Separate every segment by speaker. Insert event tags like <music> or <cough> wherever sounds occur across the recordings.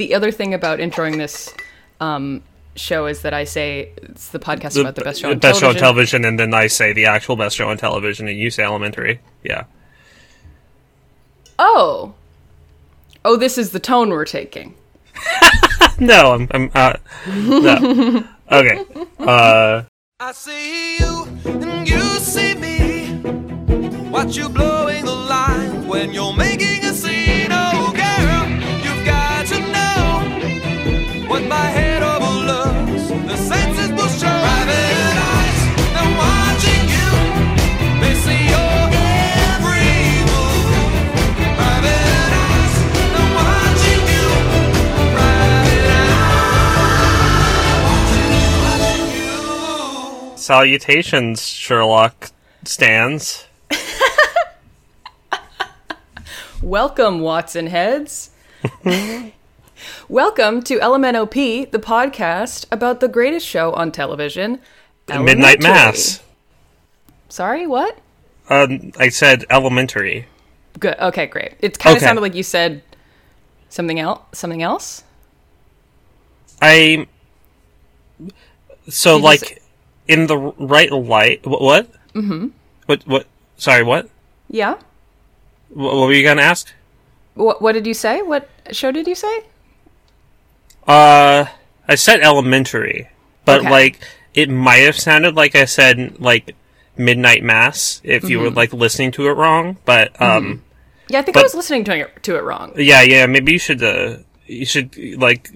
Speaker 1: the other thing about introing this um, show is that I say it's the podcast about the best show on
Speaker 2: best show on
Speaker 1: television.
Speaker 2: television, and then I say the actual best show on television, and you say Elementary. Yeah,
Speaker 1: Oh, oh, this is the tone we're taking.
Speaker 2: no, I'm, I'm uh, no.
Speaker 1: <laughs>
Speaker 2: okay. Uh,
Speaker 3: I see you and you see me. Watch you blowing the line when you're making a scene. Oh, girl, you've got to know what my head overlooks. The senses will show. Private eyes, they're watching you. They see your every move. Private eyes, they're watching you. Private eyes, watching you.
Speaker 2: salutations, Sherlock stands.
Speaker 1: Welcome, Watson
Speaker 2: <laughs>
Speaker 1: heads. Welcome to LMNOP, the podcast about the greatest show on television,
Speaker 2: Midnight
Speaker 1: Elementary.
Speaker 2: Mass.
Speaker 1: Sorry, what?
Speaker 2: Um, I said Elementary.
Speaker 1: Good. Okay, great. It kind of
Speaker 2: Okay.
Speaker 1: sounded like you said something else. Something else.
Speaker 2: I so
Speaker 1: You
Speaker 2: like
Speaker 1: just-
Speaker 2: in the r- right light. What? What? Mm-hmm. What? What? Sorry. What?
Speaker 1: Yeah.
Speaker 2: Wh- What were you gonna ask?
Speaker 1: What, what did you say? What show did you say?
Speaker 2: Uh, I said elementary, but
Speaker 1: Okay.
Speaker 2: like it might have sounded like I said like midnight mass if you were like listening to it wrong. But um,
Speaker 1: Yeah, I think I
Speaker 2: But-
Speaker 1: was listening to it, to it wrong.
Speaker 2: yeah, yeah, maybe you should uh, you should like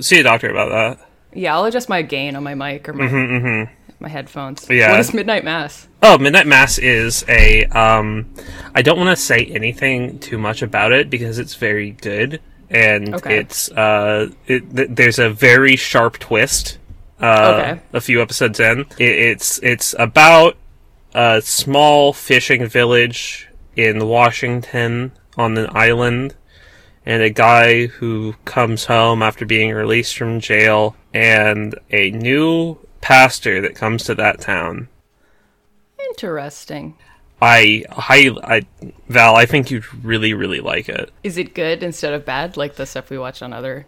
Speaker 2: see a doctor about that.
Speaker 1: Yeah, I'll adjust my gain on my mic or my, my headphones.
Speaker 2: Mm-hmm, Yeah.
Speaker 1: What is Midnight Mass?
Speaker 2: Oh, midnight mass is a um, I don't want to say anything too much about it because it's very good and
Speaker 1: Okay.
Speaker 2: it's uh, it, th- there's a very sharp twist uh,
Speaker 1: Okay.
Speaker 2: a few episodes in. It, it's it's about a small fishing village in Washington on an island, and a guy who comes home after being released from jail, and a new pastor that comes to that town.
Speaker 1: Interesting.
Speaker 2: I, I, I, Val, I think you'd really, really like it.
Speaker 1: Is it good instead of bad, like the stuff we watch on other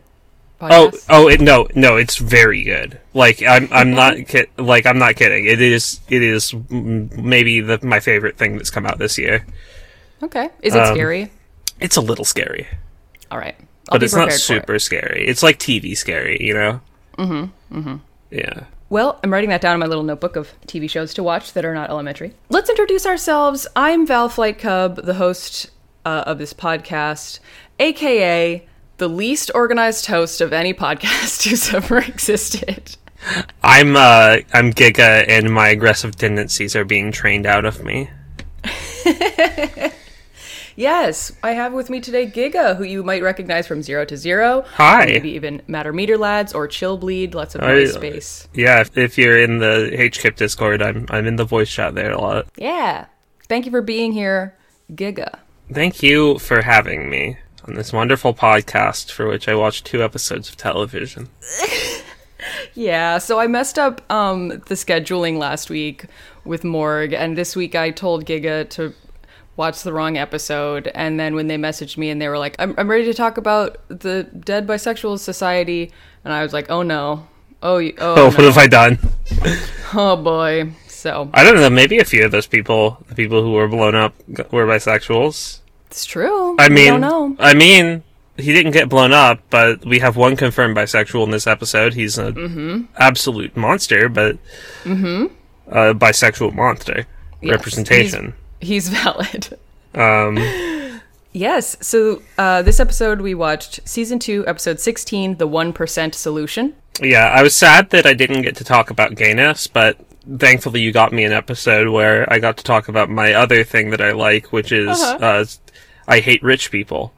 Speaker 2: Oh,
Speaker 1: podcasts?
Speaker 2: oh, it, no, no, it's very good. Like I'm, I'm not, ki- like I'm not kidding. It is, it is m- maybe the my favorite thing that's come out this year. Oh.
Speaker 1: okay. Is
Speaker 2: Um,
Speaker 1: it scary?
Speaker 2: It's a little scary,
Speaker 1: All right. I'll
Speaker 2: but
Speaker 1: be
Speaker 2: it's not
Speaker 1: prepared for it.
Speaker 2: super scary. It's like TV scary, you know. Mm-hmm. Mm-hmm. Yeah.
Speaker 1: Well, I'm writing that down in my little notebook of TV shows to watch that are not elementary. Let's introduce ourselves. I'm Val Flight Cub, the host uh, of this podcast, aka the least organized host of any <laughs> podcast who's ever existed.
Speaker 2: I'm, uh, I'm Giga, and my aggressive tendencies are being trained out of me.
Speaker 1: Yes, I have with me today Giga, who you might recognize from Zero to Zero.
Speaker 2: Hi.
Speaker 1: Maybe even Matter Meter Lads or Chillbleed, lots of
Speaker 2: I-
Speaker 1: voice space.
Speaker 2: Yeah, if, if you're in the HKIP Discord, I'm, I'm in the voice chat there a lot.
Speaker 1: Yeah. Thank you for being here, Giga.
Speaker 2: Thank you for having me on this wonderful podcast for which I watched two episodes of television.
Speaker 1: Yeah, so I messed up um, the scheduling last week with Morg, and this week I told Giga to watch the wrong episode. And then when they messaged me and they were like, I'm, I'm ready to talk about the Dead Bisexual Society, and I was like, oh no. Oh, y-
Speaker 2: Oh,
Speaker 1: oh,
Speaker 2: <laughs> what have I done?
Speaker 1: oh boy. So
Speaker 2: I don't know. Maybe a few of those people, the people who were blown up, g- were bisexuals.
Speaker 1: it's true.
Speaker 2: I mean,
Speaker 1: I don't know.
Speaker 2: I mean, he didn't get blown up, but we have one confirmed bisexual in this episode. He's an absolute monster, but Mm-hmm. a bisexual monster representation.
Speaker 1: He's <laughs> valid.
Speaker 2: Um,
Speaker 1: Yes. So uh, this episode we watched season two, episode sixteen, the one percent solution.
Speaker 2: Yeah, I was sad that I didn't get to talk about gayness, but thankfully you got me an episode where I got to talk about my other thing that I like, which is uh I hate rich people.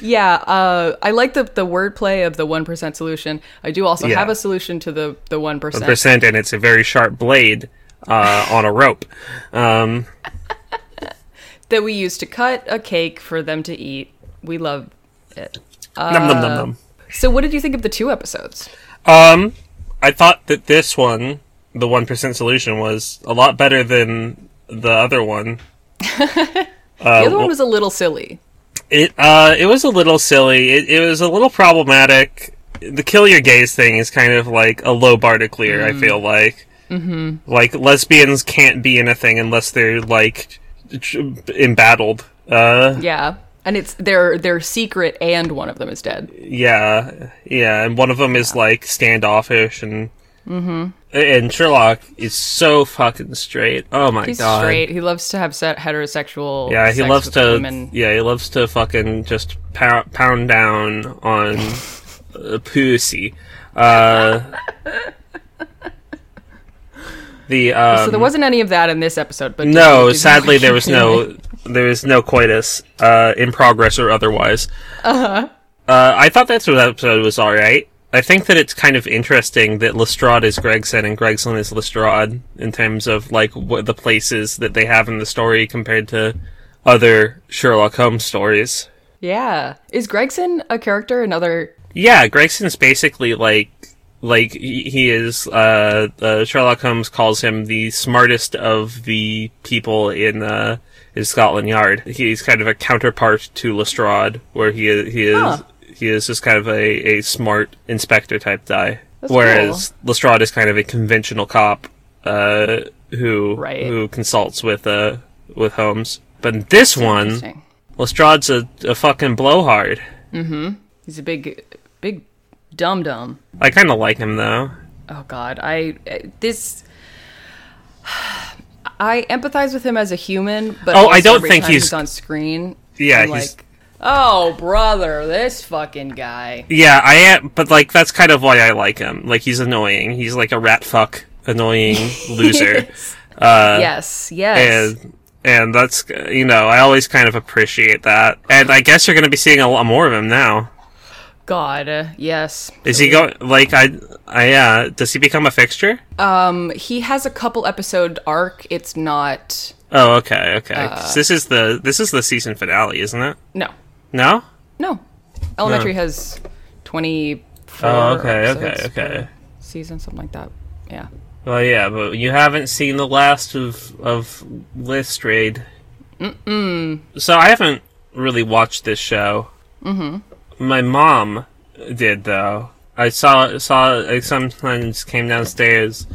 Speaker 1: Yeah. Uh, I like the the wordplay of the one percent solution. I do also
Speaker 2: Yeah.
Speaker 1: have a solution to the the one percent.
Speaker 2: Percent, and it's a very sharp blade uh, on a rope. Um,
Speaker 1: that we use to cut a cake for them to eat. We love.
Speaker 2: num num num num.
Speaker 1: So what did you think of the two episodes?
Speaker 2: Um, I thought that this one, the one percent solution, was a lot better than the other one. Uh,
Speaker 1: the other one was a little silly.
Speaker 2: It uh, it was a little silly. It, it was a little problematic. The kill your gays thing is kind of like a low bar to clear. I feel like, mm-hmm. like lesbians can't be in a thing unless they're like j- embattled. Uh,
Speaker 1: Yeah. And it's their their secret and one of them is dead.
Speaker 2: yeah, yeah, and one of them is like standoffish and. And Sherlock is so fucking straight. Oh my
Speaker 1: He's
Speaker 2: god.
Speaker 1: straight. He loves to have set heterosexual
Speaker 2: Yeah, he
Speaker 1: sex
Speaker 2: loves
Speaker 1: with
Speaker 2: to.
Speaker 1: women.
Speaker 2: Yeah, he loves to fucking just pound, pound down on uh, pussy. Uh, <laughs> the um,
Speaker 1: so there wasn't any of that in this episode, but did you-
Speaker 2: no.
Speaker 1: did you-
Speaker 2: Sadly, there was no there was no coitus uh, in progress or otherwise. Uh-huh. Uh I thought that sort of episode was all right. I think that it's kind of interesting that Lestrade is Gregson and Gregson is Lestrade in terms of like what the places that they have in the story compared to other Sherlock Holmes stories.
Speaker 1: <laughs> Yeah. Is Gregson a character? Another
Speaker 2: Yeah, Gregson's basically like like he he is uh, uh Sherlock Holmes calls him the smartest of the people in uh in Scotland Yard. He's kind of a counterpart to Lestrade where he is he is
Speaker 1: Huh.
Speaker 2: he is just kind of a, a smart inspector type guy.
Speaker 1: That's
Speaker 2: Whereas Lestrade is kind of a conventional cop uh who
Speaker 1: Right.
Speaker 2: who consults with uh with Holmes. But in this one,
Speaker 1: thing.
Speaker 2: Lestrade's a, a fucking blowhard.
Speaker 1: He's a big big dum dum.
Speaker 2: I kind of like him though.
Speaker 1: Oh God, I I- this. <sighs> I empathize with him as a human, but
Speaker 2: Oh, I
Speaker 1: also
Speaker 2: don't
Speaker 1: every
Speaker 2: think
Speaker 1: time
Speaker 2: he's-
Speaker 1: on screen.
Speaker 2: Yeah,
Speaker 1: I'm
Speaker 2: he's-
Speaker 1: like, oh brother, this fucking guy.
Speaker 2: Yeah, I am, but like that's kind of why I like him. Like he's annoying. He's like a rat fuck, annoying
Speaker 1: <laughs>
Speaker 2: loser,
Speaker 1: yes, yes.
Speaker 2: and and that's you know I always kind of appreciate that. And I guess you're going to be seeing a lot more of him now.
Speaker 1: God, uh, yes.
Speaker 2: Is he going like I? I uh, does he become a fixture?
Speaker 1: Um, He has a couple episode arc. It's not
Speaker 2: Oh, okay, okay.
Speaker 1: Uh,
Speaker 2: 'Cause this is the this is the season finale, isn't it?
Speaker 1: no,
Speaker 2: No.
Speaker 1: no. Elementary has twenty four.
Speaker 2: Oh, okay, okay,
Speaker 1: episodes
Speaker 2: okay.
Speaker 1: per Season something like that. Yeah.
Speaker 2: Well, yeah, but you haven't seen the last of of Lestrade. Mm-mm. So I haven't really watched this show. Mm-hmm. My mom did though. I saw saw I sometimes came downstairs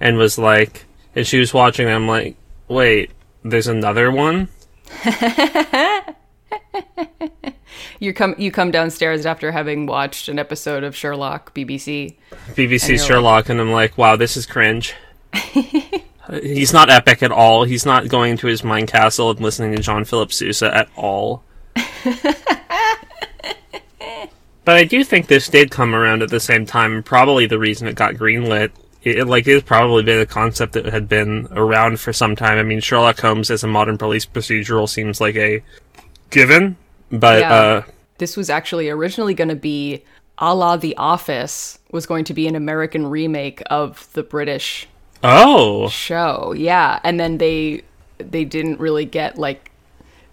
Speaker 2: and was like, and she was watching. And I'm like, wait, there's another one.
Speaker 1: You come you come downstairs after having watched an episode of Sherlock BBC.
Speaker 2: BBC
Speaker 1: you're like-
Speaker 2: Sherlock, and I'm like, wow, this is cringe.
Speaker 1: <laughs>
Speaker 2: He's not epic at all. He's not going to his mind castle and listening to John Philip Sousa at
Speaker 1: <laughs>
Speaker 2: all. but I do think this did come around at the same time. Probably the reason it got greenlit. It, it, like it's probably been a concept that had been around for some time. I mean, Sherlock Holmes as a modern police procedural seems like a given, but
Speaker 1: Yeah.
Speaker 2: uh,
Speaker 1: This was actually originally going to be a la The Office was going to be an American remake of the British
Speaker 2: oh,
Speaker 1: show. Yeah, and then they they didn't really get like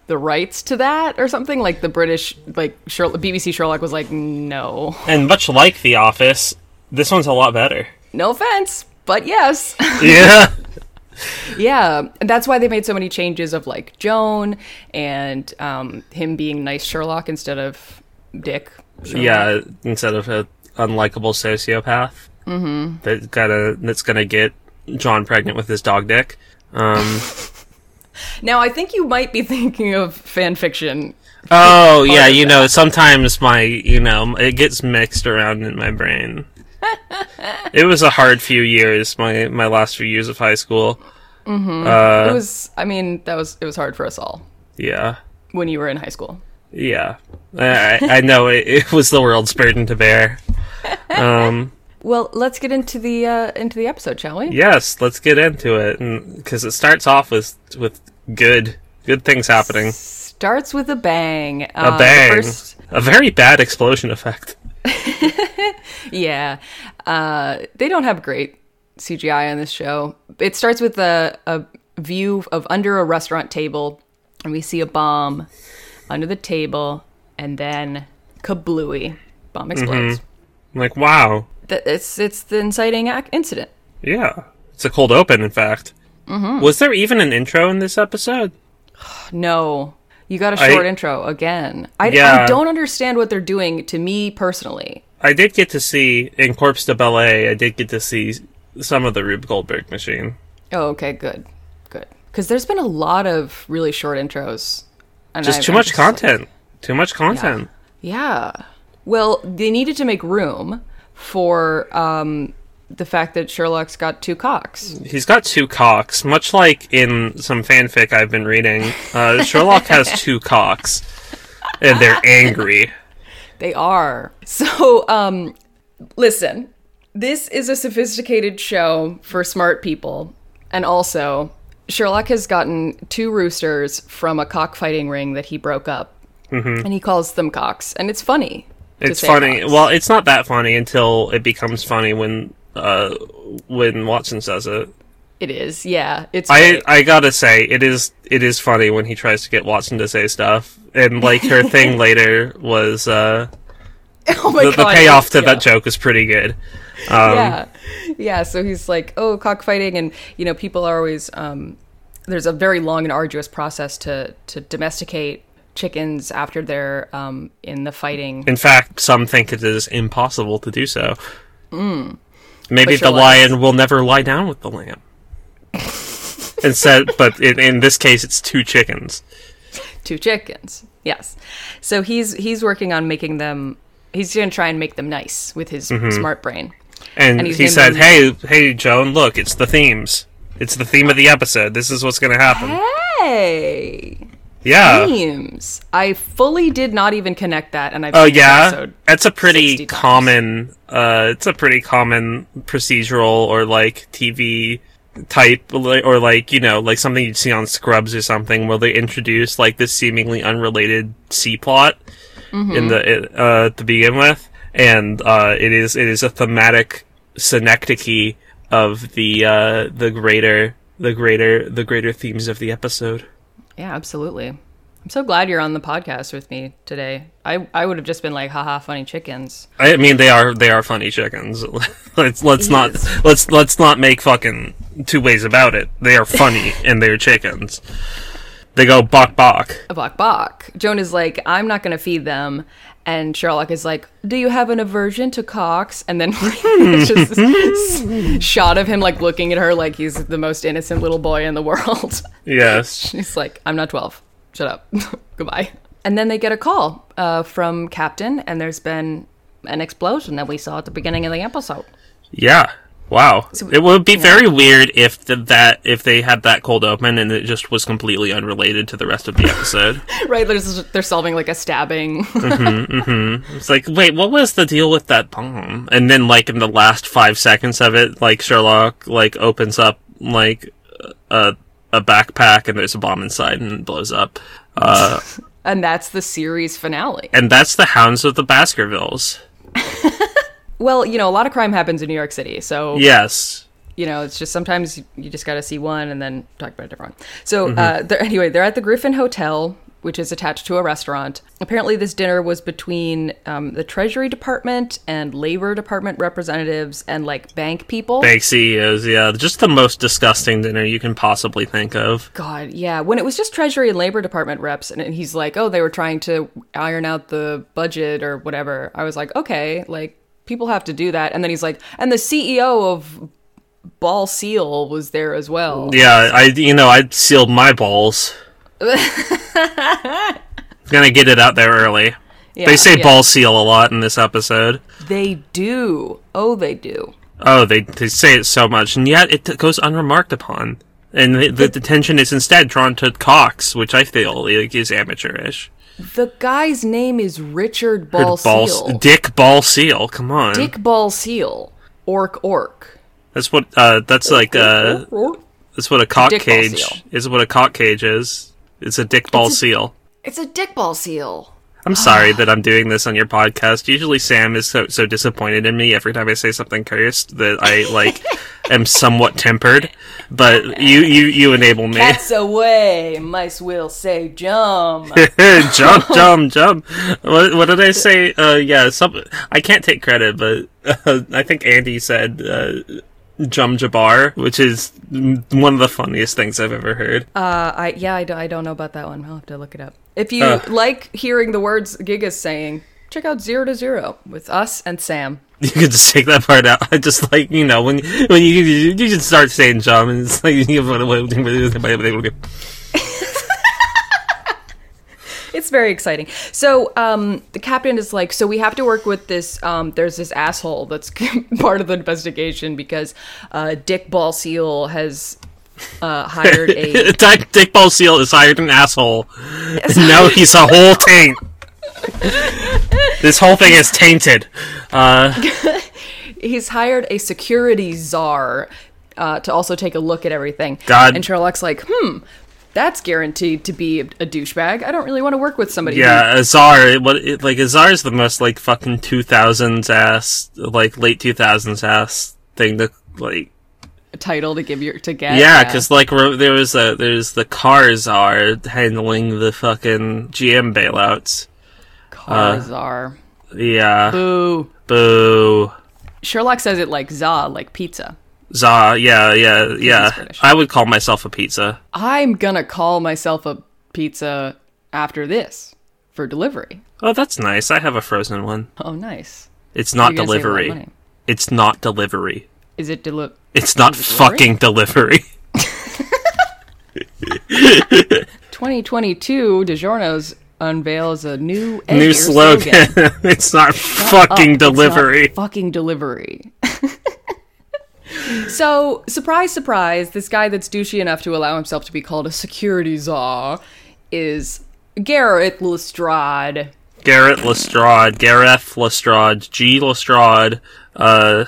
Speaker 1: the rights to that or something like the British like Sherlock, BBC Sherlock was like no. <laughs>
Speaker 2: and much like The Office, this one's a lot better.
Speaker 1: No offense, but yes.
Speaker 2: Yeah.
Speaker 1: Yeah, and that's why they made so many changes of like Joan and um, him being nice Sherlock instead of Dick. Sherlock.
Speaker 2: Yeah, instead of a unlikable sociopath mm-hmm. that gotta that's gonna get John pregnant with his dog dick. Um,
Speaker 1: Now I think you might be <laughs> thinking of fan fiction.
Speaker 2: <laughs> oh yeah, you know sometimes my you know it gets mixed around in my brain. <laughs> it was a hard few years, my my last few years of high school. Mm-hmm. Uh-huh. Uh,
Speaker 1: it was, I mean, that was it was hard for us all
Speaker 2: Yeah,
Speaker 1: when you were in high school.
Speaker 2: yeah, I, I I know it, it was the world's burden to bear.
Speaker 1: Well, let's get into the uh, into the episode, shall we?
Speaker 2: Yes, let's get into it, because it starts off with with good good things happening.
Speaker 1: Starts with a bang.
Speaker 2: A
Speaker 1: Uh, the
Speaker 2: bang.
Speaker 1: first-
Speaker 2: A very bad explosion effect.
Speaker 1: yeah, uh, they don't have great CGI on this show. It starts with a, a view of under a restaurant table, and we see a bomb under the table, and then kablooey,
Speaker 2: Mm-hmm.
Speaker 1: bomb explodes.
Speaker 2: I'm like, wow.
Speaker 1: Th- it's it's the inciting ac- incident.
Speaker 2: Yeah. It's a cold
Speaker 1: Mm-hmm.
Speaker 2: open, in fact. Was there even an intro in this episode?
Speaker 1: No, You got a short
Speaker 2: I-
Speaker 1: intro again. I, I
Speaker 2: Yeah.
Speaker 1: don't understand what they're doing to me personally.
Speaker 2: I did get to see in Corpse de Ballet. I did get to see some of the Rube Goldberg machine.
Speaker 1: Oh, okay, good, good. Because there's been a lot of really short intros. And
Speaker 2: Just
Speaker 1: I've-
Speaker 2: too
Speaker 1: I'm
Speaker 2: much
Speaker 1: like-
Speaker 2: content. too much content.
Speaker 1: Yeah. Well, they needed to make room for um, the fact that Sherlock's got two cocks.
Speaker 2: He's got two cocks, much like in some fanfic I've been reading. Uh, Sherlock
Speaker 1: <laughs>
Speaker 2: has two cocks, and they're angry.
Speaker 1: They are. <laughs> So, um, listen, this is a sophisticated show for smart people. And also, Sherlock has gotten two roosters from a cockfighting ring that he broke up. And he calls them cocks. And it's funny. to
Speaker 2: Mm-hmm. It's
Speaker 1: say
Speaker 2: funny.
Speaker 1: cocks.
Speaker 2: Well, it's not that funny until it becomes funny when uh, when Watson says it.
Speaker 1: it is. Yeah. It's
Speaker 2: I
Speaker 1: great.
Speaker 2: I gotta say it is it is funny when he tries to get Watson to say stuff, and like her
Speaker 1: <laughs>
Speaker 2: thing later was uh,
Speaker 1: <laughs> oh my
Speaker 2: the, the
Speaker 1: God,
Speaker 2: payoff to
Speaker 1: yeah.
Speaker 2: that joke is pretty good. Um,
Speaker 1: yeah yeah so he's like oh cockfighting and you know people are always um there's a very long and arduous process to to domesticate chickens after they're um in the fighting
Speaker 2: In fact, some think it is impossible to do so. Maybe
Speaker 1: Hmm. But
Speaker 2: the
Speaker 1: your
Speaker 2: lion will never lie down with
Speaker 1: <laughs>
Speaker 2: the lamb. Instead, but in, in this case, it's two chickens.
Speaker 1: two chickens yes so he's he's working on making them he's gonna try and make them nice with his
Speaker 2: Mm-hmm.
Speaker 1: smart brain
Speaker 2: And,
Speaker 1: And he's
Speaker 2: he
Speaker 1: named
Speaker 2: said,
Speaker 1: them-
Speaker 2: "Hey, hey, Joan, look, it's the themes. It's the theme of the episode. This is what's going to happen."
Speaker 1: hey
Speaker 2: Yeah.
Speaker 1: themes i fully did not even connect that and i
Speaker 2: Oh yeah,
Speaker 1: episode.
Speaker 2: that's a
Speaker 1: 60
Speaker 2: pretty
Speaker 1: times.
Speaker 2: common. Uh, it's a pretty common procedural or like TV type, li- or like you know, like something you'd see on Scrubs or something, where they introduce like this seemingly unrelated C plot in the uh, to begin with, and uh, it is it is a thematic synecdoche of the uh, the greater the greater the greater themes of the episode.
Speaker 1: Yeah, absolutely. I'm so glad you're on the podcast with me today. I, I would have just been like, haha, funny chickens.
Speaker 2: I mean, they are they are funny chickens. <laughs> let's let's not let's let's not make fucking two ways about it. They are funny and they're chickens. They go bok bok.
Speaker 1: Bok bok. Joan is like, I'm not going to feed them. And Sherlock is like, Do you have an aversion to cocks? And then <laughs> it's just this shot of him like looking at her like he's the most innocent little boy in the <laughs> world.
Speaker 2: Yes,
Speaker 1: He's like, I'm not 12. Shut up. <laughs> Goodbye. And then they get a call uh, from Captain, and there's been an explosion that we saw at the beginning of the episode. <laughs>
Speaker 2: yeah. Wow, it would be very weird if the, that if they had that cold open and it just was completely unrelated to the rest of the episode.
Speaker 1: Right? There's, they're solving like a stabbing. <laughs>
Speaker 2: it's like, wait, what was the deal with that bomb? And then, like in the last five seconds of it, like Sherlock like opens up like a a backpack and there's a bomb inside and it blows up. Uh,
Speaker 1: And that's the series finale.
Speaker 2: and that's the Hounds of the Baskervilles.
Speaker 1: Well, you know, a lot of crime happens in New York City. So,
Speaker 2: Yes.
Speaker 1: you know, it's just sometimes you- you just got to see one and then talk about a different one. So, uh, they're, anyway, they're at the Griffin Hotel, which is attached to a restaurant. Apparently, this dinner was between um, the Treasury Department and Labor Department representatives and like bank people.
Speaker 2: Bank CEOs, yeah. Just the most disgusting dinner you can possibly think of.
Speaker 1: God, yeah. When it was just Treasury and Labor Department reps, and he's like, oh, they were trying to iron out the budget or whatever. I was like, okay, like people have to do that. And then he's like, and the CEO of Ball Seal was there as well.
Speaker 2: Yeah, I you know, I sealed
Speaker 1: <laughs>
Speaker 2: my balls. Gonna get it out there early.
Speaker 1: Yeah,
Speaker 2: they say
Speaker 1: yeah.
Speaker 2: ball seal a lot in this episode.
Speaker 1: They do. Oh, they do.
Speaker 2: Oh, they, they say it so much, and yet it goes unremarked upon. And the, the, attention is instead drawn to Cox, which I feel like is amateurish.
Speaker 1: The guy's name is Richard Ball,
Speaker 2: Ball-
Speaker 1: Seal.
Speaker 2: Dick Ball Seal, come on.
Speaker 1: Dick Ball Seal. Orc Orc.
Speaker 2: That's what uh, that's like uh,
Speaker 1: Orc, orc.
Speaker 2: that's what a cock
Speaker 1: Dick Ball
Speaker 2: cage
Speaker 1: Seal.
Speaker 2: is. What a cock cage is. It's a Dick Ball Seal.
Speaker 1: It's a Dick Ball
Speaker 2: <laughs>
Speaker 1: Seal.
Speaker 2: I'm sorry that I'm doing this on your podcast. Usually, Sam is so so disappointed in me every time I say something cursed that I
Speaker 1: <laughs>
Speaker 2: like am somewhat tempered. But you you you enable me.
Speaker 1: away. Mice will say Uh, jump.
Speaker 2: <laughs> jump, jump, jump. What, what did I say? Uh, yeah, some, I can't take credit, but uh, I think Andy said uh, Jum Jabbar, which is m- one of the funniest things I've ever heard.
Speaker 1: Uh, I yeah, I, d- I don't know about that one. I'll have to look it up. If you
Speaker 2: Uh.
Speaker 1: like hearing the words Giga's saying, check out Zero to Zero with us and Sam.
Speaker 2: You could just take that part out. I just like you know when when you you, you just start saying Jum, and it's like you
Speaker 1: It's very exciting. So um, the captain is like, so we have to work with this. Um, there's this asshole that's <laughs> part of the investigation because uh, Dick Ball Seal has uh,
Speaker 2: <laughs>
Speaker 1: hired a
Speaker 2: Dick, Dick Ball Seal is hired an asshole. No, he's a whole taint. this whole thing is tainted.
Speaker 1: he's hired a security czar uh, to also take a look at everything.
Speaker 2: God.
Speaker 1: And Sherlock's like, hmm, that's guaranteed to be a douchebag. I don't really want to work with somebody. who
Speaker 2: Yeah, Azar. What it, like Azar is the most like fucking two thousands ass, like late two thousands ass thing to like.
Speaker 1: title to give your to get.
Speaker 2: Yeah, because like re- there was a there's the cars are handling the fucking GM bailouts. uh,
Speaker 1: cars are.
Speaker 2: Yeah,
Speaker 1: Boo.
Speaker 2: boo.
Speaker 1: Sherlock says it like za, like pizza.
Speaker 2: Za, yeah, yeah, yeah.
Speaker 1: British.
Speaker 2: I would call myself a pizza.
Speaker 1: I'm gonna call myself a pizza after this for delivery.
Speaker 2: Oh, that's nice. I have a frozen one.
Speaker 1: Oh, nice.
Speaker 2: It's not
Speaker 1: You're gonna save a lot of
Speaker 2: delivery.
Speaker 1: money.
Speaker 2: It's not delivery.
Speaker 1: Is it deli?
Speaker 2: It's not fucking delivery.
Speaker 1: 2022 DiGiorno's unveils a new egg
Speaker 2: New
Speaker 1: ear
Speaker 2: slogan. <laughs> it's not fucking
Speaker 1: It's not
Speaker 2: delivery.
Speaker 1: fucking delivery. <laughs> so, surprise, surprise, this guy that's douchey enough to allow himself to be called a security czar is Garrett Lestrade.
Speaker 2: Garrett Lestrade, Gareth Lestrade, G. Lestrade, uh,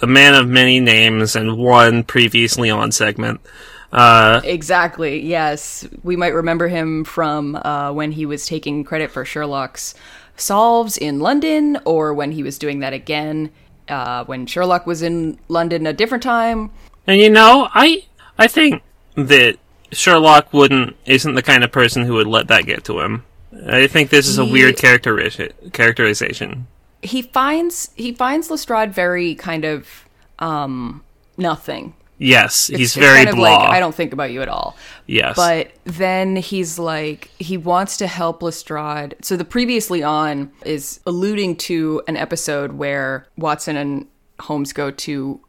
Speaker 2: a man of many names and one previously on segment.
Speaker 1: Exactly, yes. We might remember him from uh, when he was taking credit for Sherlock's solves in London, or when he was doing that again uh, when Sherlock was in London a different time.
Speaker 2: And you know, I I think that Sherlock wouldn't isn't the kind of person who would let that get to him. I think this is a weird characteri- characterization.
Speaker 1: he finds he finds Lestrade very kind of um nothing.
Speaker 2: Yes, he's
Speaker 1: It's
Speaker 2: very
Speaker 1: kind of
Speaker 2: blah.
Speaker 1: like I don't think about you at all.
Speaker 2: yes,
Speaker 1: But then he's like he wants to help Lestrade. So the previously on is alluding to an episode where Watson and Holmes go to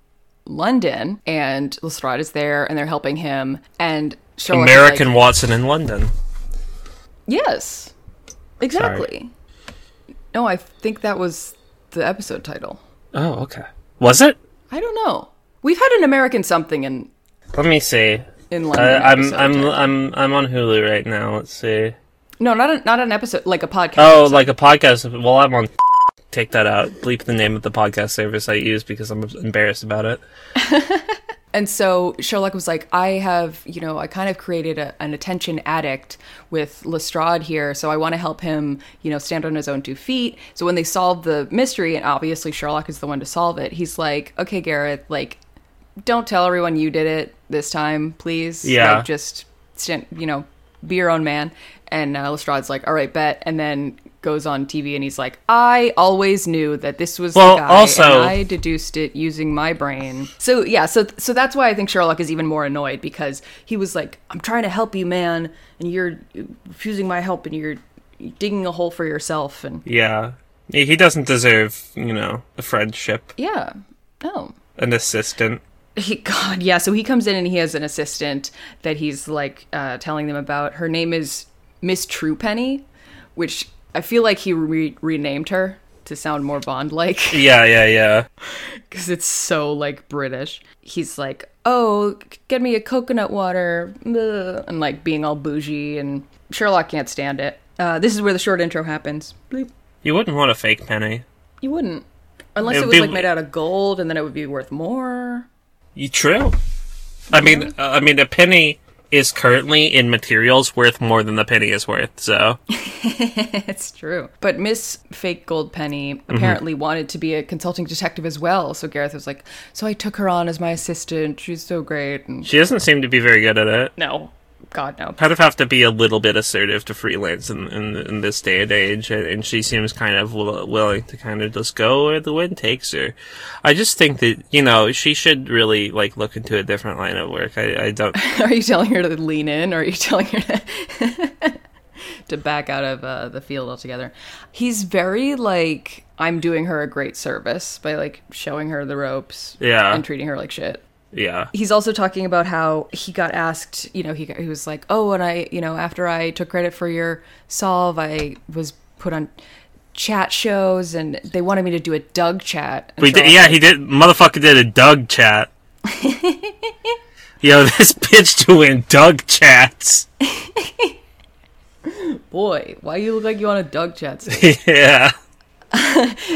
Speaker 1: London and Lestrade is there and they're helping him and Sherlock is like,
Speaker 2: American Watson in London.
Speaker 1: Yes. Exactly. No, I think that was the episode title.
Speaker 2: Oh, okay. Was it?
Speaker 1: I don't know. We've had an American something in
Speaker 2: Let me see.
Speaker 1: in
Speaker 2: Uh,
Speaker 1: London.
Speaker 2: I'm
Speaker 1: episode.
Speaker 2: I'm I'm I'm on Hulu right now. Let's see.
Speaker 1: no, not a, not an episode like a podcast.
Speaker 2: Oh, like a podcast. Well, I'm on. <laughs> Take that out. Bleep the name of the podcast service I use because I'm embarrassed about it.
Speaker 1: And so Sherlock was like, I have you know I kind of created a, an attention addict with Lestrade here, so I want to help him you know stand on his own two feet. So when they solve the mystery, and obviously Sherlock is the one to solve it, he's like, okay, Gareth, like don't tell everyone you did it this time, please.
Speaker 2: Yeah.
Speaker 1: Like, just stand, you know, be your own man. And uh, Lestrade's like, all right, bet. And then goes on TV and he's like, I always knew that this was
Speaker 2: Well,
Speaker 1: the guy.
Speaker 2: also-
Speaker 1: and I deduced it using my brain. So yeah, so so that's why I think Sherlock is even more annoyed because he was like, I'm trying to help you, man, and you're refusing my help, and you're digging a hole for yourself. And
Speaker 2: Yeah, he he doesn't deserve you know a friendship,
Speaker 1: yeah, no.
Speaker 2: an assistant.
Speaker 1: He, God, yeah. So he comes in and he has an assistant that he's like uh, telling them about. Her name is Miss Truepenny, which I feel like he re- renamed her to sound more Bond like
Speaker 2: Yeah, yeah, yeah.
Speaker 1: because it's so like British. He's like, oh, get me a coconut water. Ugh," And like being all bougie, and Sherlock can't stand it. Uh, this is where the short intro happens. Bleep.
Speaker 2: You wouldn't want a fake penny.
Speaker 1: You wouldn't. Unless
Speaker 2: It
Speaker 1: it,
Speaker 2: would
Speaker 1: was
Speaker 2: be-
Speaker 1: like made out of gold and then it would be worth more.
Speaker 2: You true. I mean, uh, I mean, a penny is currently in materials worth more than the penny is worth. So
Speaker 1: It's Mm-hmm. true. But Miss Fake Gold Penny apparently wanted to be a consulting detective as well. So Gareth was like, So I took her on as my assistant. She's so great. And
Speaker 2: she doesn't seem to be very good at it.
Speaker 1: no. God no.
Speaker 2: kind of have to be a little bit assertive to freelance in, in, in this day and age, and, and she seems kind of will, willing to kind of just go where the wind takes her. I just think that you know she should really like look into a different line of work. I, I don't.
Speaker 1: <laughs> Are you telling her to lean in, or are you <laughs> telling her to, to back out of uh, the field altogether? He's very like I'm doing her a great service by like showing her the ropes,
Speaker 2: Yeah.
Speaker 1: and treating her like shit.
Speaker 2: Yeah,
Speaker 1: he's also talking about how he got asked, you know, he, he was like, oh, and I, you know, after I took credit for your solve, I was put on chat shows and they wanted me to do a Doug chat. And
Speaker 2: we
Speaker 1: so I
Speaker 2: did,
Speaker 1: was
Speaker 2: yeah
Speaker 1: like,
Speaker 2: he did. Motherfucker did a Doug chat. Yo, this bitch doing Doug chats. <laughs>
Speaker 1: Boy, why you look like you on a Doug chat? <laughs> Steve?"
Speaker 2: Yeah.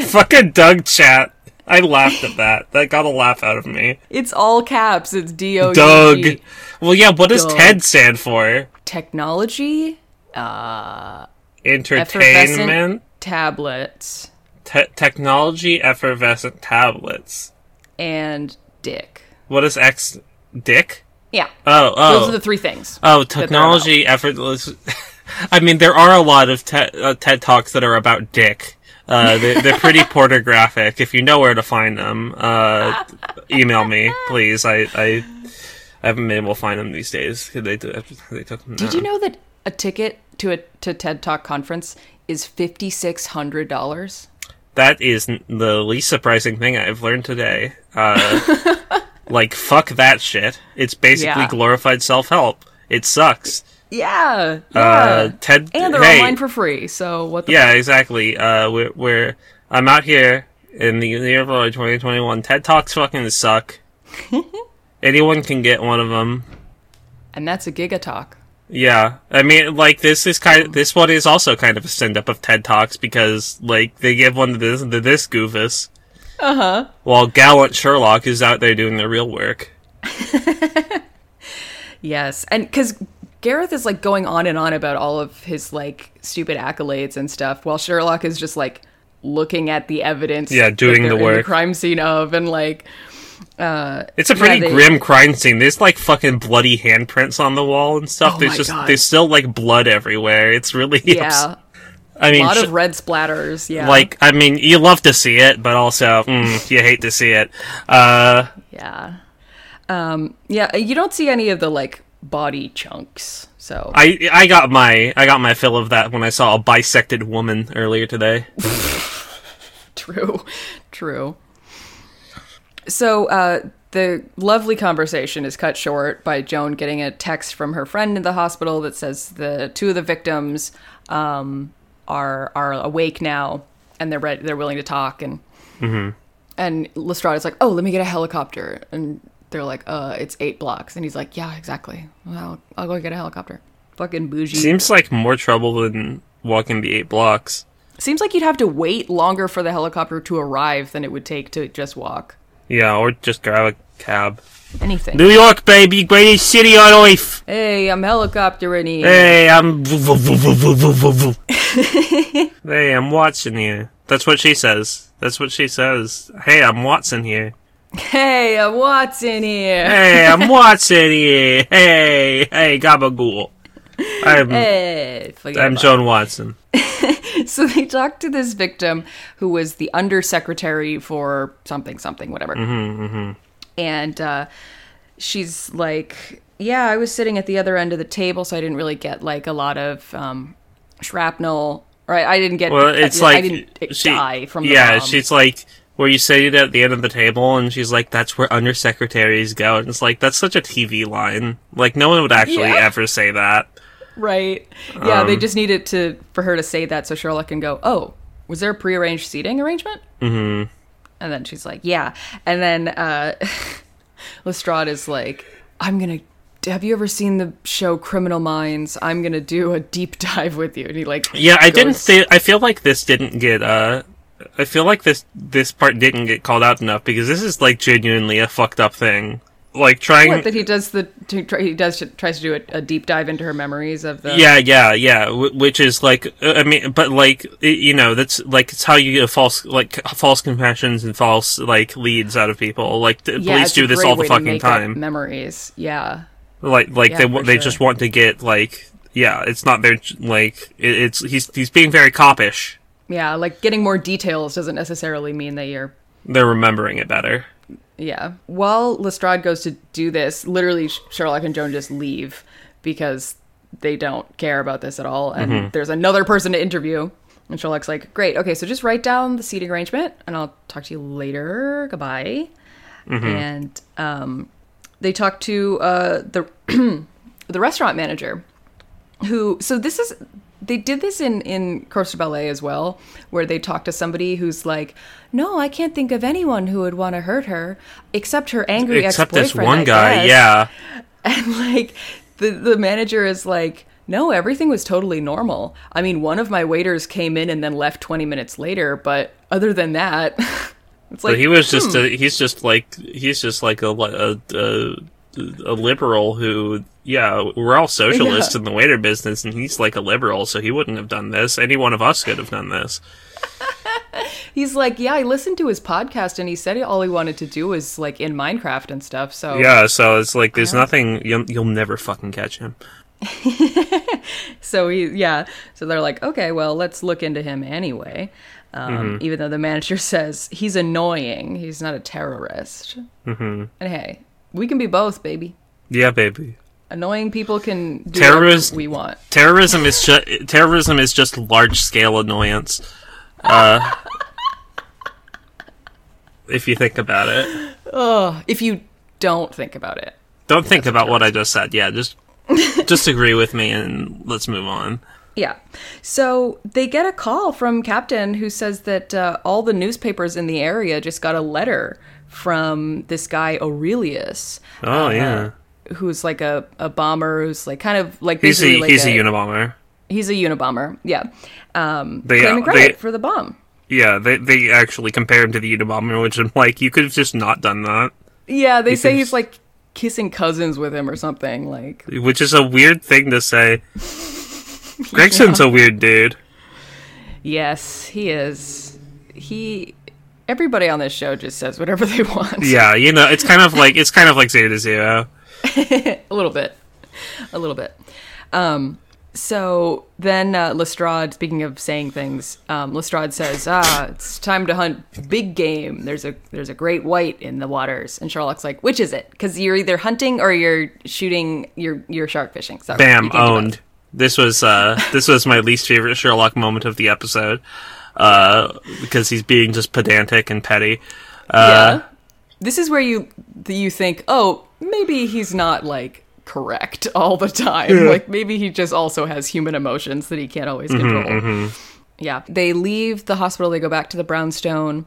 Speaker 2: Fucking Doug chat. I laughed at that. That got a laugh out of me.
Speaker 1: it's all caps. It's D O U
Speaker 2: Doug.
Speaker 1: G.
Speaker 2: Oh, Well, yeah, what does
Speaker 1: Doug.
Speaker 2: TED stand for?
Speaker 1: Technology
Speaker 2: Entertainment,
Speaker 1: effervescent tablets
Speaker 2: te- technology, effervescent tablets.
Speaker 1: and dick.
Speaker 2: What is X? Dick?
Speaker 1: Yeah,
Speaker 2: Oh, oh.
Speaker 1: those are the three things.
Speaker 2: Oh, technology effortless. <laughs> I mean, there are a lot of te- uh, TED talks that are about dick. Uh, they're, they're
Speaker 1: <laughs>
Speaker 2: pretty pornographic. If you know where to find them, uh, email me, please. I, I, I haven't been able to find them these days 'cause they, t- they took them
Speaker 1: Did you know that a ticket to a to TED Talk conference is fifty six hundred dollars?
Speaker 2: That is n- the least surprising thing I've learned today. Uh,
Speaker 1: <laughs>
Speaker 2: like, fuck that shit. It's basically
Speaker 1: Yeah.
Speaker 2: glorified self help. It sucks.
Speaker 1: Yeah, yeah.
Speaker 2: Uh, TED.
Speaker 1: and they're
Speaker 2: hey,
Speaker 1: online for free. So what? The
Speaker 2: Yeah, exactly. Uh, we're, we're I'm out here in the year of our 2021. TED Talks fucking
Speaker 1: <laughs>
Speaker 2: suck. Anyone can get one of them.
Speaker 1: And that's a giga talk.
Speaker 2: Yeah, I mean, like this is kind.
Speaker 1: Hmm.
Speaker 2: Of, this one is also kind of a send up of TED Talks because, like, they give one to this to this goofus. Uh
Speaker 1: Uh-huh.
Speaker 2: huh. While gallant Sherlock is out there doing the real work.
Speaker 1: Yes, and because Gareth is like going on and on about all of his like stupid accolades and stuff, while Sherlock is just like looking at the evidence.
Speaker 2: Yeah,
Speaker 1: that
Speaker 2: doing
Speaker 1: they're
Speaker 2: the
Speaker 1: in
Speaker 2: work.
Speaker 1: crime scene of, and like
Speaker 2: It's a pretty
Speaker 1: they-
Speaker 2: grim crime scene. There's like fucking bloody handprints on the wall and stuff.
Speaker 1: Oh
Speaker 2: there's
Speaker 1: my
Speaker 2: just
Speaker 1: God.
Speaker 2: there's still like blood everywhere. It's really <laughs>
Speaker 1: yeah,
Speaker 2: I
Speaker 1: a
Speaker 2: mean,
Speaker 1: lot
Speaker 2: sh-
Speaker 1: of red splatters. Yeah,
Speaker 2: Like, I mean, you love to see it, but also mm, you hate to see it. Uh,
Speaker 1: yeah, um, yeah. You don't see any of the like body chunks. So
Speaker 2: I I got my I got my fill of that when I saw a bisected woman earlier today.
Speaker 1: True, true. So uh, the lovely conversation is cut short by Joan getting a text from her friend in the hospital that says the two of the victims um, are are awake now and they're ready, they're willing to talk and and Lestrade is like, oh, let me get a helicopter and they're like, uh, it's eight blocks and he's like, yeah, exactly. Well, I'll, I'll go get a helicopter. Fucking bougie.
Speaker 2: Seems like more trouble than walking the eight blocks.
Speaker 1: Seems like you'd have to wait longer for the helicopter to arrive than it would take to just walk.
Speaker 2: Yeah, or just grab a cab.
Speaker 1: Anything.
Speaker 2: New York, baby, greatest city on earth.
Speaker 1: Hey, I'm helicoptering.
Speaker 2: Hey, I'm hey, I'm Watson here. That's what she says. That's what she says. Hey, I'm Watson here.
Speaker 1: Hey, I'm Watson here.
Speaker 2: Hey, I'm Watson here. Hey, hey, Gabagool. I'm
Speaker 1: Hey, forget
Speaker 2: I'm
Speaker 1: about
Speaker 2: Joan Watson.
Speaker 1: it. <laughs> So they talked to this victim who was the undersecretary for something, something, whatever.
Speaker 2: Mm-hmm,
Speaker 1: And uh, she's like, "Yeah, I was sitting at the other end of the table, so I didn't really get like a lot of um, shrapnel, or I, I didn't get.
Speaker 2: Well, it's
Speaker 1: I,
Speaker 2: like
Speaker 1: I didn't uh,
Speaker 2: she-
Speaker 1: die from the
Speaker 2: yeah.
Speaker 1: bomb.
Speaker 2: She's like, were you sitting at the end of the table? And she's like, that's where undersecretaries go. And it's like that's such a TV line. Like no one would actually
Speaker 1: Yeah.
Speaker 2: ever say that.
Speaker 1: right. Yeah,
Speaker 2: Um,
Speaker 1: they just needed to for her to say that so Sherlock can go, "Oh, was there a prearranged seating arrangement?" Mm-hmm. And then she's like, "Yeah." And then uh, <laughs> Lestrade is like, "I'm gonna." Have you ever seen the show Criminal Minds? I'm gonna do a deep <laughs> dive with you. And he like,
Speaker 2: Yeah, I didn't.
Speaker 1: goes-
Speaker 2: Th- I feel like this didn't get. uh I feel like this this part didn't get called out enough because this is like genuinely a fucked up thing. Like trying.
Speaker 1: What, that he does the to, try, he does tries to do a, a deep dive into her memories of the
Speaker 2: Yeah, yeah, yeah. wh- Which is like, uh, I mean, but like, i- you know, that's like it's how you get false, like c- false confessions and false like leads out of people. Like, the
Speaker 1: Yeah,
Speaker 2: police
Speaker 1: it's a
Speaker 2: do this
Speaker 1: great
Speaker 2: all the
Speaker 1: way to
Speaker 2: fucking
Speaker 1: make up
Speaker 2: time.
Speaker 1: memories yeah
Speaker 2: Like like
Speaker 1: Yeah,
Speaker 2: they wa-
Speaker 1: for
Speaker 2: they
Speaker 1: sure.
Speaker 2: just want to get like yeah, it's not their like it, it's he's he's being very copish.
Speaker 1: Yeah, like getting more details doesn't necessarily mean that you're
Speaker 2: They're remembering it better.
Speaker 1: Yeah. While Lestrade goes to do this, literally Sh- Sherlock and Joan just leave because they don't care about this at all. And there's another person to interview. And Sherlock's like, great. Okay, so just write down the seating arrangement and I'll talk to you later. Goodbye.
Speaker 2: Hmm.
Speaker 1: And um, they talk to uh, the <clears throat> the restaurant manager who so this is they did this in in Course de Ballet as well, where they talk to somebody who's like, "No, I can't think of anyone who would want to hurt her except her angry
Speaker 2: Except this
Speaker 1: ex-boyfriend." I
Speaker 2: one guy,
Speaker 1: guess."
Speaker 2: yeah.
Speaker 1: and <laughs> like the the manager is like, "No, everything was totally normal. I mean, one of my waiters came in and then left twenty minutes later, but other than that, <laughs> it's like
Speaker 2: But he was just a, he's just like he's just like a li- a, a, a liberal who yeah we're all socialists in the waiter business and he's like a liberal so he wouldn't have done this any one of us could have done this
Speaker 1: he's like, yeah, I listened to his podcast and he said all he wanted to do was like in Minecraft and stuff. So
Speaker 2: yeah so it's like there's nothing you'll, you'll never fucking catch him
Speaker 1: So he, yeah. So they're like, okay, well, let's look into him anyway. Um, Even though the manager <laughs> says he's annoying, he's not a terrorist. Mm-hmm. And hey, we can be both, baby.
Speaker 2: yeah baby
Speaker 1: Annoying people can do
Speaker 2: Terrorist-
Speaker 1: what we want.
Speaker 2: terrorism is ju- terrorism is just large scale annoyance uh, <laughs> if you think about it
Speaker 1: If you don't think about it,
Speaker 2: don't think about what I just said yeah just just agree with me and let's move on.
Speaker 1: Yeah. So they get a call from Captain who says that uh, all the newspapers in the area just got a letter from this guy Aurelius,
Speaker 2: Oh yeah.
Speaker 1: who's like a, a bomber who's like kind of like
Speaker 2: He's a
Speaker 1: basically like
Speaker 2: he's a Unabomber.
Speaker 1: He's a Unabomber. Yeah. Um,
Speaker 2: They- uh,
Speaker 1: claiming
Speaker 2: they-
Speaker 1: credit for the bomb.
Speaker 2: Yeah, they they actually compare him to the Unabomber, which I'm like, you could have just not done that.
Speaker 1: Yeah, they say
Speaker 2: can
Speaker 1: he's
Speaker 2: s-
Speaker 1: like kissing cousins with him or something. Like,
Speaker 2: Which is a weird thing
Speaker 1: <laughs>
Speaker 2: to say. Gregson's a weird dude.
Speaker 1: yes, he is. He. Everybody on this show just says whatever <laughs> they want.
Speaker 2: Yeah, you know, it's kind of like it's kind of like zero to zero.
Speaker 1: a little bit. A little bit. Um, so then uh, Lestrade, speaking of saying things, um, Lestrade says, "Ah, it's time to hunt big game. There's a there's a great white in the waters." And Sherlock's like, "Which is it? Because you're either hunting or you're shooting. You're you're shark fishing." Sorry, you
Speaker 2: Bam,
Speaker 1: can't do both.
Speaker 2: owned. This was uh this was my least favorite Sherlock moment of the episode. Uh because he's being just pedantic and petty. Uh
Speaker 1: yeah. This is where you that you think, oh, maybe he's not like correct <laughs> all the time. Like maybe he just also has human emotions that he can't always
Speaker 2: Mm-hmm,
Speaker 1: control. Yeah. They leave the hospital. They go back to the brownstone,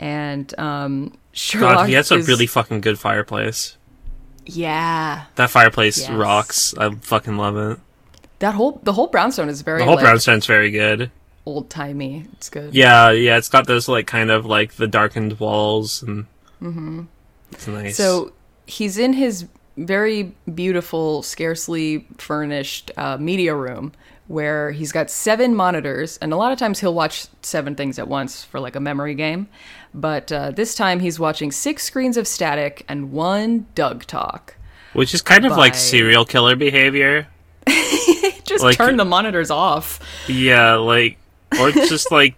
Speaker 1: and um, Sherlock.
Speaker 2: God, he has a
Speaker 1: is-
Speaker 2: really fucking good fireplace.
Speaker 1: yeah.
Speaker 2: That fireplace
Speaker 1: Yes.
Speaker 2: rocks. I fucking love it.
Speaker 1: That whole the whole brownstone is very
Speaker 2: The whole
Speaker 1: like,
Speaker 2: brownstone's very good.
Speaker 1: old timey. It's good.
Speaker 2: Yeah, yeah, it's got those like kind of like the darkened walls and it's nice.
Speaker 1: Mm-hmm. So he's in his very beautiful, scarcely furnished uh, media room where he's got seven monitors, and a lot of times he'll watch seven things at once for like a memory game. But uh, this time he's watching six screens of static and one Doug talk. <laughs>
Speaker 2: which is kind of like
Speaker 1: by-
Speaker 2: serial killer behavior.
Speaker 1: Just
Speaker 2: Like-
Speaker 1: turn the monitors off.
Speaker 2: Yeah, like or
Speaker 1: <laughs>
Speaker 2: just like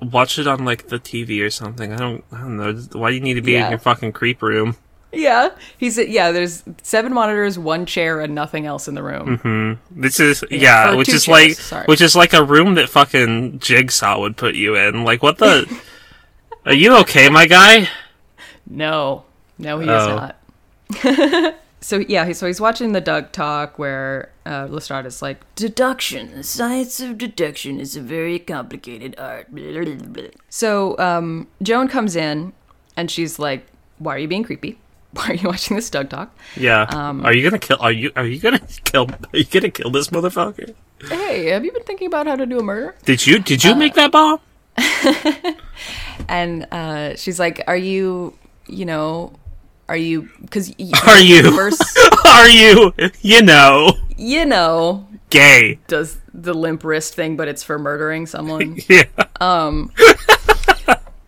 Speaker 2: watch it on like the TV or something. I don't I don't know. Why do you need to be
Speaker 1: Yeah.
Speaker 2: in your fucking creep room?
Speaker 1: Yeah, he's yeah. There's seven monitors, one chair, and nothing else in the room.
Speaker 2: This is yeah,
Speaker 1: or
Speaker 2: which
Speaker 1: two
Speaker 2: is
Speaker 1: chairs,
Speaker 2: like
Speaker 1: sorry.
Speaker 2: which is like a room that fucking Jigsaw would put you in. Like what the
Speaker 1: <laughs>
Speaker 2: Are you okay, my guy?
Speaker 1: No, no, he is
Speaker 2: Oh.
Speaker 1: not. <laughs> so yeah, he- so he's watching the Doug talk where uh, Lestrade is like,
Speaker 4: Deduction. The science of deduction is a very complicated art.
Speaker 1: so um, Joan comes in and she's like, "Why are you being creepy? <laughs> Why are you watching this Doug
Speaker 2: <laughs>
Speaker 1: talk?"
Speaker 2: Yeah. are you gonna kill are you are you gonna <laughs> kill are you gonna kill this motherfucker?
Speaker 1: Hey, have you been thinking about how to do a murder?
Speaker 2: Did you did you make that bomb? <laughs>
Speaker 1: And uh, she's like, "Are you, you know?" Are you? Because
Speaker 2: Are you? <laughs>
Speaker 1: First,
Speaker 2: Are you you know
Speaker 1: you know,
Speaker 2: gay? <laughs>
Speaker 1: does the limp wrist thing, but it's for murdering someone.
Speaker 2: Yeah.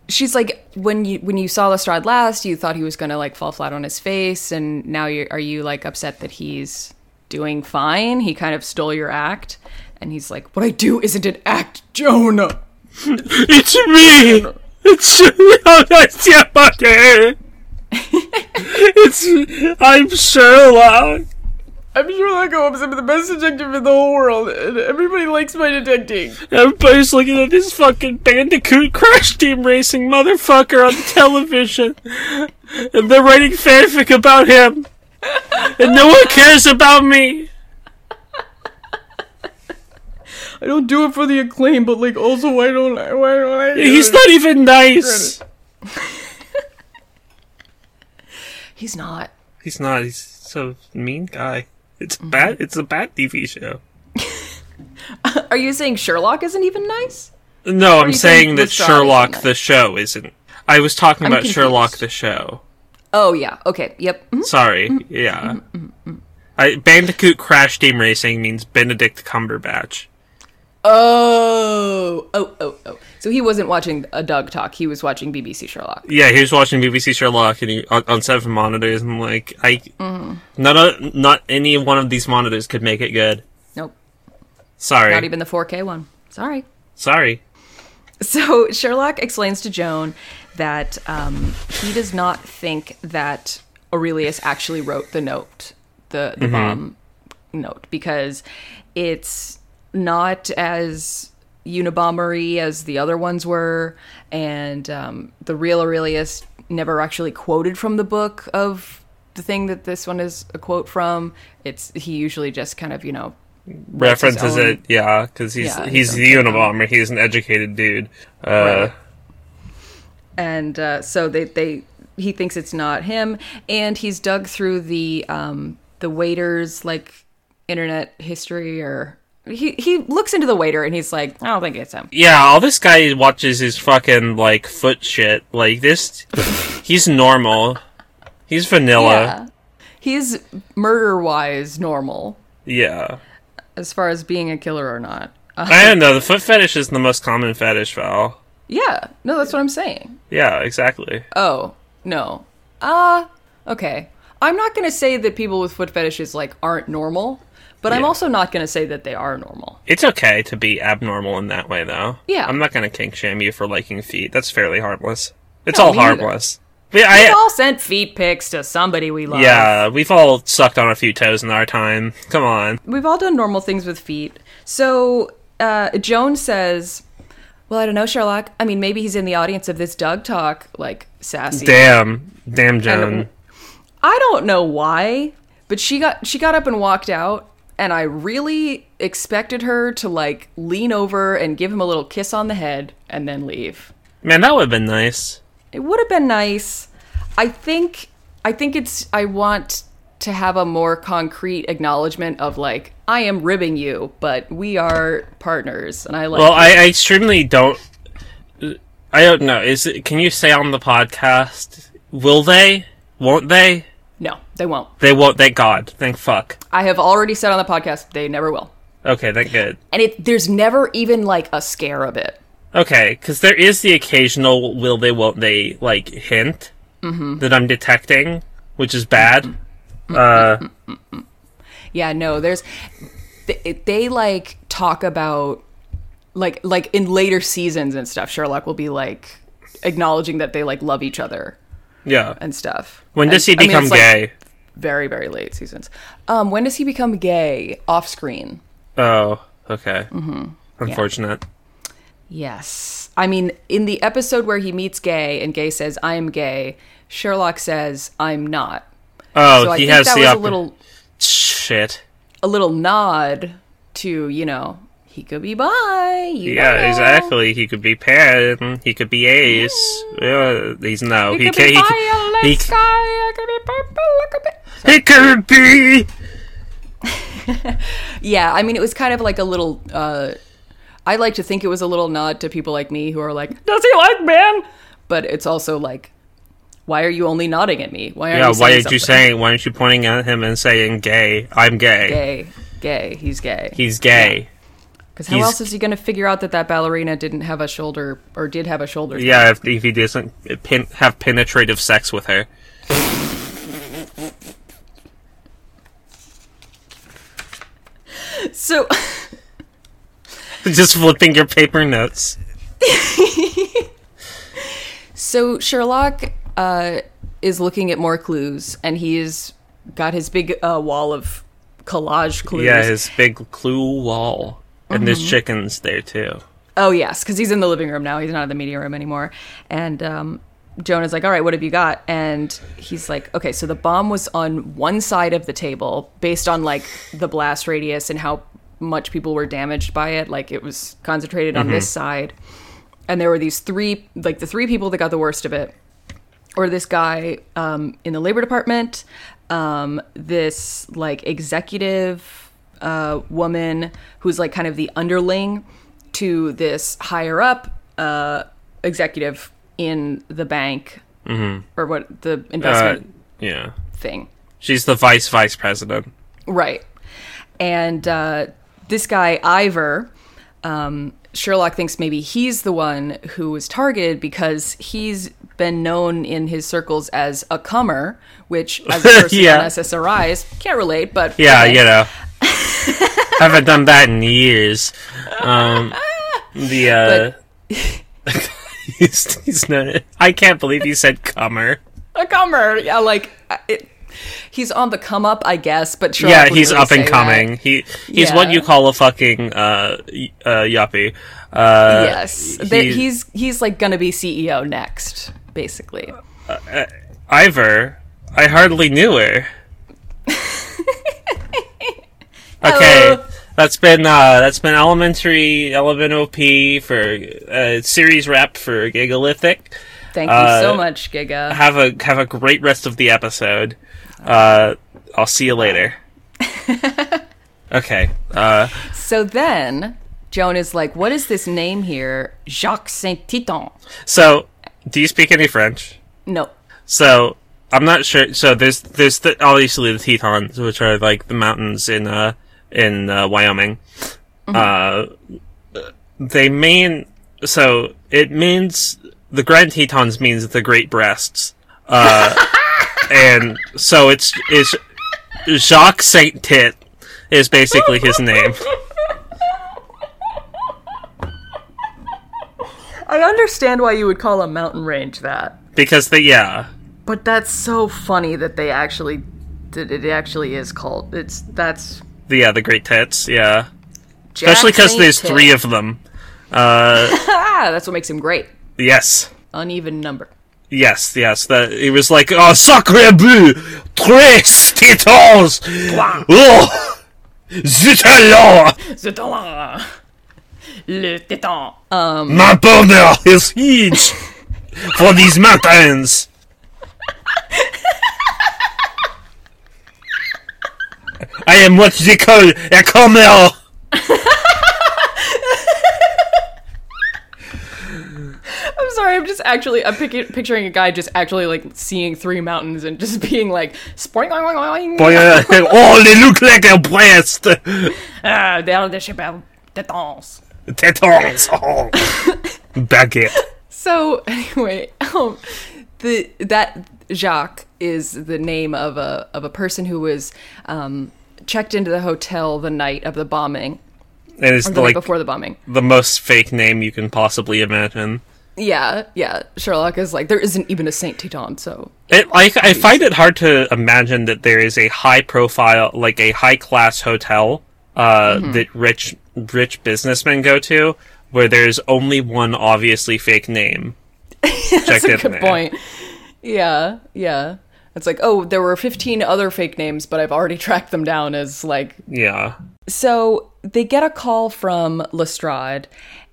Speaker 1: she's like when you when you saw Lestrade last, you thought he was gonna like fall flat on his face, and now you are you like upset that he's doing fine? He kind of stole your act, and he's like, "What I do isn't an act, Jonah."
Speaker 2: It's me! It's <laughs> Oh, Sherlock It's I'm Sherlock.
Speaker 1: I'm sure that goes up the best detective in the whole world, and everybody likes my detecting.
Speaker 2: Everybody's looking at this fucking Bandicoot Crash Team Racing motherfucker on television, and they're writing fanfic about him, and no one cares about me.
Speaker 1: I don't do it for the acclaim, but like also why don't I why don't I
Speaker 2: He's not even nice.
Speaker 1: He's not.
Speaker 2: He's not. He's a mean guy. It's bad. It's a bad TV show.
Speaker 1: Are you saying Sherlock isn't even nice?
Speaker 2: No, I'm
Speaker 1: you
Speaker 2: saying
Speaker 1: think
Speaker 2: that
Speaker 1: Lestrade is
Speaker 2: Sherlock
Speaker 1: nice?
Speaker 2: the show isn't. I was talking about Sherlock the show.
Speaker 1: Oh yeah. Okay. Yep.
Speaker 2: Hmm?
Speaker 1: Mhm.
Speaker 2: Sorry. Yeah. hmm. I, Bandicoot Crash Team Racing means Benedict Cumberbatch.
Speaker 1: Oh. Oh. Oh. Oh. So he wasn't watching a Doug talk. He was watching BBC Sherlock.
Speaker 2: Yeah, he was watching BBC Sherlock and he, on, on seven monitors, and like I, none of, not any one of these monitors could make it good.
Speaker 1: Nope.
Speaker 2: Sorry,
Speaker 1: Not even the 4K one. Sorry.
Speaker 2: sorry.
Speaker 1: So Sherlock explains to Joan that um, he does not think that Aurelius actually wrote the note, the, the bomb note, because it's not as unibombery as the other ones were, and um, the real Aurelius never actually quoted from the book of the thing that this one is a quote from. It's he usually just kind of you know
Speaker 2: References
Speaker 1: his own-
Speaker 2: it, yeah, because he's
Speaker 1: Yeah,
Speaker 2: he's
Speaker 1: his
Speaker 2: the Unabomber. He's an educated dude. Uh,
Speaker 1: and uh, so they, they he thinks it's not him and he's dug through the um the waiter's like internet history or he he looks into the waiter and he's like i don't think it's him
Speaker 2: Yeah, all this guy watches is fucking like foot shit.
Speaker 1: <laughs>
Speaker 2: Like this, he's normal. He's vanilla.
Speaker 1: yeah he's murder wise normal
Speaker 2: Yeah.
Speaker 1: as far as being a killer or not uh,
Speaker 2: I don't know. The foot fetish is the most common fetish, Val.
Speaker 1: yeah no that's what i'm saying
Speaker 2: Yeah, exactly.
Speaker 1: oh no uh okay i'm not gonna say that people with foot fetishes like aren't normal but i'm
Speaker 2: Yeah.
Speaker 1: also not gonna say that they are normal
Speaker 2: It's okay to be abnormal in that way, though.
Speaker 1: Yeah.
Speaker 2: I'm not gonna kink shame you for liking feet. That's fairly harmless. It's
Speaker 1: No,
Speaker 2: all
Speaker 1: me neither.
Speaker 2: harmless. But I,
Speaker 1: We all sent feet pics to somebody we love.
Speaker 2: yeah, we've all sucked on a few toes in our time. Come on.
Speaker 1: We've all done normal things with feet. So uh, Joan says, Well, I don't know, Sherlock. I mean, maybe he's in the audience of this Doug talk, like sassy.
Speaker 2: Damn, damn, Joan.
Speaker 1: I don't know why, but she got she got up and walked out, and I really expected her to like lean over and give him a little kiss on the head and then leave.
Speaker 2: Man, that would have been nice.
Speaker 1: It would have been nice. I think I think it's I want to have a more concrete acknowledgement of like I am ribbing you, but we are partners and I like
Speaker 2: Well, I, I extremely don't. I don't know. Is it, can you say on the podcast? Will they? Won't they?
Speaker 1: No, they won't.
Speaker 2: They won't. Thank God. Thank fuck.
Speaker 1: I have already said on the podcast they never will.
Speaker 2: Okay, thank good.
Speaker 1: And it there's never even like a scare of it.
Speaker 2: Okay, because there is the occasional will they, won't they, like, hint
Speaker 1: Mm-hmm.
Speaker 2: that I'm detecting, which is bad. Uh,
Speaker 1: Yeah, no, there's they, they like talk about like like in later seasons and stuff Sherlock will be like acknowledging that they like love each other
Speaker 2: yeah.
Speaker 1: and stuff.
Speaker 2: When does he
Speaker 1: And- I mean,
Speaker 2: become
Speaker 1: it's, like,
Speaker 2: gay?
Speaker 1: very very late seasons. Um, when does he become gay off screen?
Speaker 2: Oh, okay. Mm-hmm. Unfortunate.
Speaker 1: Yes, I mean in the episode where he meets Gay and Gay says I am gay, Sherlock says I'm not.
Speaker 2: Oh,
Speaker 1: So I
Speaker 2: he
Speaker 1: think
Speaker 2: has
Speaker 1: that
Speaker 2: the
Speaker 1: was a
Speaker 2: oppor-
Speaker 1: little
Speaker 2: Shit.
Speaker 1: a little nod to you know he could be bi. you
Speaker 2: Yeah,
Speaker 1: don't know.
Speaker 2: exactly. He could be Pan. He could be Ace. Uh, he's no.
Speaker 1: He
Speaker 2: He,
Speaker 1: could
Speaker 2: can't.
Speaker 1: be
Speaker 2: he,
Speaker 1: bi, I
Speaker 2: he,
Speaker 1: like sky, I could be purple, I could be-
Speaker 2: he could be.
Speaker 1: Yeah, I mean, it was kind of like a little. Uh, I like to think it was a little nod to people like me who are like, "Does he like men?" But it's also like, why are you only nodding at me? Why are
Speaker 2: Yeah.
Speaker 1: you
Speaker 2: Why
Speaker 1: saying
Speaker 2: aren't you
Speaker 1: something?
Speaker 2: saying? Why aren't you pointing at him and saying gay? I'm gay.
Speaker 1: gay? Gay, he's gay.
Speaker 2: He's gay.
Speaker 1: Because how
Speaker 2: He's-
Speaker 1: else is he going to figure out that that ballerina didn't have a shoulder or did have a shoulder?
Speaker 2: Yeah, if, if he doesn't pen, have penetrative sex with her. <laughs>
Speaker 1: So
Speaker 2: Just flipping your paper notes.
Speaker 1: so Sherlock uh, is looking at more clues, and he's got his big uh, wall of collage clues.
Speaker 2: Yeah, his big clue wall. And there's chickens there too.
Speaker 1: Oh yes, because he's in the living room now. He's not in the media room anymore. And um, Jonah's like, "All right, what have you got?" And he's like, "Okay, so the bomb was on one side of the table, based on like the blast radius and how much people were damaged by it. Like it was concentrated on this side, and there were these three, like the three people that got the worst of it, or this guy um, in the labor department, um, this like executive uh, woman who's like kind of the underling to this higher up uh, executive in the bank or what the
Speaker 2: Uh,
Speaker 1: investment
Speaker 2: yeah.
Speaker 1: thing,
Speaker 2: She's the vice vice president.
Speaker 1: right? And uh, this guy Ivor. Um, Sherlock thinks maybe he's the one who was targeted because he's been known in his circles as a comer, which
Speaker 2: <laughs>
Speaker 1: as a person
Speaker 2: Yeah.
Speaker 1: on SSRIs can't relate, but
Speaker 2: Yeah,
Speaker 1: okay.
Speaker 2: you know. Haven't done that in years. Um, the uh, <laughs> he's, he's not, I can't believe he said comer.
Speaker 1: <laughs> a comer. Yeah, like I- it, he's on the come up, I guess. But Sherlock
Speaker 2: yeah,
Speaker 1: wouldn't
Speaker 2: he's
Speaker 1: really
Speaker 2: up and
Speaker 1: say that.
Speaker 2: coming. He he's
Speaker 1: Yeah.
Speaker 2: what you call a fucking uh, y- uh yuppie. Uh,
Speaker 1: yes, that
Speaker 2: he-
Speaker 1: he's he's like gonna be CEO next, basically.
Speaker 2: Ivor, I hardly knew her. okay,
Speaker 1: Hello.
Speaker 2: that's been uh, that's been elementary element op for uh, series wrap for Gigalithic.
Speaker 1: Thank you so
Speaker 2: Uh,
Speaker 1: much, Giga.
Speaker 2: Have a have a great rest of the episode. Uh, I'll see you later. okay. Uh,
Speaker 1: So then Joan is like, "What is this name here, Jacques Saint Titan?"
Speaker 2: so, do you speak any French?
Speaker 1: No,
Speaker 2: So I'm not sure. So there's there's the, obviously the Tetons, which are like the mountains in uh in uh, Wyoming.
Speaker 1: Mm-hmm.
Speaker 2: Uh, they mean so it means the Grand Tetons means the Great Breasts,
Speaker 1: <laughs>
Speaker 2: uh, and so it's it's Jacques Saint Tit is basically
Speaker 1: <laughs>
Speaker 2: his name.
Speaker 1: I understand why you would call a mountain range that,
Speaker 2: because they yeah
Speaker 1: but that's so funny that they actually that it actually is called. It's that's
Speaker 2: the yeah the Great Tits yeah
Speaker 1: Jack
Speaker 2: especially because
Speaker 1: Saint
Speaker 2: there's
Speaker 1: Tit.
Speaker 2: three of them.
Speaker 1: ah, that's what makes him great.
Speaker 2: Yes.
Speaker 1: Uneven number.
Speaker 2: Yes, yes. That it was like, oh, sacre bleu, tres titans, oh, zut alors,
Speaker 1: Le Titan.
Speaker 2: my boner is huge for these mountains. I am what they call a comer.
Speaker 1: I'm sorry, I'm just actually I'm pic- picturing a guy just actually like seeing three mountains and just <laughs> being like spring
Speaker 2: oh, they look like a breast.
Speaker 1: ah, down the ship of Titans. <laughs>
Speaker 2: Titans. Oh. Baguette.
Speaker 1: So anyway, um, the that Jacques is the name of a of a person who was um, checked into the hotel the night of the bombing,
Speaker 2: And it's
Speaker 1: the night
Speaker 2: like
Speaker 1: before the bombing.
Speaker 2: the most fake name you can possibly imagine.
Speaker 1: Yeah, yeah. Sherlock is like there isn't even a Saint Titan, so <laughs>
Speaker 2: It, I, I find it hard to imagine that there is a high profile, like a high class hotel uh,
Speaker 1: Mm-hmm.
Speaker 2: that rich rich businessmen go to, where there's only one obviously
Speaker 1: <laughs>
Speaker 2: fake name. That's
Speaker 1: good point. Yeah, yeah. It's like oh, there were 15 other fake names, but I've already <laughs> tracked them down as like
Speaker 2: Yeah,
Speaker 1: So they get a call from Lestrade,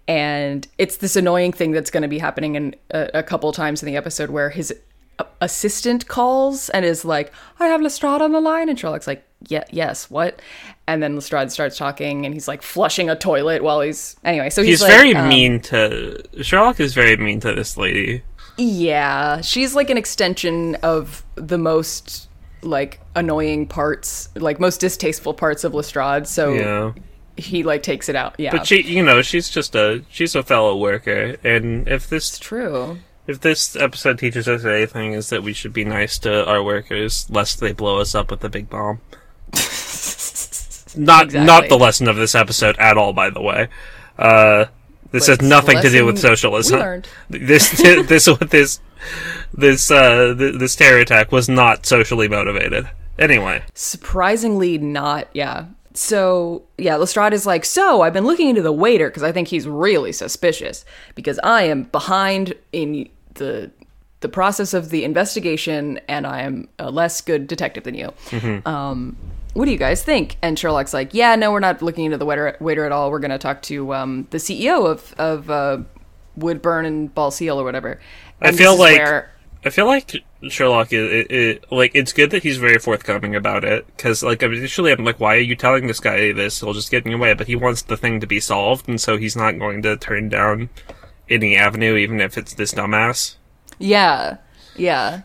Speaker 1: and it's this annoying thing that's going to be happening in a, a couple times in the episode where his a- assistant calls and is like, "I have Lestrade on the line," and Sherlock's like, "Yeah, yes, what?" And then Lestrade starts talking, and he's like flushing a toilet while he's anyway. So he's,
Speaker 2: he's
Speaker 1: like,
Speaker 2: very
Speaker 1: um,
Speaker 2: mean to Sherlock. Is very mean to this lady.
Speaker 1: Yeah, she's like an extension of the most like annoying parts, like most distasteful parts of Lestrade. So
Speaker 2: Yeah,
Speaker 1: he like takes it out. Yeah,
Speaker 2: But she, you know, she's just a she's a fellow worker, and if this
Speaker 1: true.
Speaker 2: if this episode teaches us anything, is that we should be nice to our workers lest they blow us up with a big bomb.
Speaker 1: <laughs>
Speaker 2: not not
Speaker 1: Exactly.
Speaker 2: the lesson of this episode at all, by the way. Uh, this
Speaker 1: But
Speaker 2: has nothing to do with
Speaker 1: lesson
Speaker 2: socialism.
Speaker 1: we learned.
Speaker 2: <laughs> This this <laughs> this this uh, th- this terror attack was not socially motivated. Anyway,
Speaker 1: surprisingly not yeah so yeah lestrade is like so i've been looking into the waiter because i think he's really suspicious because i am behind in the the process of the investigation and i am a less good detective than you
Speaker 2: Mm-hmm.
Speaker 1: um what do you guys think and sherlock's like yeah no we're not looking into the waiter, waiter at all we're going to talk to um, the ceo of of uh, woodburn and ball seal or whatever
Speaker 2: I
Speaker 1: And this
Speaker 2: feel
Speaker 1: is
Speaker 2: like
Speaker 1: where-
Speaker 2: I feel like Sherlock is it, it, like it's good that he's very forthcoming about it because like initially I'm like, why are you telling this guy this? He'll just get in your way. But he wants the thing to be solved, and so he's not going to turn down any avenue, even if it's this dumbass.
Speaker 1: Yeah. Yeah.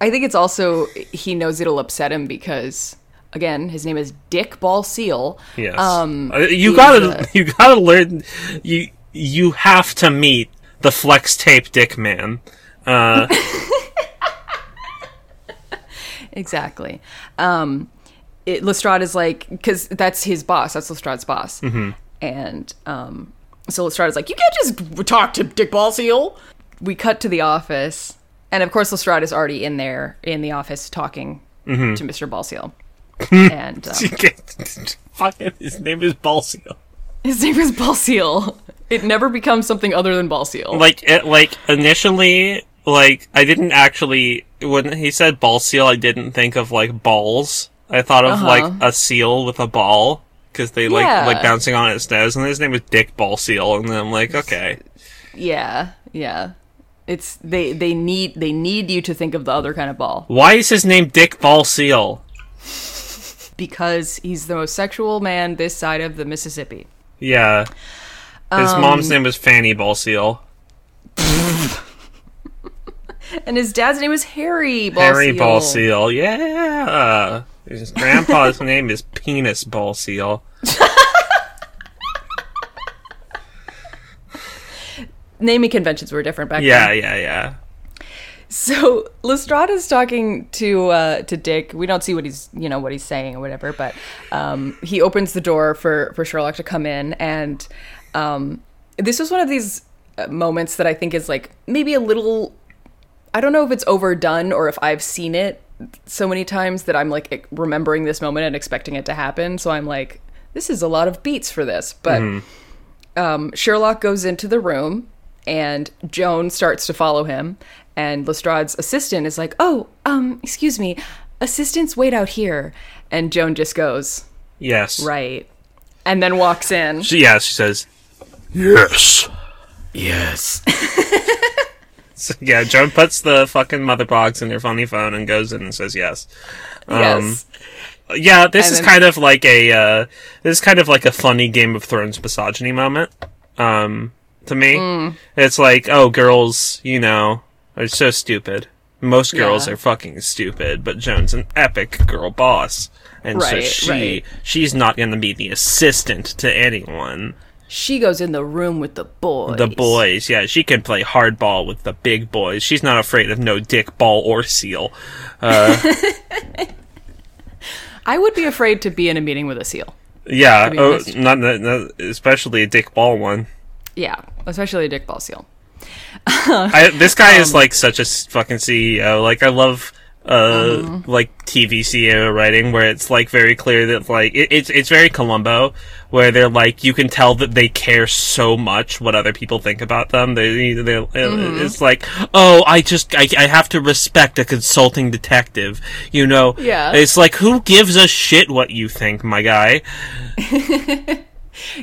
Speaker 1: I think it's also he knows it'll upset him because again, his name is Dick Ball Seal.
Speaker 2: Yes.
Speaker 1: Um
Speaker 2: Uh, you
Speaker 1: he's,
Speaker 2: gotta,
Speaker 1: uh,
Speaker 2: <laughs> you gotta learn. You you have to meet the flex tape dick man. Uh,
Speaker 1: exactly. Um it, Lestrade is like cuz that's his boss. That's Lestrade's boss. And um so Lestrade is like, "You can't just talk to Dick Ball Seal." We cut to the office, and of course Lestrade is already in there in the office talking to Mr. Ball Seal. and um,
Speaker 2: <laughs> fucking, his name is Balsio.
Speaker 1: his name is Ball Seal. It never becomes something other than Ball Seal.
Speaker 2: Like it, like initially, like I didn't actually when he said ball seal, I didn't think of like balls. I thought of like a seal with a ball because they like
Speaker 1: Uh-huh. Yeah.
Speaker 2: like bouncing on its nose, and his name was Dick Ball Seal, and then I'm like, okay,
Speaker 1: Yeah, yeah. It's they they need they need you to think of the other kind of ball
Speaker 2: why is his name Dick Ball Seal?
Speaker 1: because he's the most sexual man this side of the Mississippi.
Speaker 2: Yeah. His
Speaker 1: Um,
Speaker 2: mom's name was Fanny Ballseal.
Speaker 1: And his dad's name is Harry Ball
Speaker 2: Harry
Speaker 1: Seal.
Speaker 2: Ballseal. Yeah.
Speaker 1: <laughs>
Speaker 2: His grandpa's name is Penis Ballseal.
Speaker 1: Naming conventions were different back then.
Speaker 2: Yeah, yeah, yeah.
Speaker 1: So Lestrade is talking to uh, to Dick. We don't see what he's you know what he's saying or whatever, but um, he opens the door for for Sherlock to come in, and um, this was one of these uh, moments that I think is like maybe a little. I don't know if it's overdone or if I've seen it so many times that I'm like ex- remembering this moment and expecting it to happen. So I'm like, this is a lot of beats for this, but um, Sherlock goes into the room and Joan starts to follow him. And Lestrade's assistant is like, Oh, um, excuse me, assistants wait out here. And Joan just goes,
Speaker 2: Yes.
Speaker 1: Right. And then walks
Speaker 2: <laughs>
Speaker 1: in.
Speaker 2: She, yeah, she says.
Speaker 5: Yes. Yes.
Speaker 2: <laughs> so, yeah, Joan puts the fucking mother box in her funny phone and goes in and says yes. Um,
Speaker 1: yes.
Speaker 2: Yeah, this
Speaker 1: And
Speaker 2: is
Speaker 1: then-
Speaker 2: kind of like a uh, this is kind of like a funny Game of Thrones misogyny moment. Um, to me,
Speaker 1: Mm.
Speaker 2: it's like, oh, girls, you know, are so stupid. Most girls
Speaker 1: Yeah.
Speaker 2: are fucking stupid, but Joan's an epic girl boss, and so
Speaker 1: Right,
Speaker 2: she
Speaker 1: right.
Speaker 2: she's not going to be the assistant to anyone.
Speaker 1: She goes in the room with the boys.
Speaker 2: The boys, yeah, she can play hardball with the big boys. She's not afraid of no dick, ball, or seal.
Speaker 1: I would be afraid to be in a meeting with a seal.
Speaker 2: Yeah,
Speaker 1: be
Speaker 2: oh,
Speaker 1: honest.
Speaker 2: not, not- not especially a dick ball one.
Speaker 1: Yeah. Especially a dick ball seal.
Speaker 2: I, this guy is like such a s- fucking CEO. Like I love uh like TV CEO E writing where it's like very clear that like it, it's it's very Columbo where they're like you can tell that they care so much what other people think about them. They they they- it's like oh I just I, I have to respect a consulting detective. You know
Speaker 1: Yeah.
Speaker 2: It's like who gives a shit what you think, my guy.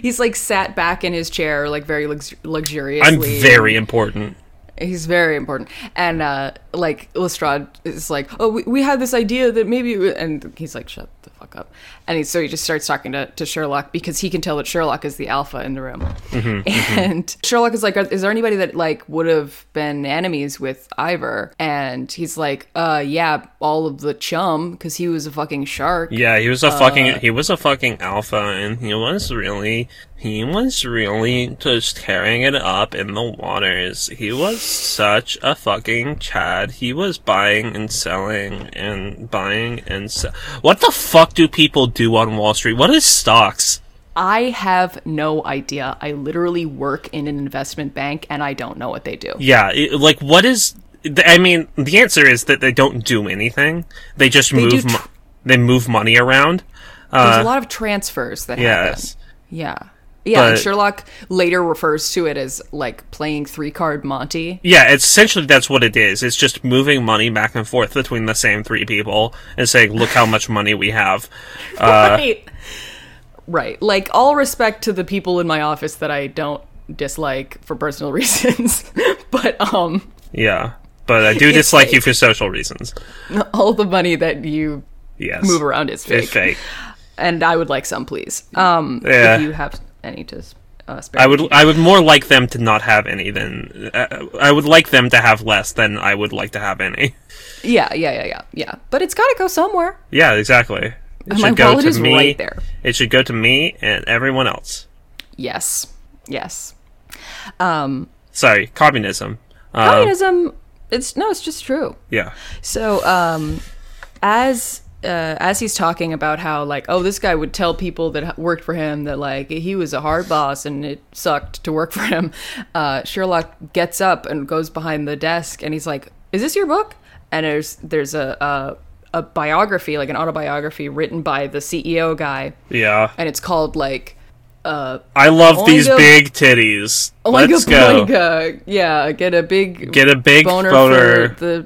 Speaker 1: He's like sat back in his chair, like very lux- luxuriously.
Speaker 2: I'm very important.
Speaker 1: He's very important. And, uh, like, Lestrade is like, oh, we, we had this idea that maybe, and he's like, shut the fuck up. And he, so he just starts talking to, to Sherlock because he can tell that Sherlock is the alpha in the room.
Speaker 2: Mm-hmm,
Speaker 1: <laughs> and Sherlock is like, "Are- is there anybody that like would have been enemies with Ivor? And he's like, uh, yeah, all of the chum because he was a fucking shark.
Speaker 2: Yeah, he was a
Speaker 1: Uh.
Speaker 2: fucking he was a fucking alpha, and he was really he was really just tearing it up in the waters. He was such a fucking chad. He was buying and selling and buying and sell. What the fuck do people do on Wall Street? What is stocks?
Speaker 1: I have no idea. I literally work in an investment bank and I don't know what they do.
Speaker 2: Yeah, it, like what is? th- I mean, the answer is that they don't do anything. They just
Speaker 1: do
Speaker 2: move.
Speaker 1: tr-
Speaker 2: mo- they move money around.
Speaker 1: There's a lot of transfers that happen.
Speaker 2: Yes.
Speaker 1: Yeah. Yeah, and
Speaker 2: But-
Speaker 1: Sherlock later refers to it as like playing three card Monty.
Speaker 2: <laughs> Yeah, it's essentially that's what it is. It's just moving money back and forth between the same three people and saying, "Look how much money we have." Uh,
Speaker 1: right. Right. Like all respect to the people in my office that I don't dislike for personal <laughs> reasons, but um
Speaker 2: Yeah,
Speaker 1: <laughs>
Speaker 2: but I do dislike you for social reasons.
Speaker 1: all the money that you
Speaker 2: Yes,
Speaker 1: move around is fake.
Speaker 2: It's fake.
Speaker 1: And I would like some please. Um
Speaker 2: Yeah.
Speaker 1: if you have any to uh, spare.
Speaker 2: I would, I would more like them to not have any than uh, I would like them to have less than I would like to have any. <laughs>
Speaker 1: Yeah, yeah, yeah, yeah. Yeah. But it's got to go somewhere.
Speaker 2: Yeah, exactly. It
Speaker 1: My wallet is right there.
Speaker 2: It should go to me and everyone else.
Speaker 1: Yes. Yes. Um
Speaker 2: Sorry, communism. Uh,
Speaker 1: communism it's no, it's just true.
Speaker 2: Yeah.
Speaker 1: So, um, as uh, as he's talking about how like, oh, this guy would tell people that h- worked for him that like he was a hard boss and it sucked to work <laughs> for him. Uh, Sherlock gets up and goes behind the desk and he's like, "Is this your book?" And there's there's a a, a biography like an autobiography written by the CEO guy,
Speaker 2: Yeah.
Speaker 1: and it's called like
Speaker 2: I love these
Speaker 1: Oingo-
Speaker 2: big titties.
Speaker 1: Oingo
Speaker 2: Let's go.
Speaker 1: Boingo. oh Yeah, get a big
Speaker 2: Get a big
Speaker 1: boner,
Speaker 2: boner.
Speaker 1: for the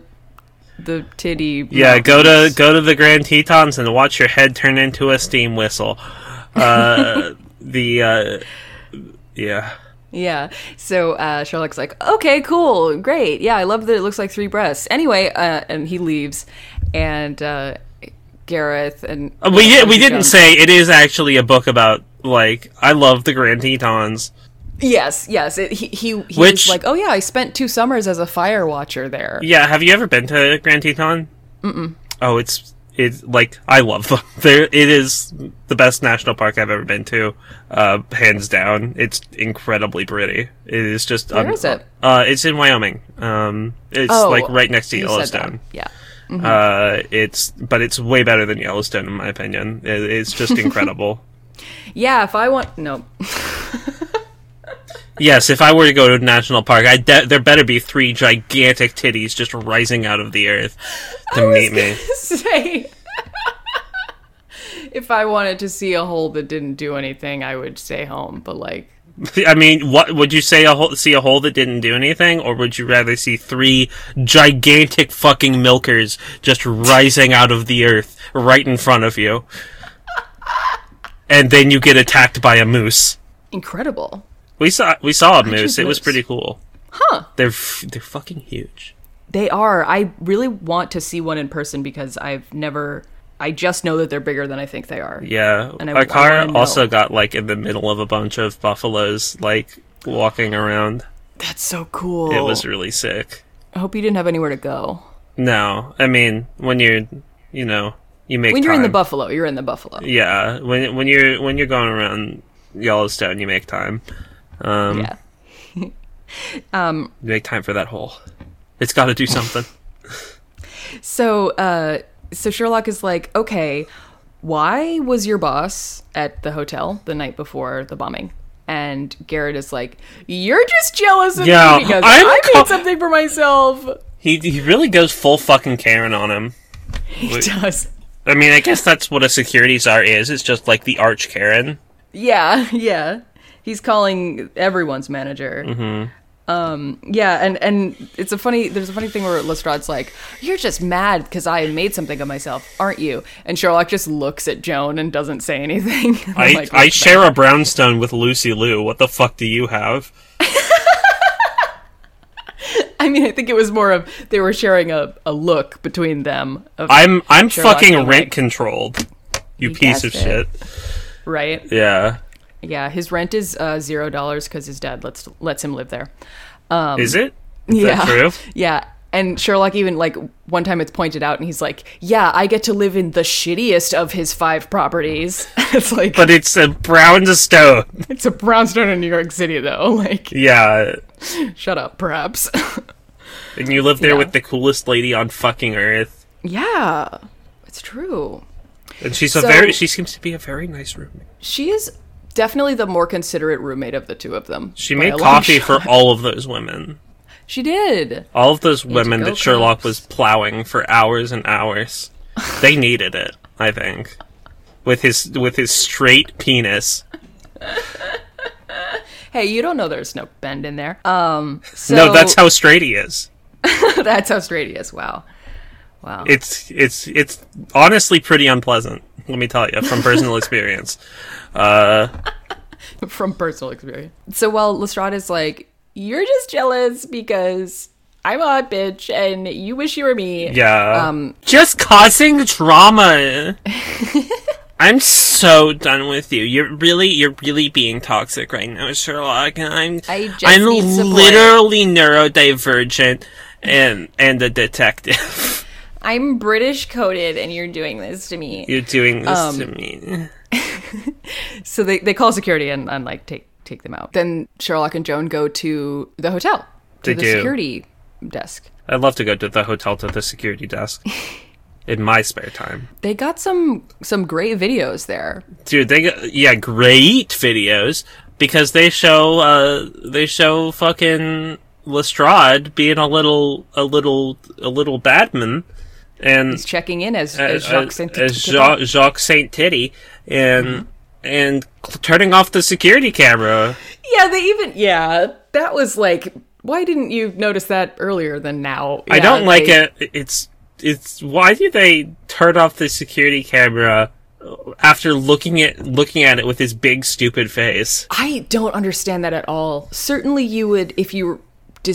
Speaker 1: the titty.
Speaker 2: Yeah, go to go to the Grand Tetons and watch your head turn into a steam whistle.
Speaker 1: <laughs>
Speaker 2: Uh, the uh, yeah,
Speaker 1: Yeah. So uh, Sherlock's like, okay, cool, great. Yeah, I love that it looks like three breasts. Anyway, uh, and he leaves, and uh, Gareth and
Speaker 2: Uh, we did, we
Speaker 1: Jump.
Speaker 2: didn't say it is actually a book about like I love the Grand Tetons.
Speaker 1: yes, yes. It, he he, he
Speaker 2: Which-
Speaker 1: was like, oh yeah, I spent two summers as a fire watcher there.
Speaker 2: Yeah, have you ever been to Grand Teton? Mm-mm. Oh, it's it's like I love them. <laughs> There, it is the best national park I've ever been to, uh, hands down. It's incredibly pretty. It is just
Speaker 1: Where is it?
Speaker 2: Uh, it's in Wyoming. Um, it's
Speaker 1: Oh,
Speaker 2: like right next to
Speaker 1: You said that. Mm-hmm.
Speaker 2: Yellowstone.
Speaker 1: Yeah.
Speaker 2: Uh, it's but it's way better than Yellowstone in my opinion. It, it's just incredible. <laughs>
Speaker 1: Yeah. If I want, no.
Speaker 2: Yes, if I were to go to a national park, I de- there better be three gigantic titties just rising out of the earth to
Speaker 1: <laughs>
Speaker 2: meet me.
Speaker 1: <laughs> say if I wanted to see a hole that didn't do anything, I would stay home. But like,
Speaker 2: I mean, what would you say? A hole, see a hole that didn't do anything, or would you rather see three gigantic fucking milkers just rising out of the earth right in front of you, and then you get attacked by a moose?
Speaker 1: incredible.
Speaker 2: We saw we saw a moose. It was
Speaker 1: moose?
Speaker 2: pretty cool. Huh? They're f- they're fucking huge.
Speaker 1: They are. I really want to see one in person because I've never. I just know that they're bigger than I think they are.
Speaker 2: Yeah,
Speaker 1: And I-
Speaker 2: our
Speaker 1: I
Speaker 2: car
Speaker 1: wanna know.
Speaker 2: also got like in the middle of a bunch of buffaloes like walking around.
Speaker 1: That's so cool.
Speaker 2: It was really sick.
Speaker 1: I hope you didn't have anywhere to go.
Speaker 2: No, I mean when you're, you know, you make
Speaker 1: When you're in the
Speaker 2: time.
Speaker 1: buffalo, you're in the buffalo.
Speaker 2: Yeah, when when you're when you're going around Yellowstone, you make time. Um,
Speaker 1: Yeah. <laughs> Um,
Speaker 2: you make time for that hole. It's got to do something.
Speaker 1: So, uh, so Sherlock is like, okay, why was your boss at the hotel the night before the bombing? And Garrett is like, you're just jealous of
Speaker 2: Yeah,
Speaker 1: me because i
Speaker 2: I'm
Speaker 1: made
Speaker 2: co-
Speaker 1: something for myself.
Speaker 2: he he really goes full fucking Karen on him.
Speaker 1: He does.
Speaker 2: I mean, I guess that's what a security czar is. It's just like the arch Karen.
Speaker 1: Yeah, <laughs> yeah. He's calling everyone's manager. Mm-hmm. Um, yeah, and and it's a funny. There's a funny thing where Lestrade's like, "You're just mad because I made something of myself, aren't you?" And Sherlock just looks at Joan and doesn't say anything. <laughs> I'm
Speaker 2: I
Speaker 1: like,
Speaker 2: I share a brownstone with Lucy Liu. What the fuck do you have?
Speaker 1: I mean, I think it was more of they were sharing a, a look between them. Of,
Speaker 2: I'm I'm
Speaker 1: Sherlock,
Speaker 2: fucking
Speaker 1: you're
Speaker 2: rent
Speaker 1: like-
Speaker 2: controlled. You, piece of
Speaker 1: guessed
Speaker 2: shit.
Speaker 1: it. right?
Speaker 2: Yeah.
Speaker 1: Yeah, his rent is uh, zero dollars because his dad lets lets him live there.
Speaker 2: Is it?
Speaker 1: Um,
Speaker 2: Is
Speaker 1: yeah,
Speaker 2: that true?
Speaker 1: yeah. And Sherlock even like one time it's pointed out, and he's like, "Yeah, I get to live in the shittiest of his five properties." <laughs> it's like
Speaker 2: But it's a brownstone.
Speaker 1: it's a brownstone in New York City, though. <laughs> Like,
Speaker 2: Yeah.
Speaker 1: shut up, perhaps. <laughs>
Speaker 2: And you live there
Speaker 1: Yeah.
Speaker 2: with the coolest lady on fucking earth.
Speaker 1: yeah, it's true.
Speaker 2: And she's a
Speaker 1: So-
Speaker 2: very she seems to be a very nice roommate.
Speaker 1: She is definitely the more considerate roommate of the two of them.
Speaker 2: She
Speaker 1: by
Speaker 2: made
Speaker 1: a long
Speaker 2: coffee
Speaker 1: shot.
Speaker 2: for all of those women.
Speaker 1: She did.
Speaker 2: All of those women
Speaker 1: go
Speaker 2: that Sherlock
Speaker 1: Cubs.
Speaker 2: was plowing for hours
Speaker 1: <laughs>
Speaker 2: and hours. They needed it, I think. With his with his straight penis.
Speaker 1: Hey, you don't know there's no bend in there. Um, so
Speaker 2: <laughs> no, that's how straight he is.
Speaker 1: <laughs> that's how straight he is. Wow. Oh.
Speaker 2: It's it's it's honestly pretty unpleasant. Let me tell you
Speaker 1: <laughs>
Speaker 2: from personal experience.
Speaker 1: from personal experience. So while Lestrade is like, you're just jealous because I'm a hot bitch and you wish you were me.
Speaker 2: Yeah.
Speaker 1: Um,
Speaker 2: Just causing
Speaker 1: <laughs>
Speaker 2: drama. I'm so done with you. You're really, you're really being toxic right now, Sherlock. And I'm,
Speaker 1: I just
Speaker 2: I'm
Speaker 1: need support.
Speaker 2: literally neurodivergent and and a detective. <laughs>
Speaker 1: I'm British coded and you're doing this to me.
Speaker 2: You're doing this
Speaker 1: Um,
Speaker 2: to me.
Speaker 1: So they, they call security and, and like take take them out. Then Sherlock and Joan go to the hotel. To
Speaker 2: They
Speaker 1: the
Speaker 2: do.
Speaker 1: security desk.
Speaker 2: I'd love to go to the hotel to the
Speaker 1: <laughs>
Speaker 2: security desk in my spare time,
Speaker 1: They got some some great videos there.
Speaker 2: dude. They got, yeah, great videos because they show uh they show fucking Lestrade being a little a little a little badman and
Speaker 1: Checking in as,
Speaker 2: as,
Speaker 1: as Jacques Saint-
Speaker 2: Uh, as Jacques, Jacques Saint Titty and
Speaker 1: Mm-hmm.
Speaker 2: and cl- turning off the security camera.
Speaker 1: Yeah, they even yeah, that was like why didn't you notice that earlier than now?
Speaker 2: I
Speaker 1: Yeah,
Speaker 2: don't like
Speaker 1: they-
Speaker 2: it. It's it's why do they turn off the security camera after looking at looking at it with his big stupid face?
Speaker 1: I don't understand that at all. Certainly, you would, if you were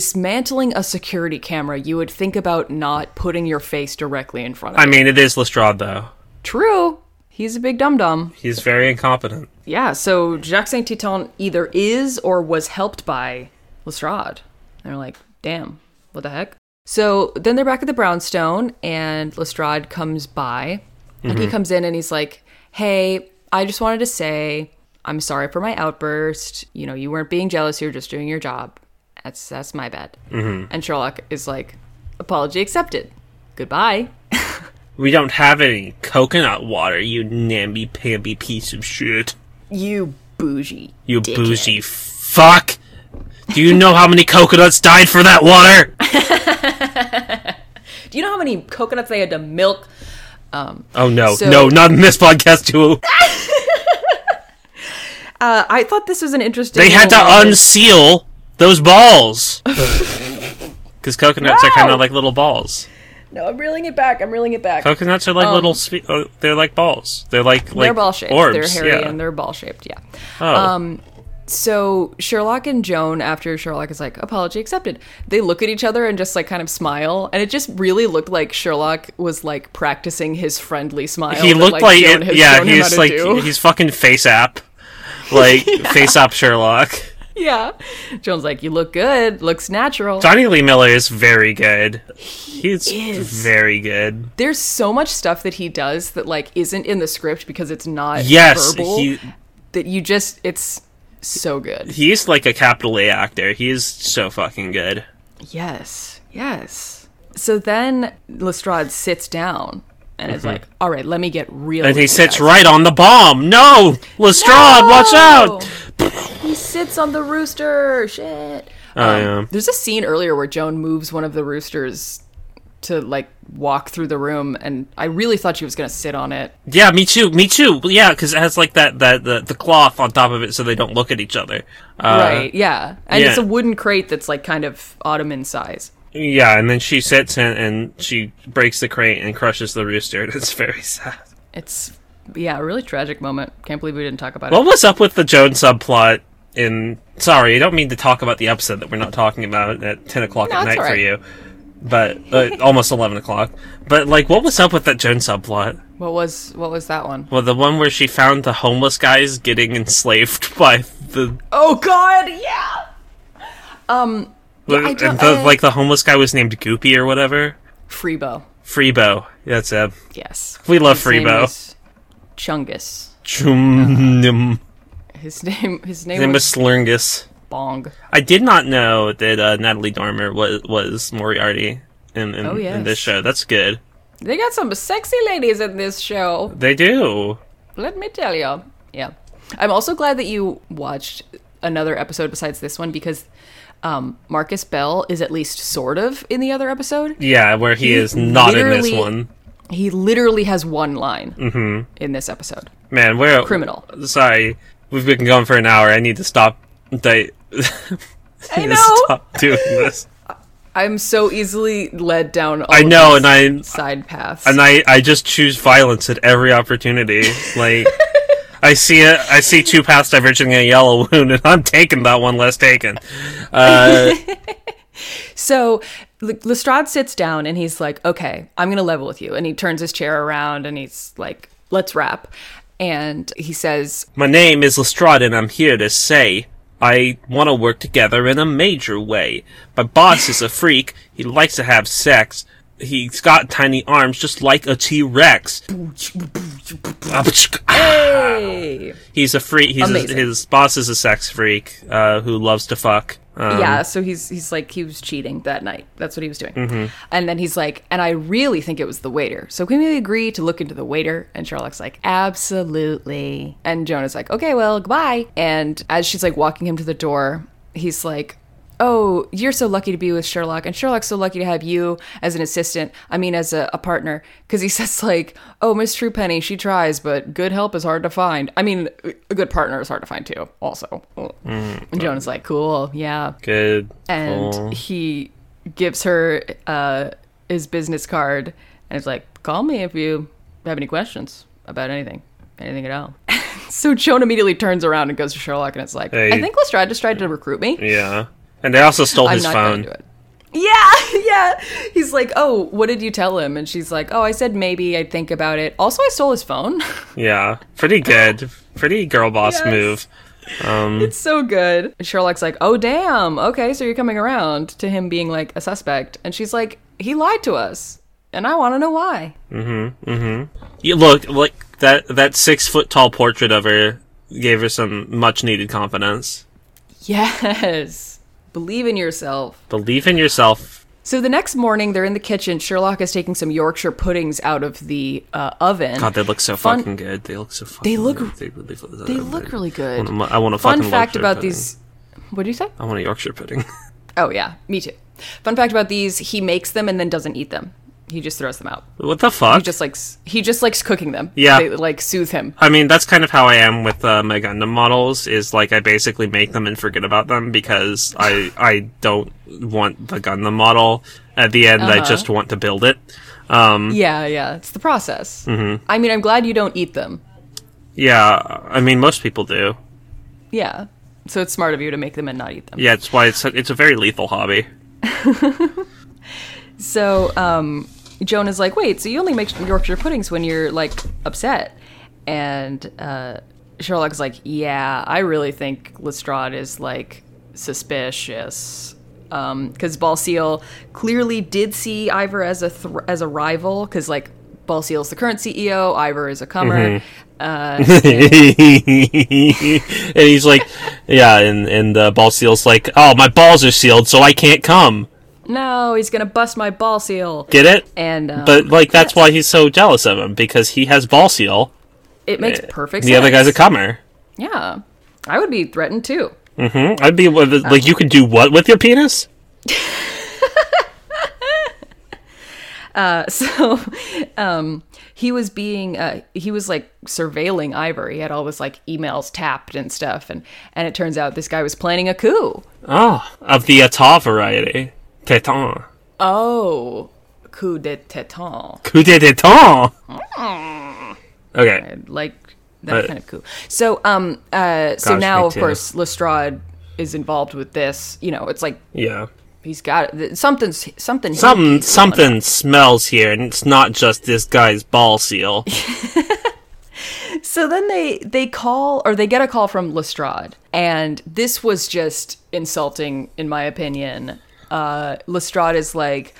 Speaker 1: dismantling a security camera, you would think about not putting your face directly in front of
Speaker 2: I
Speaker 1: it.
Speaker 2: mean, it is Lestrade though.
Speaker 1: True. He's a big dum dum.
Speaker 2: He's very incompetent.
Speaker 1: Yeah, so Jacques Saint Titon either is or was helped by Lestrade. And they're like, damn, what the heck? So then they're back at the brownstone, and Lestrade comes by. And
Speaker 2: Mm-hmm.
Speaker 1: he comes in and he's like, hey, I just wanted to say, I'm sorry for my outburst. You know, you weren't being jealous, you were just doing your job. That's, that's my bad.
Speaker 2: Mm-hmm.
Speaker 1: And Sherlock is like, apology accepted. Goodbye.
Speaker 2: We don't have any coconut water, you namby pamby piece of shit.
Speaker 1: You bougie.
Speaker 2: You bougie fuck. Do you know how many coconuts died for that water?
Speaker 1: Do you know how many coconuts they had to milk?
Speaker 2: Oh no,
Speaker 1: So-
Speaker 2: no, not in this podcast too.
Speaker 1: Uh, I thought this was an interesting.
Speaker 2: They had to
Speaker 1: little-
Speaker 2: unseal those balls. Because coconuts are kind
Speaker 1: No!
Speaker 2: of like little balls.
Speaker 1: No, I'm reeling it back. I'm reeling it back.
Speaker 2: Coconuts are like little. Spe- oh, they're like balls. They're like like
Speaker 1: Um, they're ball shaped.
Speaker 2: orbs.
Speaker 1: they're hairy
Speaker 2: yeah.
Speaker 1: and they're um, ball shaped. Yeah.
Speaker 2: oh.
Speaker 1: So Sherlock and Joan, after Sherlock is like apology accepted, they look at each other and just like kind of smile, and it just really looked like Sherlock was like practicing his friendly smile.
Speaker 2: he
Speaker 1: that,
Speaker 2: looked like,
Speaker 1: Joan
Speaker 2: it,
Speaker 1: has
Speaker 2: yeah.
Speaker 1: shown him how
Speaker 2: He's
Speaker 1: to
Speaker 2: like
Speaker 1: do.
Speaker 2: he's fucking face app, like face app Sherlock.
Speaker 1: <laughs> yeah. Joan's like, you look good, looks natural.
Speaker 2: Johnny Lee Miller is very good. He's
Speaker 1: is.
Speaker 2: very good.
Speaker 1: There's so much stuff that he does that like isn't in the script because it's not
Speaker 2: Yes,
Speaker 1: verbal.
Speaker 2: he
Speaker 1: that you just it's so good.
Speaker 2: he's like a capital A actor. He is so fucking good.
Speaker 1: Yes. Yes. So then Lestrade sits down and is like, "All right, let me get real."
Speaker 2: Mm-hmm. And
Speaker 1: with
Speaker 2: he
Speaker 1: you
Speaker 2: sits
Speaker 1: guys."
Speaker 2: right on the bomb. No, Lestrade, watch
Speaker 1: Oh, No!
Speaker 2: out!
Speaker 1: He sits on the rooster. Shit. Um,
Speaker 2: I am.
Speaker 1: There's a scene earlier where Joan moves one of the roosters to like walk through the room, and I really thought she was gonna sit on it.
Speaker 2: Yeah, me too. Me too. Well, Yeah, because it has like that, that the, the cloth on top of it, so they don't look at each other. Uh,
Speaker 1: right. Yeah. And it's
Speaker 2: yeah.
Speaker 1: a wooden crate that's like kind of ottoman size.
Speaker 2: Yeah, and then she sits and, and she breaks the crate and crushes the rooster. <laughs> and It's very sad.
Speaker 1: It's yeah, a really tragic moment. Can't believe we didn't talk about it.
Speaker 2: What was up with the Joan subplot? In sorry, I don't mean to talk about the episode that we're not talking about at ten o'clock
Speaker 1: No,
Speaker 2: at
Speaker 1: it's
Speaker 2: night for
Speaker 1: alright. <laughs>
Speaker 2: you, but uh, almost eleven o'clock. But like, what was up with that Joan subplot?
Speaker 1: What was what was that one?
Speaker 2: Well, the one where she found the homeless guys getting enslaved <laughs> by the,
Speaker 1: Oh God, yeah. I don't- uh,
Speaker 2: and the
Speaker 1: I-
Speaker 2: like the homeless guy was named Goopy or whatever.
Speaker 1: Freebo.
Speaker 2: Freebo. That's it.
Speaker 1: Yes.
Speaker 2: We love
Speaker 1: His name
Speaker 2: Freebo.
Speaker 1: was Chungus.
Speaker 2: Chum.
Speaker 1: His <laughs> name his name,
Speaker 2: His name was
Speaker 1: Uh-huh. was,
Speaker 2: Slurgus.
Speaker 1: Bong.
Speaker 2: I did not know that uh, Natalie Dormer was was Moriarty in in,
Speaker 1: Oh,
Speaker 2: in this
Speaker 1: yes.
Speaker 2: show. That's good.
Speaker 1: They got some sexy ladies in this show.
Speaker 2: They do.
Speaker 1: Let me tell you. Yeah. I'm also glad that you watched another episode besides this one because um, Marcus Bell is at least sort of in the other episode.
Speaker 2: Yeah, where he, is not in this
Speaker 1: literally-
Speaker 2: one.
Speaker 1: He literally has one line
Speaker 2: Mm-hmm.
Speaker 1: in this episode.
Speaker 2: Man, we're
Speaker 1: Criminal.
Speaker 2: Sorry, we've been going for an hour. I need to stop. <laughs> Di-
Speaker 1: I
Speaker 2: need to
Speaker 1: know.
Speaker 2: Stop doing this.
Speaker 1: I'm so easily led down. All
Speaker 2: I
Speaker 1: of
Speaker 2: know,
Speaker 1: these
Speaker 2: and I
Speaker 1: side paths.
Speaker 2: and I, I just choose violence at every opportunity.
Speaker 1: <laughs>
Speaker 2: Like I see it, I see two paths diverging in a yellow wound, and I'm taking that one less taken.
Speaker 1: So L- Lestrade sits down and he's like, "Okay, I'm going to level with you." And he turns his chair around and he's like, "Let's rap." And he says,
Speaker 2: My name is Lestrade, and I'm here to say I want to work together in a major way. My boss is a freak. He likes to have sex. He's got tiny arms, just like a T Rex.
Speaker 1: "Hey,
Speaker 2: He's a freak. He's a,
Speaker 1: Amazing.
Speaker 2: his boss is a sex freak uh, who loves to fuck. Um,
Speaker 1: yeah." So he's he's like he was cheating that night. That's what he was doing. And then he's like, "And I really think it was the waiter. So can we agree to look into the waiter?" And Sherlock's like, "Absolutely." And Jonah's like, "Okay, well, goodbye." And as she's like walking him to the door, he's like, oh, you're so lucky to be with Sherlock, and Sherlock's so lucky to have you as an assistant. I mean, as a, a partner, because he <laughs> says like, oh, Miss Truepenny, she tries, but good help is hard to find. I mean, a good partner is hard to find too. Also, and Jonah's like, cool, yeah,
Speaker 2: Good. Oh,
Speaker 1: and
Speaker 2: Cool.
Speaker 1: he gives her uh, his business card and is like, call me if you have any questions about anything, anything at all. <laughs> so Joan immediately turns around and goes to Sherlock and it's like,
Speaker 2: Hey.
Speaker 1: I think Lestrade just tried to recruit me.
Speaker 2: yeah, and they also stole his phone.
Speaker 1: it. Yeah, <laughs> yeah. He's like, "Oh, what did you tell him?" And she's like, "Oh, I said maybe I'd think about it. Also, I stole his phone. <laughs>
Speaker 2: Yeah, pretty good. Pretty girl boss
Speaker 1: Yes.
Speaker 2: move.
Speaker 1: it's so good." And Sherlock's like, "Oh, damn. Okay, so you're coming around to him being like a suspect." And she's like, "He lied to us, and I want to know why." <laughs>
Speaker 2: You look like that. That six foot tall portrait of her gave her some much needed confidence.
Speaker 1: Yes. Believe in yourself.
Speaker 2: Believe in yourself.
Speaker 1: So the next morning, they're in the kitchen. Sherlock is taking some Yorkshire puddings out of the uh, oven.
Speaker 2: God, they look so
Speaker 1: Fun-
Speaker 2: fucking good. They look so fucking.
Speaker 1: look-
Speaker 2: Good. They, really,
Speaker 1: They look really good.
Speaker 2: I want to
Speaker 1: Fun
Speaker 2: fucking
Speaker 1: fact
Speaker 2: Yorkshire
Speaker 1: about
Speaker 2: pudding.
Speaker 1: these. What do you say?
Speaker 2: I want a Yorkshire pudding. <laughs>
Speaker 1: Oh yeah, me too. Fun fact about these: he makes them and then doesn't eat them. He just throws them out.
Speaker 2: what the fuck?
Speaker 1: He just likes he just likes cooking them.
Speaker 2: Yeah.
Speaker 1: they like soothe him.
Speaker 2: I mean, that's kind of how I am with uh, my Gundam models. Is like I basically make them and forget about them because I I don't want the Gundam model. At the end,
Speaker 1: Uh-huh.
Speaker 2: I just want to build it.
Speaker 1: Yeah, yeah, it's the process. I mean, I'm glad you don't eat them.
Speaker 2: Yeah, I mean, most people do.
Speaker 1: Yeah, so it's smart of you to make them and not eat them.
Speaker 2: Yeah, it's why it's a, it's a very lethal <laughs> hobby.
Speaker 1: So um, Joan is like, "Wait, so you only make Yorkshire puddings when you're like upset?" And uh, Sherlock's like, "Yeah, I really think Lestrade is like suspicious." Um, Because Balseal clearly did see Ivor as a thr as a rival, because like Balseal's the current CEO, Ivor is a comer.
Speaker 2: and he's like, yeah, and and uh, ball seal's like, oh, my balls are sealed, so I can't come.
Speaker 1: No, he's gonna bust my ball seal.
Speaker 2: Get it?
Speaker 1: and um,
Speaker 2: But like, that's why he's so jealous of him because he has ball seal.
Speaker 1: it makes perfect.
Speaker 2: The other
Speaker 1: sense.
Speaker 2: guy's a comer.
Speaker 1: yeah. I would be threatened too. <laughs>
Speaker 2: I'd be with- like, you could do what with your penis?
Speaker 1: so um he was being uh he was like surveilling ivor he had all this like emails tapped and stuff and and it turns out this guy was planning a coup
Speaker 2: Oh, of the Ata variety, Teton,
Speaker 1: oh coup de teton
Speaker 2: coup de Teton. Okay,
Speaker 1: like that kind of coup so um uh so
Speaker 2: Gosh,
Speaker 1: now
Speaker 2: me
Speaker 1: of
Speaker 2: too.
Speaker 1: course lestrade is involved with this you know it's like
Speaker 2: yeah.
Speaker 1: He's got it. something's something.
Speaker 2: Something something smells here, and it's not just this guy's ball seal.
Speaker 1: So then they they call or they get a call from Lestrade, and this was just insulting in my opinion. Uh, Lestrade is like,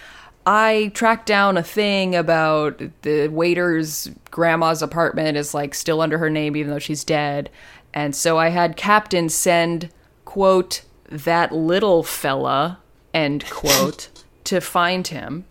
Speaker 1: I tracked down a thing about the waiter's grandma's apartment is like still under her name even though she's dead, and so I had Captain send quote that little fella end quote to find him.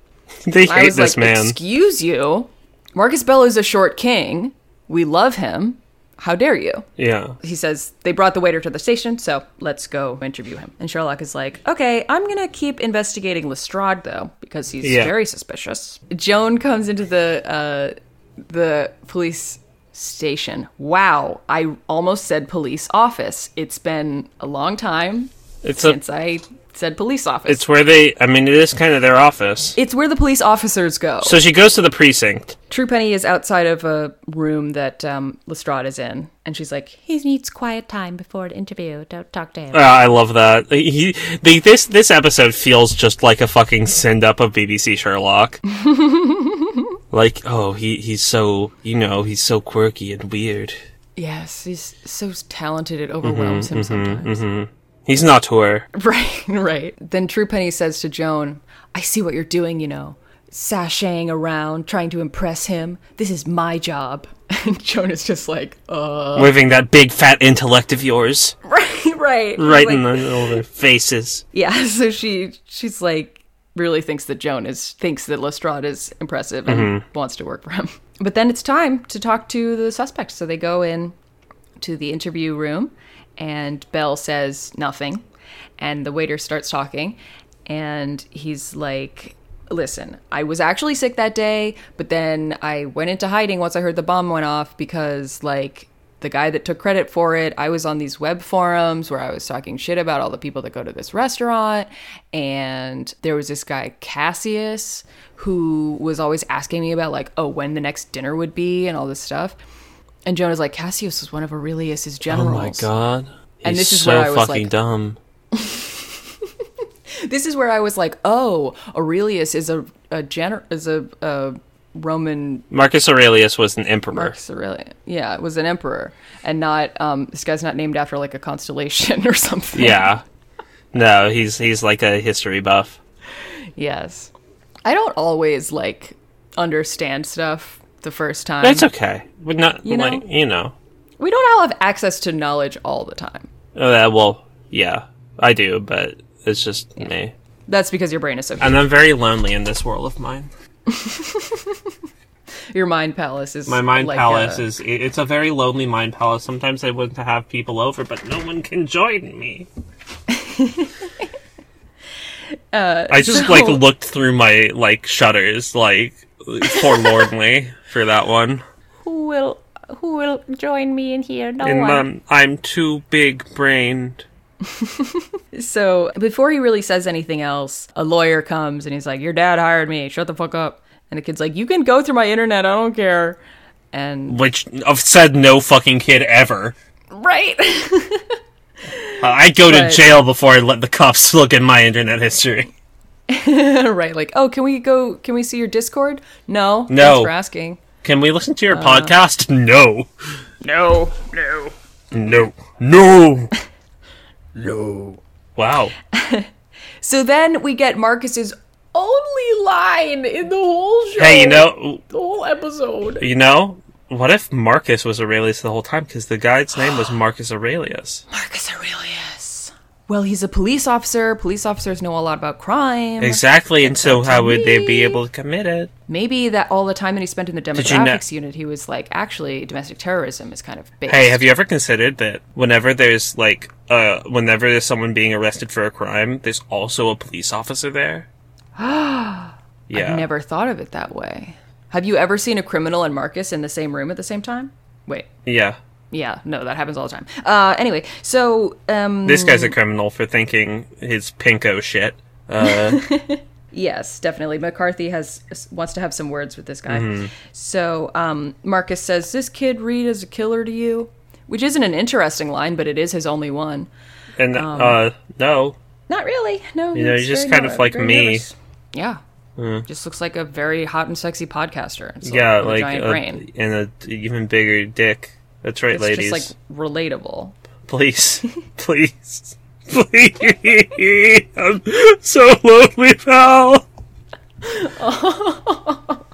Speaker 2: they
Speaker 1: I
Speaker 2: hate
Speaker 1: was
Speaker 2: this
Speaker 1: like,
Speaker 2: man.
Speaker 1: excuse you. Marcus Bello is a short king. We love him. How dare you?
Speaker 2: yeah.
Speaker 1: He says, they brought the waiter to the station, so let's go interview him. And Sherlock is like, okay, I'm going to keep investigating Lestrade, though, because he's
Speaker 2: Yeah.
Speaker 1: very suspicious. Joan comes into the, uh, the police station. Wow, I almost said police office. It's been a long time
Speaker 2: It's a,
Speaker 1: since I said police office.
Speaker 2: it's where they I mean it is kind of their office.
Speaker 1: it's where the police officers go.
Speaker 2: So she goes to the precinct.
Speaker 1: Truepenny is outside of a room that um, Lestrade is in, and she's like,
Speaker 6: He needs quiet time before an interview. Don't talk to him.
Speaker 2: Uh, I love that. He, the, this this episode feels just like a fucking send up of
Speaker 1: <laughs>
Speaker 2: BBC Sherlock. like, oh, he he's so you know he's so quirky and weird.
Speaker 1: "Yes, he's so talented it overwhelms him
Speaker 2: Mm-hmm,
Speaker 1: sometimes."
Speaker 2: He's not her.
Speaker 1: <laughs> Right, right. Then Truepenny says to Joan, "I see what you're doing. You know, sashaying around, trying to impress him. This is my job." <laughs> And Joan is just like, "Uh,
Speaker 2: waving that big fat intellect of yours
Speaker 1: <laughs> right, right,
Speaker 2: right
Speaker 1: Like,
Speaker 2: in the
Speaker 1: <laughs>
Speaker 2: middle of their faces.
Speaker 1: Yeah, <laughs> so she she's like really thinks that Joan is thinks that Lestrade is impressive and
Speaker 2: Mm-hmm.
Speaker 1: wants to work for him. <laughs> But then it's time to talk to the suspect. So they go in to the interview room and Bell says nothing and the waiter starts talking and he's like listen i was actually sick that day but then i went into hiding once i heard the bomb went off because like the guy that took credit for it i was on these web forums where i was talking shit about all the people that go to this restaurant and there was this guy cassius who was always asking me about like oh when the next dinner would be and all this stuff and Jonah's like, Cassius was one of Aurelius's
Speaker 2: Oh
Speaker 1: generals.
Speaker 2: my god.
Speaker 1: And
Speaker 2: He's
Speaker 1: this is
Speaker 2: so
Speaker 1: where I was
Speaker 2: fucking
Speaker 1: like-
Speaker 2: dumb.
Speaker 1: This is where I was like, oh, Aurelius is a, a gener- is a, a Roman
Speaker 2: Marcus Aurelius was an emperor.
Speaker 1: Marcus Aurelius. Yeah, was an emperor, and not um, this guy's not named after like a constellation <laughs> or something.
Speaker 2: Yeah. No, he's he's like a history buff.
Speaker 1: Yes. I don't always like understand stuff the first time.
Speaker 2: That's okay. But not
Speaker 1: Mm. You know?
Speaker 2: like you know.
Speaker 1: we don't all have access to knowledge all the time.
Speaker 2: Uh, well, yeah, I do, but it's just me.
Speaker 1: That's because your brain is so.
Speaker 2: And I'm very lonely in this world of mine.
Speaker 1: your mind palace is
Speaker 2: My mind
Speaker 1: like uh,
Speaker 2: palace
Speaker 1: a-
Speaker 2: is it- it's a very lonely mind palace. Sometimes I want to have people over, but no one can join <laughs> me.
Speaker 6: Uh,
Speaker 2: I just
Speaker 1: so-
Speaker 2: like looked through my like shutters like
Speaker 6: <laughs>
Speaker 2: forlornly for that one.
Speaker 6: Who will who will join me in here? No
Speaker 2: And
Speaker 6: one.
Speaker 2: um, I'm too big brained.
Speaker 1: So before he really says anything else, a lawyer comes and he's like, "Your dad hired me. Shut the fuck up." And the kid's like, "You can go through my internet. I don't care." And
Speaker 2: Which I've said no fucking kid ever.
Speaker 1: right,
Speaker 2: Uh, I'd go to
Speaker 1: But-
Speaker 2: jail before I let the cops look at my internet history.
Speaker 1: <laughs> right, like, "Oh, can we go? Can we see your Discord?" No,
Speaker 2: No.
Speaker 1: Thanks for asking.
Speaker 2: Can we listen to
Speaker 1: Uh.
Speaker 2: your podcast? No.
Speaker 1: No.
Speaker 2: No.
Speaker 1: <laughs>
Speaker 2: No.
Speaker 5: No.
Speaker 2: Wow.
Speaker 1: So then we get Marcus's only line in the whole show.
Speaker 2: Hey, you know,
Speaker 1: the whole episode.
Speaker 2: you know, what if Marcus was Aurelius the whole time? Because the guy's
Speaker 1: <gasps>
Speaker 2: name was Marcus Aurelius.
Speaker 1: Marcus Aurelius. Well, he's a police officer. Police officers know a lot about crime.
Speaker 2: Exactly, and so how would they be able to commit it?
Speaker 1: Maybe that all the time that he spent in the
Speaker 2: you know-
Speaker 1: demographics unit, he was like, actually, domestic terrorism is kind of based.
Speaker 2: Hey, have you ever considered that whenever there's like, uh, whenever there's someone being arrested for a crime, there's also a police officer there? yeah.
Speaker 1: <gasps> I've never thought of it that way. Have you ever seen a criminal and Marcus in the same room at the same time? Wait,
Speaker 2: Yeah.
Speaker 1: yeah, no, that happens all the time. Uh, anyway, so um,
Speaker 2: This guy's a criminal for thinking his pinko shit.
Speaker 1: yes, definitely, McCarthy has wants to have some words with this guy.
Speaker 2: Mm-hmm.
Speaker 1: So um, Marcus says, "This kid Reed is a killer to you," which isn't an interesting line, but it is his only one.
Speaker 2: And, uh, no.
Speaker 6: Not really. No.
Speaker 2: You know,
Speaker 6: it's
Speaker 2: you're just
Speaker 6: very
Speaker 2: kind of like
Speaker 6: very
Speaker 2: me.
Speaker 6: nervous.
Speaker 1: Yeah. Just looks like a very hot and sexy podcaster. It's
Speaker 2: Mm-hmm. yeah,
Speaker 1: with a
Speaker 2: like uh,
Speaker 1: giant
Speaker 2: a-
Speaker 1: brain.
Speaker 2: and a d- even bigger dick. That's right,
Speaker 1: It's
Speaker 2: ladies.
Speaker 1: just like relatable.
Speaker 2: <laughs> please, please, please. <laughs> I'm so
Speaker 1: <laughs>
Speaker 2: lonely, pal.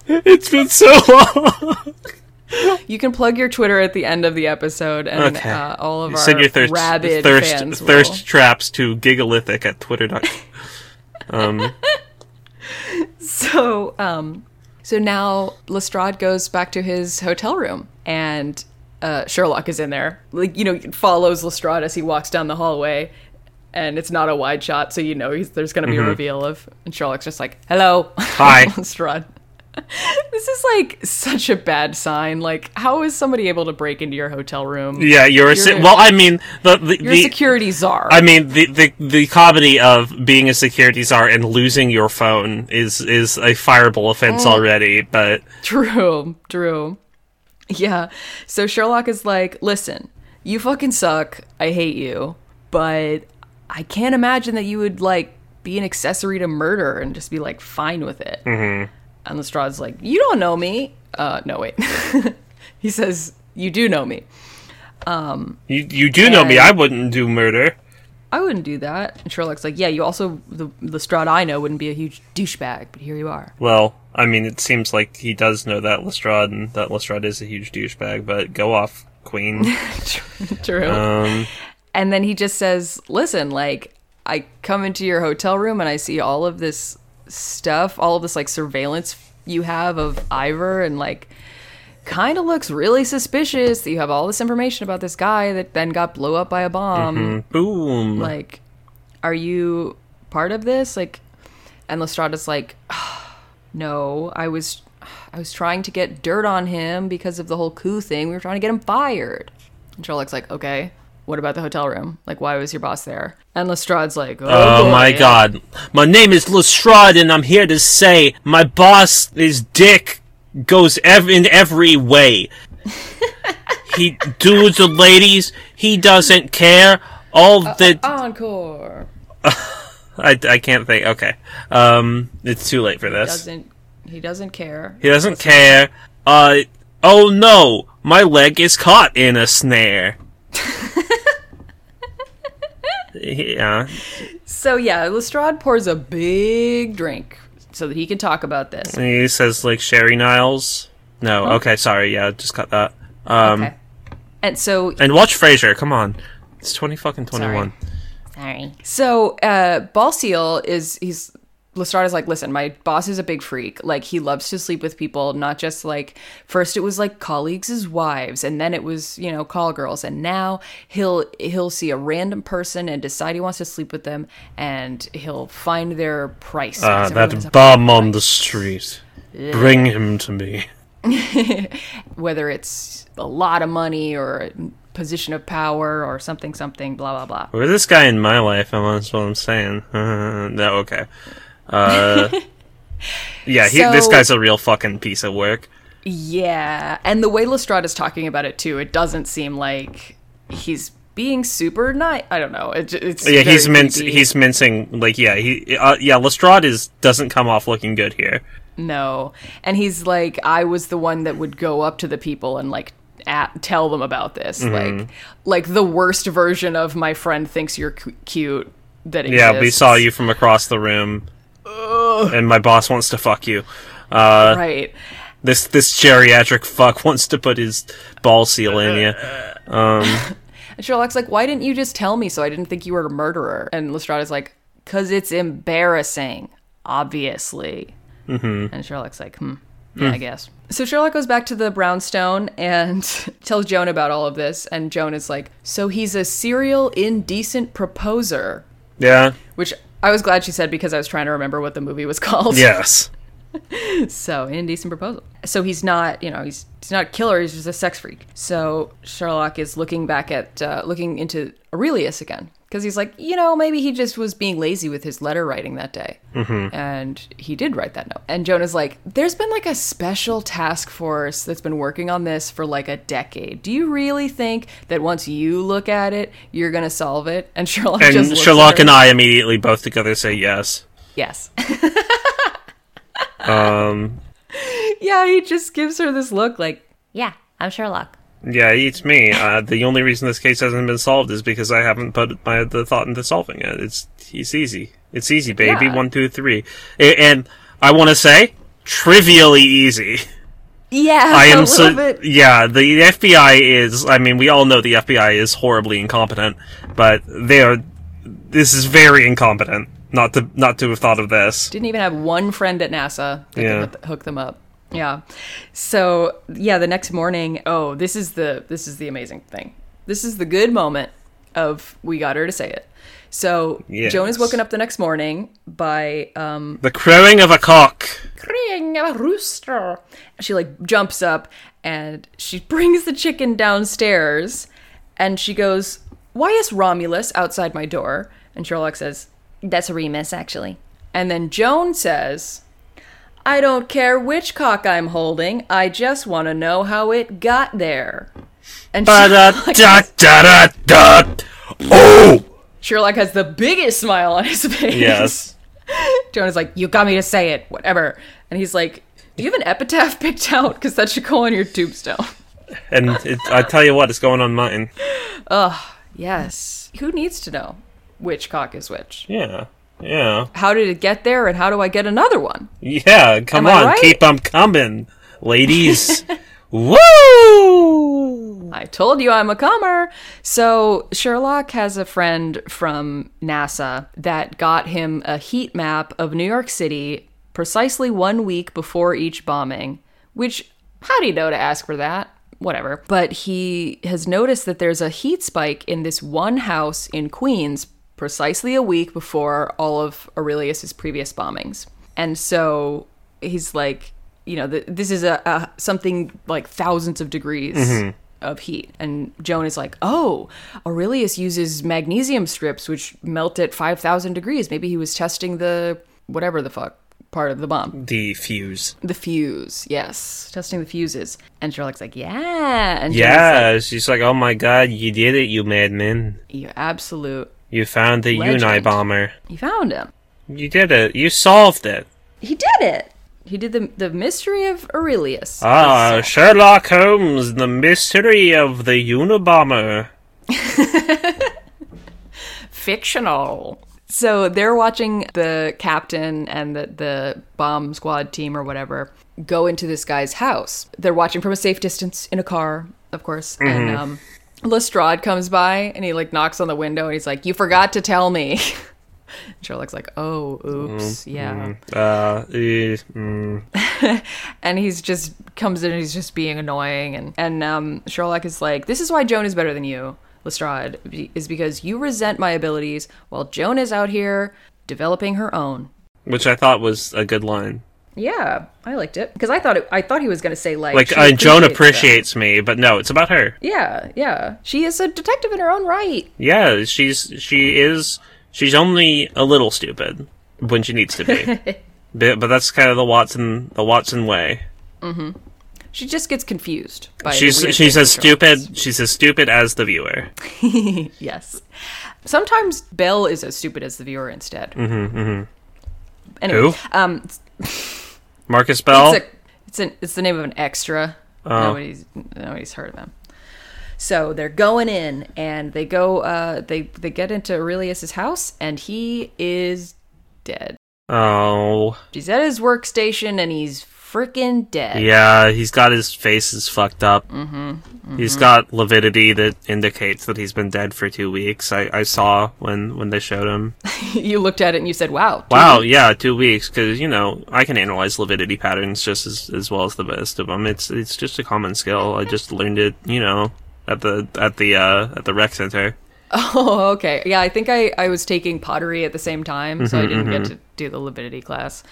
Speaker 2: it's been so long.
Speaker 1: You can plug your Twitter at the end of the episode, and
Speaker 2: Okay.
Speaker 1: uh, all of
Speaker 2: Send
Speaker 1: our
Speaker 2: your thirst,
Speaker 1: rabid
Speaker 2: thirst,
Speaker 1: fans will-
Speaker 2: thirst traps to gigalithic at twitter. dot- um,
Speaker 1: <laughs> So, um, so now Lestrade goes back to his hotel room, and uh, Sherlock is in there. Like you know, follows Lestrade as he walks down the hallway, and it's not a wide shot, so you know he's, there's going to be a reveal of. And Sherlock's just like, "Hello, <laughs>
Speaker 2: Mm-hmm. hi.
Speaker 1: Lestrade." this is like such a bad sign. Like, how is somebody able to break into your hotel room?
Speaker 2: Yeah, you're, a, se-
Speaker 1: You're-
Speaker 2: well. I mean, the the,
Speaker 1: You're
Speaker 2: the
Speaker 1: a security czar.
Speaker 2: I mean, the, the the comedy of being a security czar and losing your phone is is a fireable offense already. But
Speaker 1: <laughs> True, true. Yeah. So Sherlock is like, listen, you fucking suck. I hate you. But I can't imagine that you would like be an accessory to murder and just be like fine with it. Mm-hmm. And Lestrade's like, you don't know me. Uh, no, wait. <laughs> he says, you do know me.
Speaker 2: you you do know me.
Speaker 1: And-
Speaker 2: I wouldn't do murder.
Speaker 1: I wouldn't do that. And Sherlock's like, yeah, you also, the Lestrade I know wouldn't be a huge douchebag, but here you are. <laughs>
Speaker 2: Well, I mean, it seems like he does know that Lestrade, and that Lestrade is a huge douchebag. But go off, Queen.
Speaker 1: True.
Speaker 2: Um,
Speaker 1: And then he just says, "Listen, like I come into your hotel room and I see all of this stuff, all of this like surveillance you have of Ivor and like kind of looks really suspicious that you have all this information about this guy that then got blow up by a bomb.
Speaker 2: boom.
Speaker 1: Like are you part of this?" Like and Lestrada's like, <sighs> "No, I was I was trying to get dirt on him because of the whole coup thing. We were trying to get him fired." And Sherlock's like, okay, what about the hotel room? Like, why was your boss there? And Lestrade's like, oh,
Speaker 2: Oh
Speaker 1: boy.
Speaker 2: my god. My name is Lestrade, and I'm here to say my boss, his dick, goes ev- in every way. he dudes or ladies, he doesn't care. All the.
Speaker 1: uh, Encore.
Speaker 2: I, I can't think. Okay. Um, it's too late for this.
Speaker 1: Doesn't he doesn't care?
Speaker 2: He doesn't care. Uh, oh no, my leg is caught in a snare. yeah.
Speaker 1: So yeah, Lestrade pours a big drink so that he can talk about this.
Speaker 2: And he says like Sherry Niles.
Speaker 1: Oh.
Speaker 2: No, okay, sorry, yeah, just cut that. Um,
Speaker 1: Okay. And so
Speaker 2: and watch Frasier. Come on, it's twenty fucking twenty one.
Speaker 6: Sorry.
Speaker 1: So uh Ball Seal is he's Lestrade is like, listen, my boss is a big freak. Like he loves to sleep with people, not just like first it was like colleagues as wives, and then it was, you know, call girls, and now he'll he'll see a random person and decide he wants to sleep with them and he'll find their price.
Speaker 2: Uh,
Speaker 1: because everyone has a
Speaker 2: that bum on the street. Bring him to me.
Speaker 1: whether it's a lot of money or a position of power or something, something, blah blah blah.
Speaker 2: Or this guy in my life. I'm- That's what I'm saying. <laughs> no, okay.
Speaker 1: <laughs>
Speaker 2: Uh, yeah, he, this
Speaker 1: So-
Speaker 2: guy's a real fucking piece of work.
Speaker 1: Yeah, and the way Lestrade is talking about it too, it doesn't seem like he's being super nice. I don't know. It, it's
Speaker 2: Yeah,
Speaker 1: very
Speaker 2: he's minc-
Speaker 1: creepy.
Speaker 2: he's mincing. Like, yeah, he, uh, yeah, Lestrade is doesn't come off looking good here.
Speaker 1: no, and he's like, I was the one that would go up to the people and like at, tell them about this,
Speaker 2: Mm-hmm.
Speaker 1: like like the worst version of my friend thinks you're cu- cute. That exists.
Speaker 2: Yeah, we saw you from across the room, and my boss wants to fuck you. Uh,
Speaker 1: right.
Speaker 2: This this geriatric fuck wants to put his ball seal in you.
Speaker 1: And Sherlock's like, why didn't you just tell me so I didn't think you were a murderer? And Lestrade is like, because it's embarrassing, obviously. Mm-hmm. And Sherlock's like, hmm, yeah, I guess. So Sherlock goes back to the brownstone and <laughs> tells Joan about all of this. And Joan is like, so he's a serial indecent proposer,
Speaker 2: Yeah.
Speaker 1: which I was glad she said because I was trying to remember what the movie was <laughs> called.
Speaker 2: Yes.
Speaker 1: So indecent proposal. So he's not, you know, he's he's not a killer. He's just a sex freak. So Sherlock is looking back at uh, looking into Aurelius again because because he's like, you know, maybe he just was being lazy with his letter writing that day,
Speaker 2: Mm-hmm.
Speaker 1: and he did write that note. And Jonah's like, there's been like a special task force that's been working on this for like a decade. Do you really think that once you look at it, you're gonna solve it? And Sherlock just
Speaker 2: And
Speaker 1: looks
Speaker 2: Sherlock
Speaker 1: at
Speaker 2: and
Speaker 1: her-
Speaker 2: I immediately both together say yes.
Speaker 1: yes, <laughs>
Speaker 2: Um,
Speaker 1: yeah, he just gives her this look like.
Speaker 6: Yeah, I'm Sherlock.
Speaker 2: yeah, it's me. Uh, the only reason this case hasn't been solved is because I haven't put my the thought into solving it. It's it's easy. It's easy, baby.
Speaker 1: Yeah.
Speaker 2: One, two, three. A- And I want to say trivially easy. <laughs>
Speaker 1: Yeah,
Speaker 2: I
Speaker 1: a
Speaker 2: am
Speaker 1: little
Speaker 2: so
Speaker 1: bit.
Speaker 2: yeah. The FBI is. I mean, we all know the FBI is horribly incompetent, but they are. This is very incompetent. Not to not to have thought of this.
Speaker 1: didn't even have one friend at NASA that
Speaker 2: Yeah.
Speaker 1: could hook them up. Yeah. So yeah, the next morning. Oh, this is the this is the amazing thing. This is the good moment of we got her to say it. So
Speaker 2: Yes.
Speaker 1: Joan is woken up the next morning by um,
Speaker 2: The crowing of a cock.
Speaker 1: creaking a rooster. She like jumps up and she <laughs> brings the chicken downstairs, and she goes, "Why is Romulus outside my door?" And Sherlock says,
Speaker 6: That's Remus, actually.
Speaker 1: And then Joan says, I don't care which cock I'm holding. I just want to know how it got there. And
Speaker 2: da
Speaker 1: Sherlock, <laughs>
Speaker 2: da da da da. Oh.
Speaker 1: Sherlock has the biggest smile on his face.
Speaker 2: Yes.
Speaker 1: Joan is like, You got me to say it, whatever. And he's like, Do you have an epitaph <laughs> picked out? Because that should go on your tombstone.
Speaker 2: And it, I tell you what, it's going on mine.
Speaker 1: Yes. Who needs to know which cock is which?
Speaker 2: Yeah. Yeah.
Speaker 1: How did it get there? And how do I get another one?
Speaker 2: Yeah. Come
Speaker 1: Am I
Speaker 2: on.
Speaker 1: right?
Speaker 2: Keep 'em coming,
Speaker 1: <laughs>
Speaker 2: ladies. Woo!
Speaker 1: I told you I'm a comer. So Sherlock has a friend from NASA that got him a heat map of New York City precisely one week before each bombing, which how do you know to ask for that? Whatever. But he has noticed that there's a heat spike in this one house in Queens precisely a week before all of Aurelius's previous bombings. And so he's like, you know, th- this is a, a something like thousands of degrees
Speaker 2: Mm-hmm.
Speaker 1: of heat. And Joan is like, oh, Aurelius uses magnesium strips, which melt at 5,000 degrees. Maybe he was testing the whatever the fuck part of the bomb.
Speaker 2: The fuse.
Speaker 1: The fuse, yes. Testing the fuses. And Sherlock's like, yeah. And Joan's like,
Speaker 2: Yeah, she's like, oh my god, you did it, you madman.
Speaker 1: you absolute,
Speaker 2: You found the
Speaker 1: Legend.
Speaker 2: Unibomber. bomber.
Speaker 1: you found him.
Speaker 2: You did it. You solved it.
Speaker 1: He did it. He did the, the mystery of Aurelius.
Speaker 2: Ah, Sherlock Holmes, the mystery of the Unibomber.
Speaker 1: fictional. So they're watching the captain and the, the bomb squad team or whatever go into this guy's house. They're watching from a safe distance in a car, of course. And um, Lestrade comes by and he like knocks on the window and he's like, "You forgot to tell me." <laughs> Sherlock's like, "Oh, oops, yeah."
Speaker 2: Uh, eh, mm.
Speaker 1: and he's just comes in and he's just being annoying and and um, Sherlock is like, this is why Joan is better than you, Lestrade, be- is because you resent my abilities while Joan is out here developing her own.
Speaker 2: which I thought was a good line.
Speaker 1: Yeah, I liked it because I thought it, I thought he was gonna say like
Speaker 2: Like,
Speaker 1: she
Speaker 2: uh, Joan
Speaker 1: appreciates
Speaker 2: appreciates me, but no, it's about her.
Speaker 1: them. Yeah, yeah, she is a detective in her own right.
Speaker 2: Yeah, she's she is she's only a little stupid when she needs to be,
Speaker 1: <laughs>
Speaker 2: but, but that's kind of the Watson the Watson way.
Speaker 1: She just gets confused. By the
Speaker 2: She's
Speaker 1: weird
Speaker 2: she's
Speaker 1: things
Speaker 2: as
Speaker 1: that Sherlock does.
Speaker 2: stupid she's as stupid as the viewer.
Speaker 1: <laughs> Yes. Sometimes Belle is as stupid as the viewer instead. Mm-hmm, Anyway,
Speaker 2: Who?
Speaker 1: um,
Speaker 2: Marcus Bell.
Speaker 1: It's, a, it's, an, it's the name of an extra. Nobody's nobody's heard of them. So they're going in, and they go. Uh, they they get into Aurelius's house, and he is dead.
Speaker 2: oh
Speaker 1: He's at his workstation, and he's freaking dead.
Speaker 2: yeah, he's got his face is fucked up. Mm-hmm, He's got lividity that indicates that he's been dead for two weeks. I, I saw when when they showed him.
Speaker 1: <laughs>
Speaker 2: <laughs>
Speaker 1: you looked at it and you said, "Wow, dude,
Speaker 2: Wow, yeah, two weeks because you know I can analyze lividity patterns just as, as well as the best of them. It's it's just a common skill. I just learned it, you know, at the at the uh, at the rec center.
Speaker 1: <laughs> oh, okay, yeah." I think I I was taking pottery at the same time, so I didn't get to do the lividity class.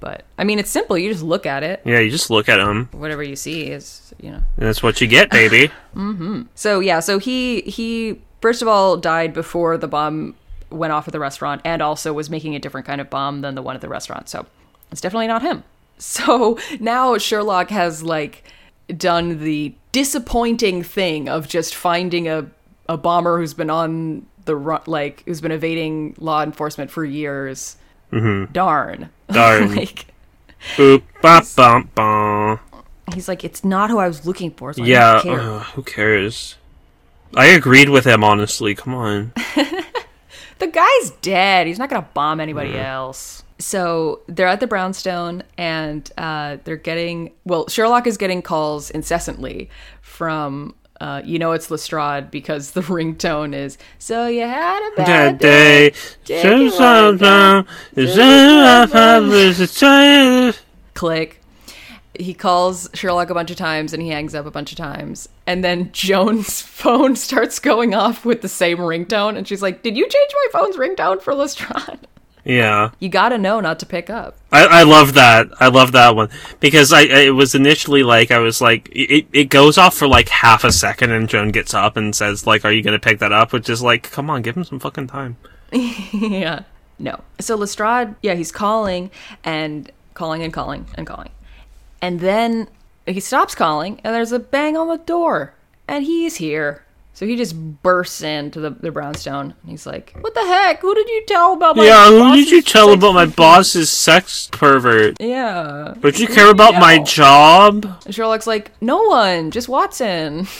Speaker 1: But I mean, it's simple. You just look at it.
Speaker 2: Yeah, you just look at them,
Speaker 1: Whatever you see is, you know.
Speaker 2: <laughs> and that's what you get, baby.
Speaker 1: So yeah, so he he first of all, died before the bomb went off at the restaurant and also was making a different kind of bomb than the one at the restaurant. So it's definitely not him. <laughs> So now Sherlock has like done the disappointing thing of just finding a, a bomber who's been on the run, like who's been evading law enforcement for years. Darn. <laughs>
Speaker 2: Darn.
Speaker 1: like,
Speaker 2: Boop, bop, bump, bum.
Speaker 1: he's like, it's not who I was looking for. So I
Speaker 2: Yeah,
Speaker 1: don't care.
Speaker 2: ugh, who cares? I agreed with him, honestly.
Speaker 1: <laughs>
Speaker 2: Come on.
Speaker 1: The guy's dead. He's not going to bomb anybody else. So they're at the brownstone and uh, they're getting, well, Sherlock is getting calls incessantly from, uh, you know, it's Lestrade because the <laughs> ringtone is, so you had a bad
Speaker 2: That
Speaker 1: day.
Speaker 2: day,
Speaker 1: you
Speaker 2: sometimes,
Speaker 1: Click. He calls Sherlock a bunch of times and he hangs up a bunch of times. And then Joan's <laughs> phone starts going off with the same ringtone. And she's like, Did you change my phone's ringtone for Lestrade? <laughs>
Speaker 2: yeah.
Speaker 1: You got to know not to pick up.
Speaker 2: I, I love that. I love that one because I, I it was initially like I was like it, it goes off for like half a second and Joan gets up and says like Are you gonna pick that up? Which is like come on, give him some fucking time.
Speaker 1: <laughs> yeah. No. So Lestrade, yeah, he's calling and calling and calling and calling. And then he stops calling and there's a bang on the door. And he's here. So he just bursts into the, the brownstone and he's like, What the heck? Who did you tell about my
Speaker 2: yeah, who did you
Speaker 1: boss's
Speaker 2: tell
Speaker 1: sex
Speaker 2: about my
Speaker 1: thing?"
Speaker 2: boss's sex pervert?
Speaker 1: Yeah.
Speaker 2: But you care about my
Speaker 1: No.
Speaker 2: job?
Speaker 1: And Sherlock's like, No one, just Watson. <laughs>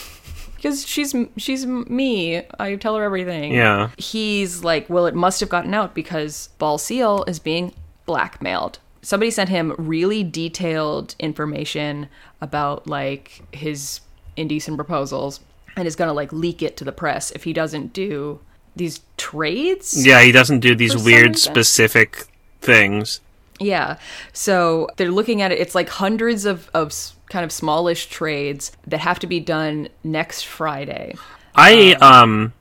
Speaker 1: Because she's she's me. I tell her everything.
Speaker 2: Yeah.
Speaker 1: he's like, well, it must have gotten out because Ball Seal is being blackmailed. Somebody sent him really detailed information about like his indecent proposals and is going to like leak it to the press if he doesn't do these trades.
Speaker 2: Yeah, he doesn't do these
Speaker 1: some
Speaker 2: weird
Speaker 1: reason.
Speaker 2: specific things.
Speaker 1: Yeah. So they're looking at it. It's like hundreds of, of s- kind of smallish trades that have to be done next Friday. <laughs>
Speaker 2: I
Speaker 1: Oh.
Speaker 2: um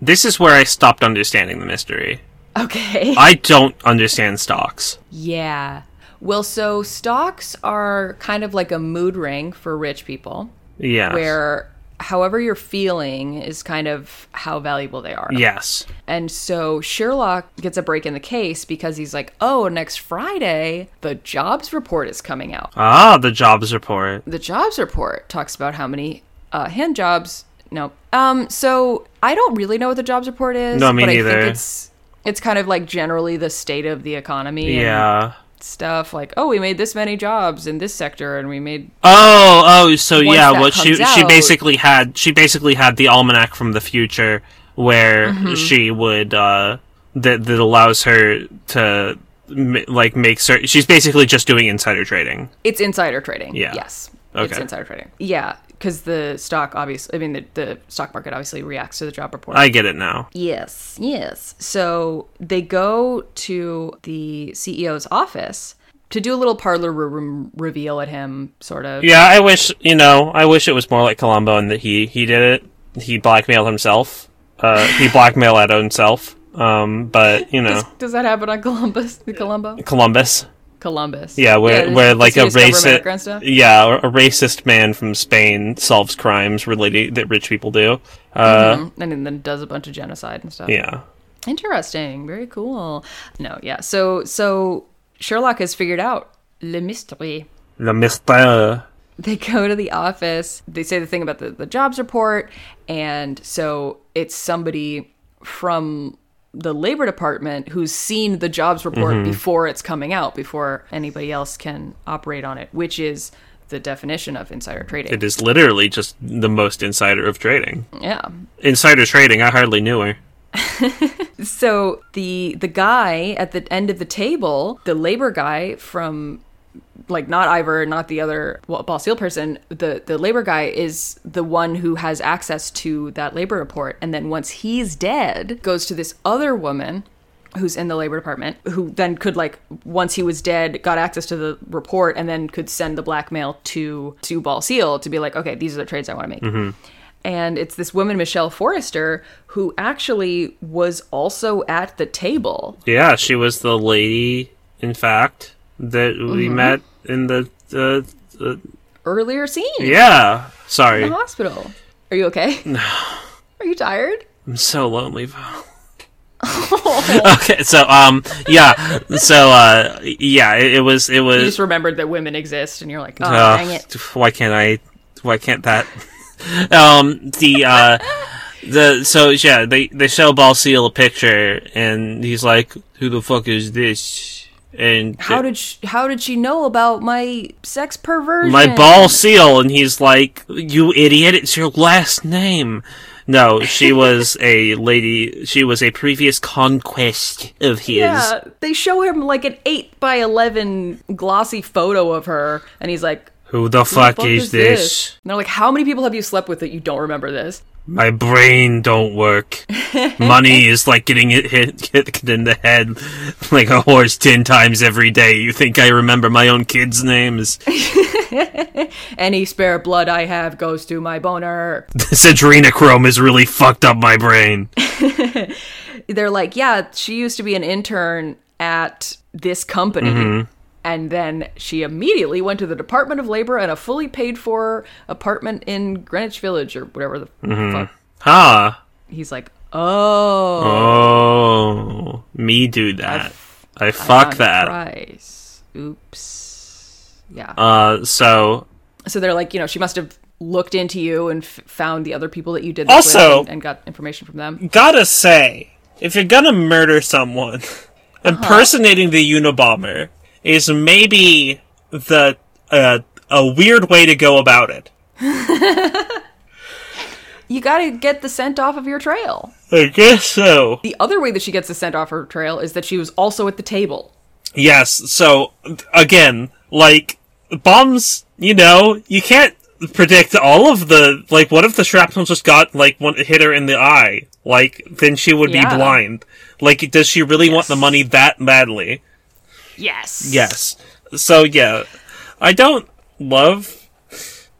Speaker 2: this is where I stopped understanding the mystery.
Speaker 1: Okay.
Speaker 2: I don't understand stocks.
Speaker 1: Yeah. Well, so stocks are kind of like a mood ring for rich people,
Speaker 2: Yeah.
Speaker 1: where however you're feeling is kind of how valuable they are.
Speaker 2: Yes.
Speaker 1: And so Sherlock gets a break in the case because he's like, oh, next Friday, the jobs report is coming out.
Speaker 2: Ah, the jobs report.
Speaker 1: The jobs report talks about how many uh, hand jobs. No. Um, so I don't really know what the jobs report is.
Speaker 2: No, me
Speaker 1: but I
Speaker 2: neither.
Speaker 1: think it's, it's kind of like generally the state of the economy. and
Speaker 2: Yeah.
Speaker 1: stuff like oh we made this many jobs in this sector and we made
Speaker 2: Oh, oh, so
Speaker 1: Once
Speaker 2: yeah,
Speaker 1: that
Speaker 2: what she
Speaker 1: comes
Speaker 2: she
Speaker 1: out-
Speaker 2: basically had she basically had the almanac from the future where
Speaker 1: Mm-hmm.
Speaker 2: she would uh that that allows her to m- like make certain she's basically just doing insider trading.
Speaker 1: it's insider trading
Speaker 2: Yeah.
Speaker 1: yes it's
Speaker 2: Okay.
Speaker 1: insider trading yeah because the stock obviously i mean the, the stock market obviously reacts to the job report
Speaker 2: I get it now.
Speaker 1: yes yes so they go to the ceo's office to do a little parlor room reveal at him sort of
Speaker 2: Yeah, I wish you know, I wish it was more like Columbo and that he he did it. He blackmailed himself. Uh
Speaker 1: <laughs>
Speaker 2: he blackmailed at himself. Um but, you know,
Speaker 1: does, does that happen on columbus <laughs> columbo
Speaker 2: Columbus.
Speaker 1: columbus
Speaker 2: Yeah, where
Speaker 1: it-
Speaker 2: where
Speaker 1: does
Speaker 2: like
Speaker 1: he
Speaker 2: a
Speaker 1: discover America E and
Speaker 2: racist,
Speaker 1: stuff?
Speaker 2: yeah, a racist man from Spain solves crimes related that rich people do. Uh,
Speaker 1: Mm-hmm. and then does a bunch of genocide and stuff
Speaker 2: Yeah,
Speaker 1: Interesting. Very cool. No, yeah. So so Sherlock has figured out le mystery. <laughs>
Speaker 2: le mystère.
Speaker 1: They go to the office. They say the thing about the, the jobs report, and so it's somebody from the labor department who's seen the jobs report before it's coming out, before anybody else can operate on it, which is the definition of insider trading.
Speaker 2: It is literally just the most insider of trading.
Speaker 1: yeah.
Speaker 2: Insider trading. I hardly knew her.
Speaker 1: So the the guy at the end of the table, the labor guy from like not Ivor, not the other well, Paul Seal person, the the labor guy is the one who has access to that labor report, and then once he's dead, goes to this other woman who's in the labor department who then could like once he was dead got access to the report and then could send the blackmail to to ball seal to be like okay these are the trades i want to make and it's this woman michelle forrester who actually was also at the table
Speaker 2: Yeah, she was the lady, in fact, that we
Speaker 1: Mm-hmm.
Speaker 2: met in the. Uh, uh,
Speaker 1: earlier seen
Speaker 2: yeah, sorry.
Speaker 1: Uh-huh. in the hospital are you okay no are you tired
Speaker 2: I'm so
Speaker 1: <laughs>
Speaker 2: lonely, Val. <laughs> okay, so um, yeah, so uh, yeah, it, it was it
Speaker 1: You
Speaker 2: was
Speaker 1: just remembered that women exist, and you're like, oh,
Speaker 2: Uh,
Speaker 1: dang it.
Speaker 2: Why can't I? Why can't that? <laughs> um, the uh, the so yeah, they they show Ball Seal a picture, and he's like, "Who the fuck is this?" And
Speaker 1: How did she, how did she know about my sex perversion?
Speaker 2: my ball seal, and he's like, "You idiot! It's your last name." No, <laughs> she was a lady. She was a previous conquest of his.
Speaker 1: Yeah, they show him like an eight by eleven glossy photo of her, and he's like,
Speaker 2: Who
Speaker 1: "Who the
Speaker 2: the fuck, is, this?
Speaker 1: And they're like, how many people have you slept with that you don't remember this?
Speaker 2: My brain don't work. <laughs> Money is like getting it hit, hit in the head like a horse ten times every day. You think I remember my own kids' <laughs> names?
Speaker 1: Any spare blood I have goes to my boner.
Speaker 2: This adrenochrome has really fucked up my brain.
Speaker 1: they're like, yeah, she used to be an intern at this company.
Speaker 2: Mm-hmm.
Speaker 1: And then she immediately went to the Department of Labor and a fully paid for apartment in Greenwich Village or whatever the
Speaker 2: Mm-hmm.
Speaker 1: fuck.
Speaker 2: Huh.
Speaker 1: He's like, oh,
Speaker 2: Oh, me do that. I fuck that.
Speaker 1: Price. Oops. Yeah.
Speaker 2: Uh, so
Speaker 1: so they're like, you know, she must have looked into you and f- found the other people that you did this
Speaker 2: Also-
Speaker 1: with and, and got information from them.
Speaker 2: gotta say, if you're gonna murder someone, impersonating the Unabomber is maybe the uh, a weird way to go about it.
Speaker 1: You got to get the scent off of your trail.
Speaker 2: I guess so.
Speaker 1: The other way that she gets the scent off her trail is that she was also at the table.
Speaker 2: Yes. So again, like bombs, you know, you can't predict all of the like. What if the shrapnel just got like one hit her in the eye? Like then she would
Speaker 1: Yeah.
Speaker 2: be blind. Like does she really want the money that badly?
Speaker 1: Yes.
Speaker 2: Yes. So yeah, I don't love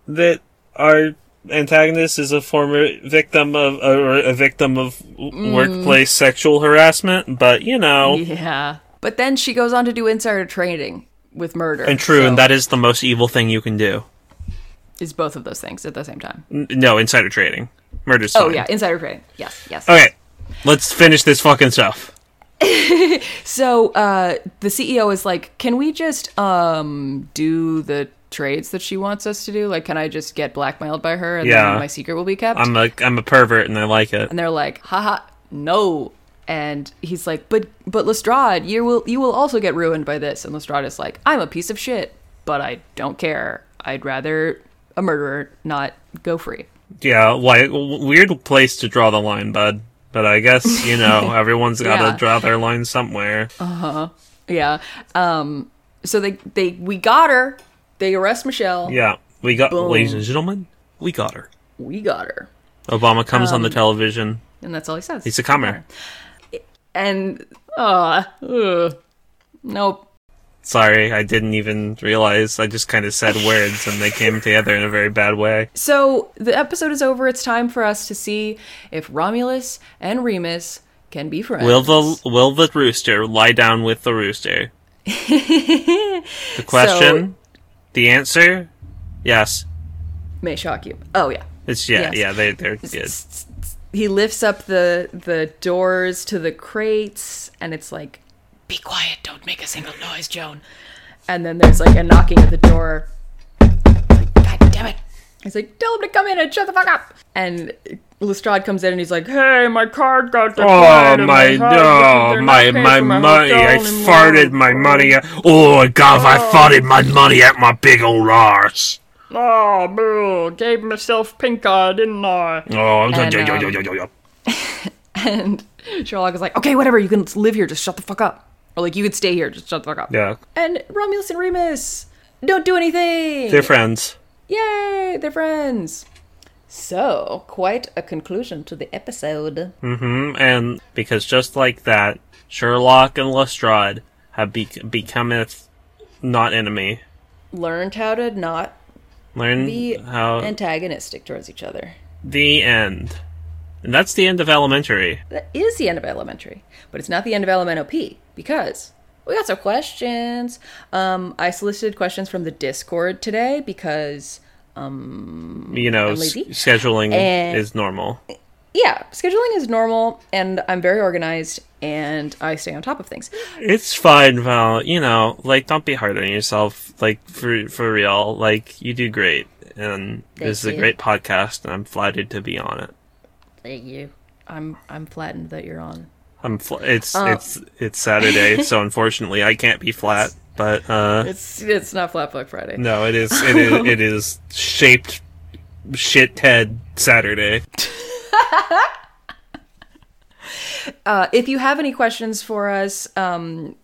Speaker 2: that our antagonist is a former victim of or a victim of workplace sexual harassment, but you know.
Speaker 1: Mm. Yeah. But then she goes on to do insider trading with murder.
Speaker 2: And true, and
Speaker 1: so
Speaker 2: that is the most evil thing you can do.
Speaker 1: is both of those things at the same time.
Speaker 2: N- No, insider trading. Murder's
Speaker 1: Oh
Speaker 2: fine.
Speaker 1: yeah, insider trading. Yes, yes.
Speaker 2: Okay, let's finish this fucking stuff.
Speaker 1: So uh, the CEO is like, "Can we just um, do the trades that she wants us to do? Like, can I just get blackmailed by her and
Speaker 2: Yeah.
Speaker 1: then my secret will be kept?"
Speaker 2: I'm a I'm a pervert and I like it.
Speaker 1: and they're like, "Haha, no." And he's like, "But but Lestrade, you will you will also get ruined by this." And Lestrade is like, "I'm a piece of shit, but I don't care. I'd rather a murderer not go free."
Speaker 2: Yeah, like w- weird place to draw the line, bud. But I guess you
Speaker 1: <laughs>
Speaker 2: know everyone's got to
Speaker 1: Yeah.
Speaker 2: draw their line somewhere.
Speaker 1: Yeah. Um. So they they we got her. They arrest Michelle.
Speaker 2: Yeah, we got, ladies and gentlemen, we got her.
Speaker 1: We got her,
Speaker 2: Obama comes on the
Speaker 1: Um,
Speaker 2: television.
Speaker 1: and that's all he says.
Speaker 2: He's a comer.
Speaker 1: and uh, ugh. nope.
Speaker 2: Sorry, I didn't even realize. I just kind of
Speaker 1: <laughs>
Speaker 2: said words, and they came together in a very bad way.
Speaker 1: So the episode is over. It's time for us to see if Romulus and Remus can be friends.
Speaker 2: Will the will the rooster lie down with the rooster?
Speaker 1: <laughs>
Speaker 2: the question, the answer, yes.
Speaker 1: may shock you? Oh yeah.
Speaker 2: It's yeah,
Speaker 1: Yes.
Speaker 2: yeah. They they're good.
Speaker 1: He lifts up the the doors to the crates, and it's like, "Be quiet! Don't make a single noise, Joan." And then there's like a knocking at the door.
Speaker 6: God damn it.
Speaker 1: He's like, tell him to come in and shut the fuck up. And Lestrade comes in and he's like, hey, my card got
Speaker 2: Oh
Speaker 1: declined. and
Speaker 2: my
Speaker 1: card-
Speaker 2: no,
Speaker 1: they're not
Speaker 2: my
Speaker 1: paying
Speaker 2: my
Speaker 1: for
Speaker 2: money!
Speaker 1: hotel
Speaker 2: I
Speaker 1: anymore."
Speaker 2: farted my money. at- Oh God, I farted my money at my big old arse.
Speaker 1: Oh, boo. Gave myself pink eye, didn't I?
Speaker 2: Oh,
Speaker 1: And,
Speaker 2: yo, yo,
Speaker 1: um,
Speaker 2: yo, yo, yo, yo.
Speaker 1: <laughs> And Sherlock is like, okay, whatever. You can live here. Just shut the fuck up. Or like, you could stay here. Just shut the fuck up.
Speaker 2: yeah,
Speaker 1: And Romulus and Remus don't do anything.
Speaker 2: they're friends.
Speaker 1: Yay, they're friends. So, quite a conclusion to the episode.
Speaker 2: Hmm. and because just like that, Sherlock and Lestrade have be- becometh not enemy.
Speaker 1: Learned how to not
Speaker 2: Learn
Speaker 1: be
Speaker 2: how
Speaker 1: antagonistic towards each other.
Speaker 2: the end, and that's the end of elementary.
Speaker 1: That is the end of elementary, but it's not the end of LMNOP because we got some questions. Um, I solicited questions from the Discord today because
Speaker 2: You know, s-
Speaker 1: lazy.
Speaker 2: scheduling
Speaker 1: And-
Speaker 2: is normal.
Speaker 1: yeah, scheduling is normal, and I'm very organized, and I stay on top of things.
Speaker 2: It's fine, Val. You know, like don't be hard on yourself. Like for for real, like you do great, and this is a
Speaker 1: you.
Speaker 2: great podcast, and I'm flattered to be on it.
Speaker 1: Thank you. I'm I'm flattened that you're on.
Speaker 2: I'm fl- it's
Speaker 1: Uh.
Speaker 2: it's it's
Speaker 1: <laughs>
Speaker 2: Saturday, so unfortunately I can't be flat. But uh,
Speaker 1: It's it's not Flatbook Friday.
Speaker 2: no, it is it is it is shaped shit head Saturday.
Speaker 1: Uh, if you have any questions for us, um,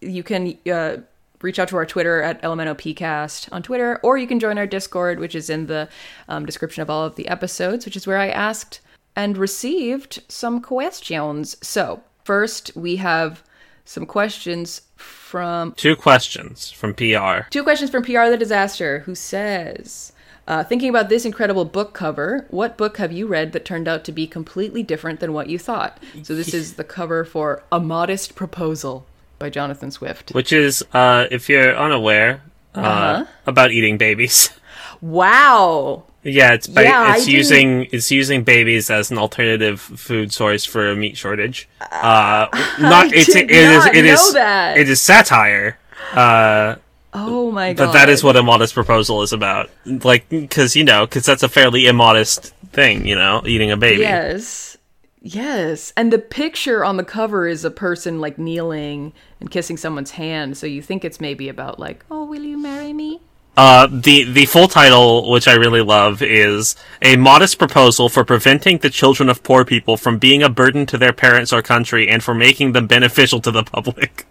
Speaker 1: you can uh, reach out to our Twitter at LMNOPcast on Twitter, or you can join our Discord, which is in the um, description of all of the episodes, which is where I asked and received some questions. So, first, we have some questions from
Speaker 2: Two questions from PR.
Speaker 1: Two questions from PR the Disaster, who says, uh, thinking about this incredible book cover, what book have you read that turned out to be completely different than what you thought? So this is the cover for A Modest Proposal by Jonathan Swift.
Speaker 2: which is uh, if you're unaware uh,
Speaker 1: Uh-huh.
Speaker 2: about eating babies. <laughs>
Speaker 1: Wow.
Speaker 2: yeah, it's by,
Speaker 1: Yeah, I
Speaker 2: it's
Speaker 1: didn't-
Speaker 2: using it's using babies as an alternative food source for a meat shortage. Uh,
Speaker 1: <laughs>
Speaker 2: not it's
Speaker 1: did
Speaker 2: it is
Speaker 1: not
Speaker 2: it
Speaker 1: know
Speaker 2: is
Speaker 1: that.
Speaker 2: it is satire. Uh,
Speaker 1: Oh my god.
Speaker 2: but that is what a modest proposal is about. Like, because you know, because that's a fairly immodest thing, you know, eating a baby.
Speaker 1: Yes. Yes. And the picture on the cover is a person like kneeling and kissing someone's hand, so you think it's maybe about like, oh, will you marry me?
Speaker 2: Uh, the the full title, which I really love, is a modest proposal for preventing the children of poor people from being a burden to their parents or country, and for making them beneficial to the public.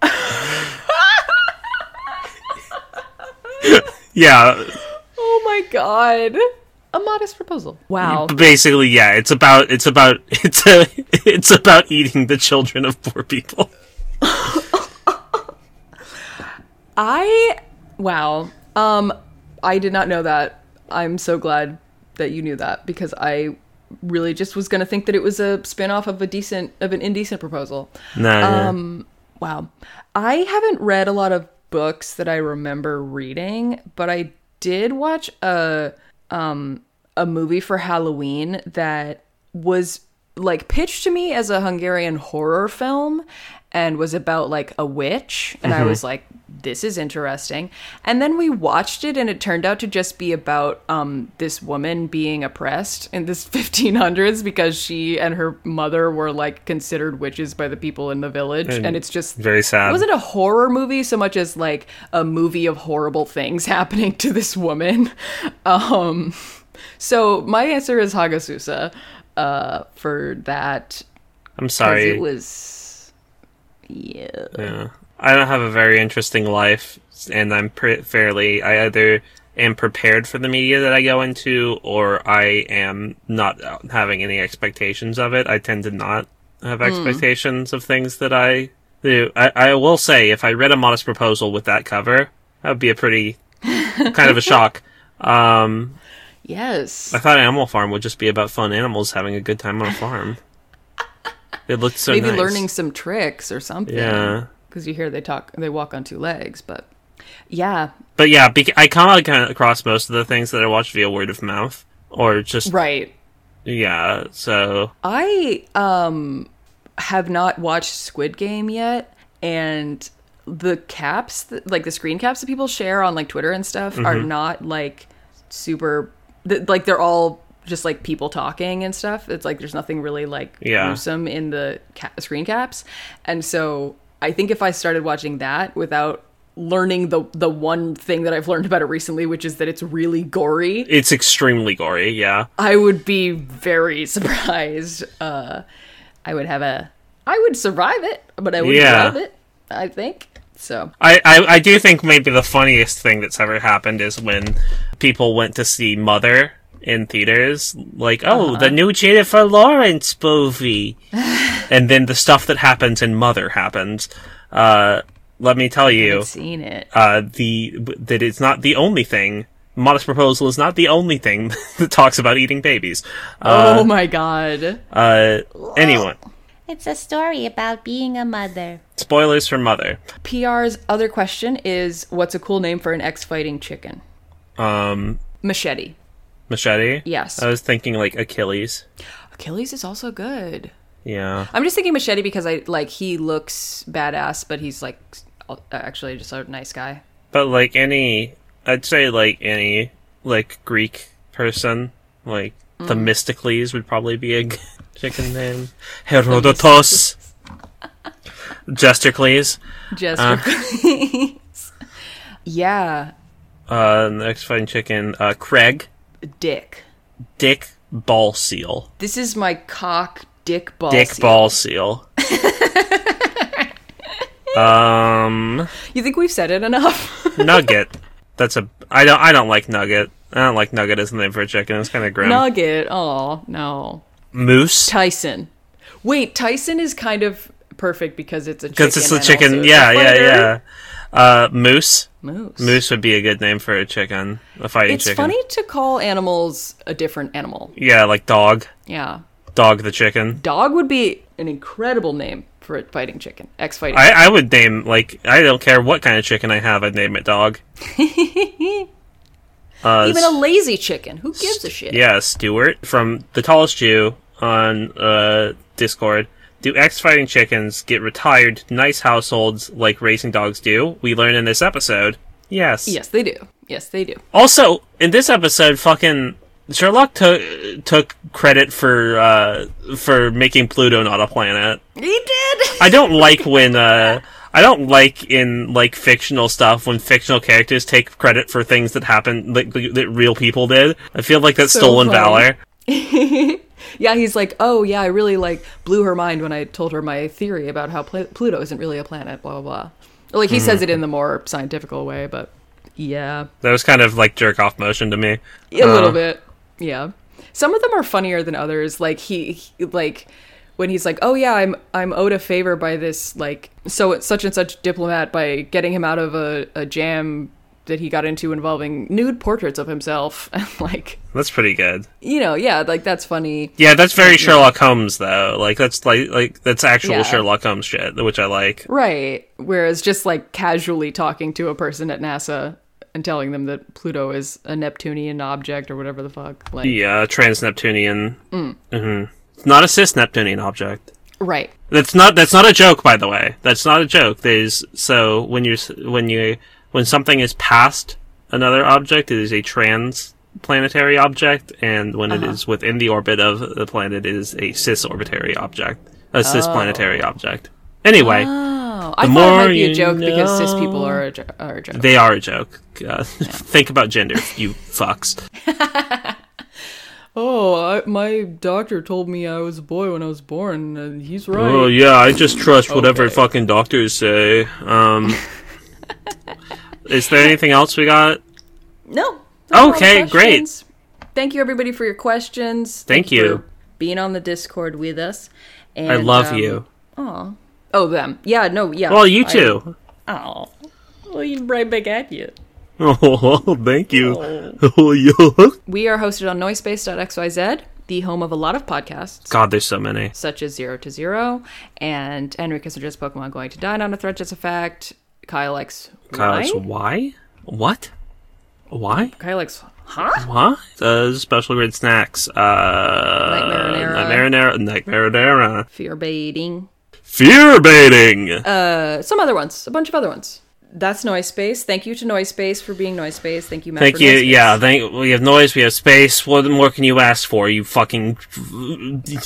Speaker 2: <laughs> yeah,
Speaker 1: Oh my god. A modest proposal. Wow.
Speaker 2: basically, yeah. It's about it's about <laughs> it's a, it's about eating the children of poor people.
Speaker 1: I wow. Um I did not know that. I'm so glad that you knew that because I really just was going to think that it was a spin-off of a decent of an indecent proposal.
Speaker 2: No, yeah.
Speaker 1: Um, Wow. I haven't read a lot of books that I remember reading, but I did watch a um a movie for Halloween that was like pitched to me as a Hungarian horror film and was about like a witch and
Speaker 2: Mm-hmm.
Speaker 1: I was like this is interesting. And then we watched it and it turned out to just be about um this woman being oppressed in this <laughs> 1500s because she and her mother were like considered witches by the people in the village and, it's just
Speaker 2: very sad.
Speaker 1: it wasn't a horror movie so much as like a movie of horrible things <laughs> happening to this woman. Um, so my answer is Hagasusa uh, for that
Speaker 2: I'm
Speaker 1: 'cause
Speaker 2: sorry.
Speaker 1: it was yeah.
Speaker 2: Yeah. I don't have a very interesting life, and I'm pre- fairly. I either am prepared for the media that I go into, or I am not having any expectations of it. I tend to not
Speaker 1: Hmm.
Speaker 2: have expectations of things that I do. I, I will say, if I read a modest proposal with that cover, that would be a pretty
Speaker 1: <laughs>
Speaker 2: kind of a shock. Um,
Speaker 1: Yes.
Speaker 2: I thought Animal Farm would just be about fun animals having a good time on a farm. It looked so
Speaker 1: Maybe
Speaker 2: nice.
Speaker 1: learning some tricks or something.
Speaker 2: Yeah.
Speaker 1: Because you hear they talk, they walk on two legs, but yeah,
Speaker 2: But yeah, bec- I come ac- across most of the things that I watch via word of mouth or just
Speaker 1: right.
Speaker 2: yeah. So
Speaker 1: I um have not watched Squid Game yet, and the caps, th- like the screen caps that people share on like Twitter and stuff, are not like super. Th- like they're all just like people talking and stuff. It's like there's nothing really like
Speaker 2: Yeah.
Speaker 1: gruesome in the ca- screen caps, and so I think if I started watching that without learning the the one thing that I've learned about it recently, which is that it's really gory,
Speaker 2: it's extremely gory. Yeah,
Speaker 1: I would be very <laughs> surprised. Uh, I would have a. I would survive it, but I wouldn't
Speaker 2: Yeah.
Speaker 1: love it. I think so.
Speaker 2: I, I I do think maybe the funniest thing that's ever happened is when people went to see Mother in theaters, like oh the new Jennifer Lawrence movie, and then the stuff that happens in Mother happens. Uh, let me tell you,
Speaker 1: I've seen it.
Speaker 2: uh, the that it's not the only thing. Modest proposal is not the only thing <laughs> that talks about eating babies.
Speaker 1: oh my god!
Speaker 2: Uh, anyone.
Speaker 6: It's a story about being a mother.
Speaker 2: Spoilers for Mother.
Speaker 1: PR's other question is, what's a cool name for an ex-fighting chicken?
Speaker 2: Um,
Speaker 1: Machete.
Speaker 2: Machete.
Speaker 1: Yes.
Speaker 2: I was thinking like Achilles.
Speaker 1: Achilles is also good.
Speaker 2: Yeah.
Speaker 1: I'm just thinking Machete because I like he looks badass, but he's like s- al- actually just a nice guy.
Speaker 2: But like any, I'd say like any like Greek person, like Themistocles would probably be a <laughs> good chicken name. Herodotos, Jestercles.
Speaker 1: Just <laughs> yeah,
Speaker 2: Uh, next fine chicken, uh, Craig
Speaker 1: dick.
Speaker 2: Dick Ball Seal.
Speaker 1: This is my cock dick ball.
Speaker 2: Dick
Speaker 1: seal.
Speaker 2: Ball Seal. um,
Speaker 1: You think we've said it
Speaker 2: <laughs>
Speaker 1: enough?
Speaker 2: Nugget. That's a. I don't. I don't like Nugget. I don't like Nugget as the name for a chicken. It's kind of grim.
Speaker 1: Nugget. Oh no,
Speaker 2: Moose.
Speaker 1: Tyson. Wait, Tyson is kind of perfect because it's a
Speaker 2: Because it's
Speaker 1: chicken
Speaker 2: the
Speaker 1: and also
Speaker 2: chicken. Yeah,
Speaker 1: it's a
Speaker 2: yeah,
Speaker 1: fighter.
Speaker 2: yeah. Uh, moose.
Speaker 1: Moose.
Speaker 2: Moose would be a good name for a chicken. A fighting
Speaker 1: It's
Speaker 2: chicken.
Speaker 1: funny to call animals a different animal.
Speaker 2: Yeah, like dog.
Speaker 1: Yeah.
Speaker 2: Dog the chicken.
Speaker 1: Dog would be an incredible name for a fighting chicken. Ex fighting.
Speaker 2: I, I would name like I don't care what kind of chicken I have. I'd name
Speaker 1: <laughs>
Speaker 2: it dog. uh,
Speaker 1: Even a lazy chicken. Who gives a shit?
Speaker 2: yeah, Stuart from the tallest Jew on uh, Discord. Do ex fighting chickens get retired to nice households like racing dogs do? We learn in this episode. Yes.
Speaker 1: Yes, they do. Yes, they do.
Speaker 2: Also, in this episode, fucking Sherlock took took credit for uh, for making Pluto not a planet.
Speaker 1: He did. <laughs>
Speaker 2: I don't like when uh, I don't like in like fictional stuff when fictional characters take credit for things that happened that, that real people did. I feel like that's
Speaker 1: So
Speaker 2: stolen
Speaker 1: funny.
Speaker 2: valor.
Speaker 1: <laughs> yeah, he's like, oh yeah, I really like blew her mind when I told her my theory about how pl- Pluto isn't really a planet. Blah blah blah. Or, Like he says it in the more scientifical way, but yeah,
Speaker 2: That was kind of like jerk off motion to me.
Speaker 1: a little bit. Yeah, some of them are funnier than others. Like he, he- like when he's like, oh yeah, I'm I'm owed a favor by this like so such and such diplomat by getting him out of a, a jam that he got into involving nude portraits of himself <laughs> and like
Speaker 2: That's pretty good.
Speaker 1: you know yeah like that's funny
Speaker 2: Yeah, that's very Sherlock Holmes though. Like that's like like that's actual
Speaker 1: Yeah.
Speaker 2: Sherlock Holmes shit, which I like.
Speaker 1: Right. Whereas just like casually talking to a person at NASA and telling them that Pluto is a Neptunian object or whatever the fuck. Like,
Speaker 2: Yeah, trans Neptunian. Mhm. uh, It's not a cis Neptunian object.
Speaker 1: right.
Speaker 2: That's not that's not a joke, by the way. That's not a joke. There's so when you're s- when you when something is past another object, it is a trans planetary object, and when it is within the orbit of the planet, it is a cis orbitary object, a cis planetary object. Anyway,
Speaker 1: Oh, I thought it
Speaker 2: more
Speaker 1: might be a
Speaker 2: you
Speaker 1: joke because cis
Speaker 2: know.
Speaker 1: people are a, jo- are a joke.
Speaker 2: they are a joke. Uh, <laughs> think about gender, you fucks.
Speaker 1: oh, I, my doctor told me I was a boy when I was born, and he's <laughs> right.
Speaker 2: Oh yeah, I just trust whatever
Speaker 1: Okay.
Speaker 2: fucking doctors say.
Speaker 1: <laughs>
Speaker 2: Um, is there anything else we got?
Speaker 1: No. those are all the
Speaker 2: Okay, great.
Speaker 1: questions. Thank you, everybody, for your questions.
Speaker 2: Thank you.
Speaker 1: for being on the Discord with us. And,
Speaker 2: I love
Speaker 1: um,
Speaker 2: you.
Speaker 1: Oh, them. Yeah, no, yeah.
Speaker 2: Well, you
Speaker 1: I-
Speaker 2: too. <laughs>
Speaker 1: Oh. Well, he's right back at you.
Speaker 2: Oh, thank you. <laughs> Oh, yeah.
Speaker 1: We are hosted on noisepace.xyz, the home of a lot of podcasts,
Speaker 2: God, there's so many.
Speaker 1: such as Zero to Zero and Henry Kissinger's Pokemon Going to Die Not a Threat, Just a Fact, Kyle X.
Speaker 2: Kyle,
Speaker 1: Why?
Speaker 2: it's why? What? Why?
Speaker 1: Kyle X. Huh?
Speaker 2: Huh? Uh, special grade snacks. Uh,
Speaker 1: Nightmarinera.
Speaker 2: Nightmarinera. Nightmarinera.
Speaker 1: Fear baiting.
Speaker 2: Fear baiting.
Speaker 1: Uh, some other ones, a bunch of other ones. That's Noise Space. Thank you to Noise Space for being Noise Space. Thank you, Matt.
Speaker 2: thank
Speaker 1: for
Speaker 2: you.
Speaker 1: Noise Space.
Speaker 2: Yeah. Thank. We have noise. We have space. What more can you ask for? You fucking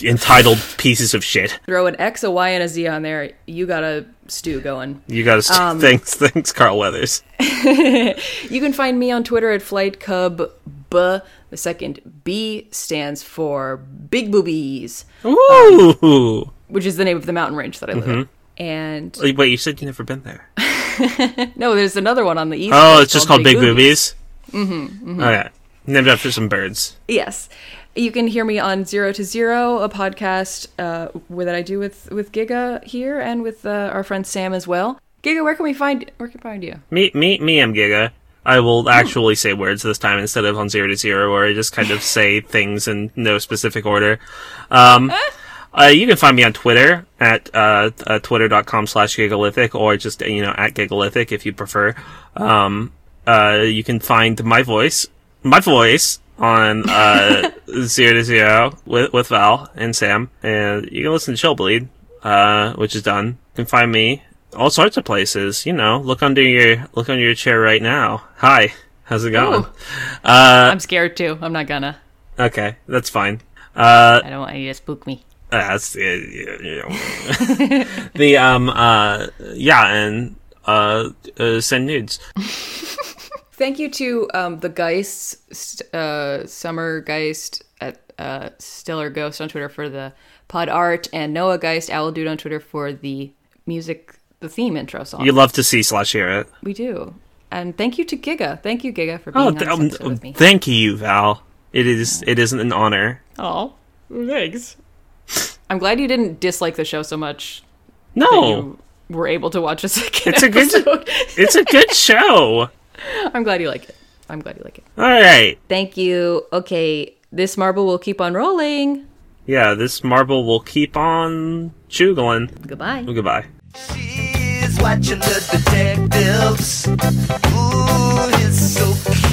Speaker 2: entitled pieces of shit.
Speaker 1: Throw an X, a Y, and a Z on there. You got a stew going.
Speaker 2: You gotta. St- thanks. <laughs> Thanks, Carl Weathers.
Speaker 1: You can find me on Twitter at Flight Cub B. The second B stands for Big Boobies,
Speaker 2: Ooh.
Speaker 1: which is the name of the mountain range that I live
Speaker 2: Mm-hmm.
Speaker 1: in. And
Speaker 2: Um, Wait. You said you never been <laughs> there.
Speaker 1: no, there's another one on the east.
Speaker 2: Oh,
Speaker 1: coast
Speaker 2: it's just called Big,
Speaker 1: Boobies.
Speaker 2: Boobies. Mm-hmm, Okay, named after some birds.
Speaker 1: Yes. You can hear me on Zero to Zero, a podcast uh, where that I do with, with Giga here and with uh, our friend Sam as well. Giga, where can we find where can we find you?
Speaker 2: Me, me, me, I'm Giga. I will actually say words this time instead of on zero to zero, where I just kind of say things in no specific order. Um, uh, you can find me on Twitter at uh, uh, twitter.com slash gigalithic or just, you know, at gigalithic if you prefer. Um, uh, you can find my voice, my voice on uh, Zero to Zero with, with Val and Sam, and you can listen to Chillbleed, uh, which is done. You can find me all sorts of places. You know, look under your look under your chair right now. Hi, how's it going?
Speaker 1: Ooh.
Speaker 2: Uh,
Speaker 1: I'm scared too. I'm not gonna.
Speaker 2: Okay, that's fine. Uh,
Speaker 1: I don't want you to spook me.
Speaker 2: that's uh, you know. the um uh yeah and uh, uh send nudes.
Speaker 1: Thank you to um, the Geist, st- uh, Summer Geist at uh, Stellar Ghost on Twitter for the pod art, and Noah Geist, Owl Dude on Twitter for the music, the theme intro song.
Speaker 2: You love to see slash hear it.
Speaker 1: we do. And thank you to Giga. Thank you, Giga, for being
Speaker 2: Oh,
Speaker 1: on
Speaker 2: th-
Speaker 1: this
Speaker 2: um,
Speaker 1: episode with me.
Speaker 2: thank you, Val. It is it isn't an honor.
Speaker 1: Oh, thanks. I'm glad you didn't dislike the show so much that
Speaker 2: No,
Speaker 1: you were able to watch a second
Speaker 2: It's a good-
Speaker 1: episode.
Speaker 2: it's a good show.
Speaker 1: <laughs> I'm glad you like it. I'm glad you like it.
Speaker 2: All right.
Speaker 1: Thank you. Okay, this marble will keep on rolling.
Speaker 2: Yeah, this marble will keep on juggling.
Speaker 1: Goodbye.
Speaker 2: Goodbye.
Speaker 3: She's watching the detectives. Ooh, it's so cute.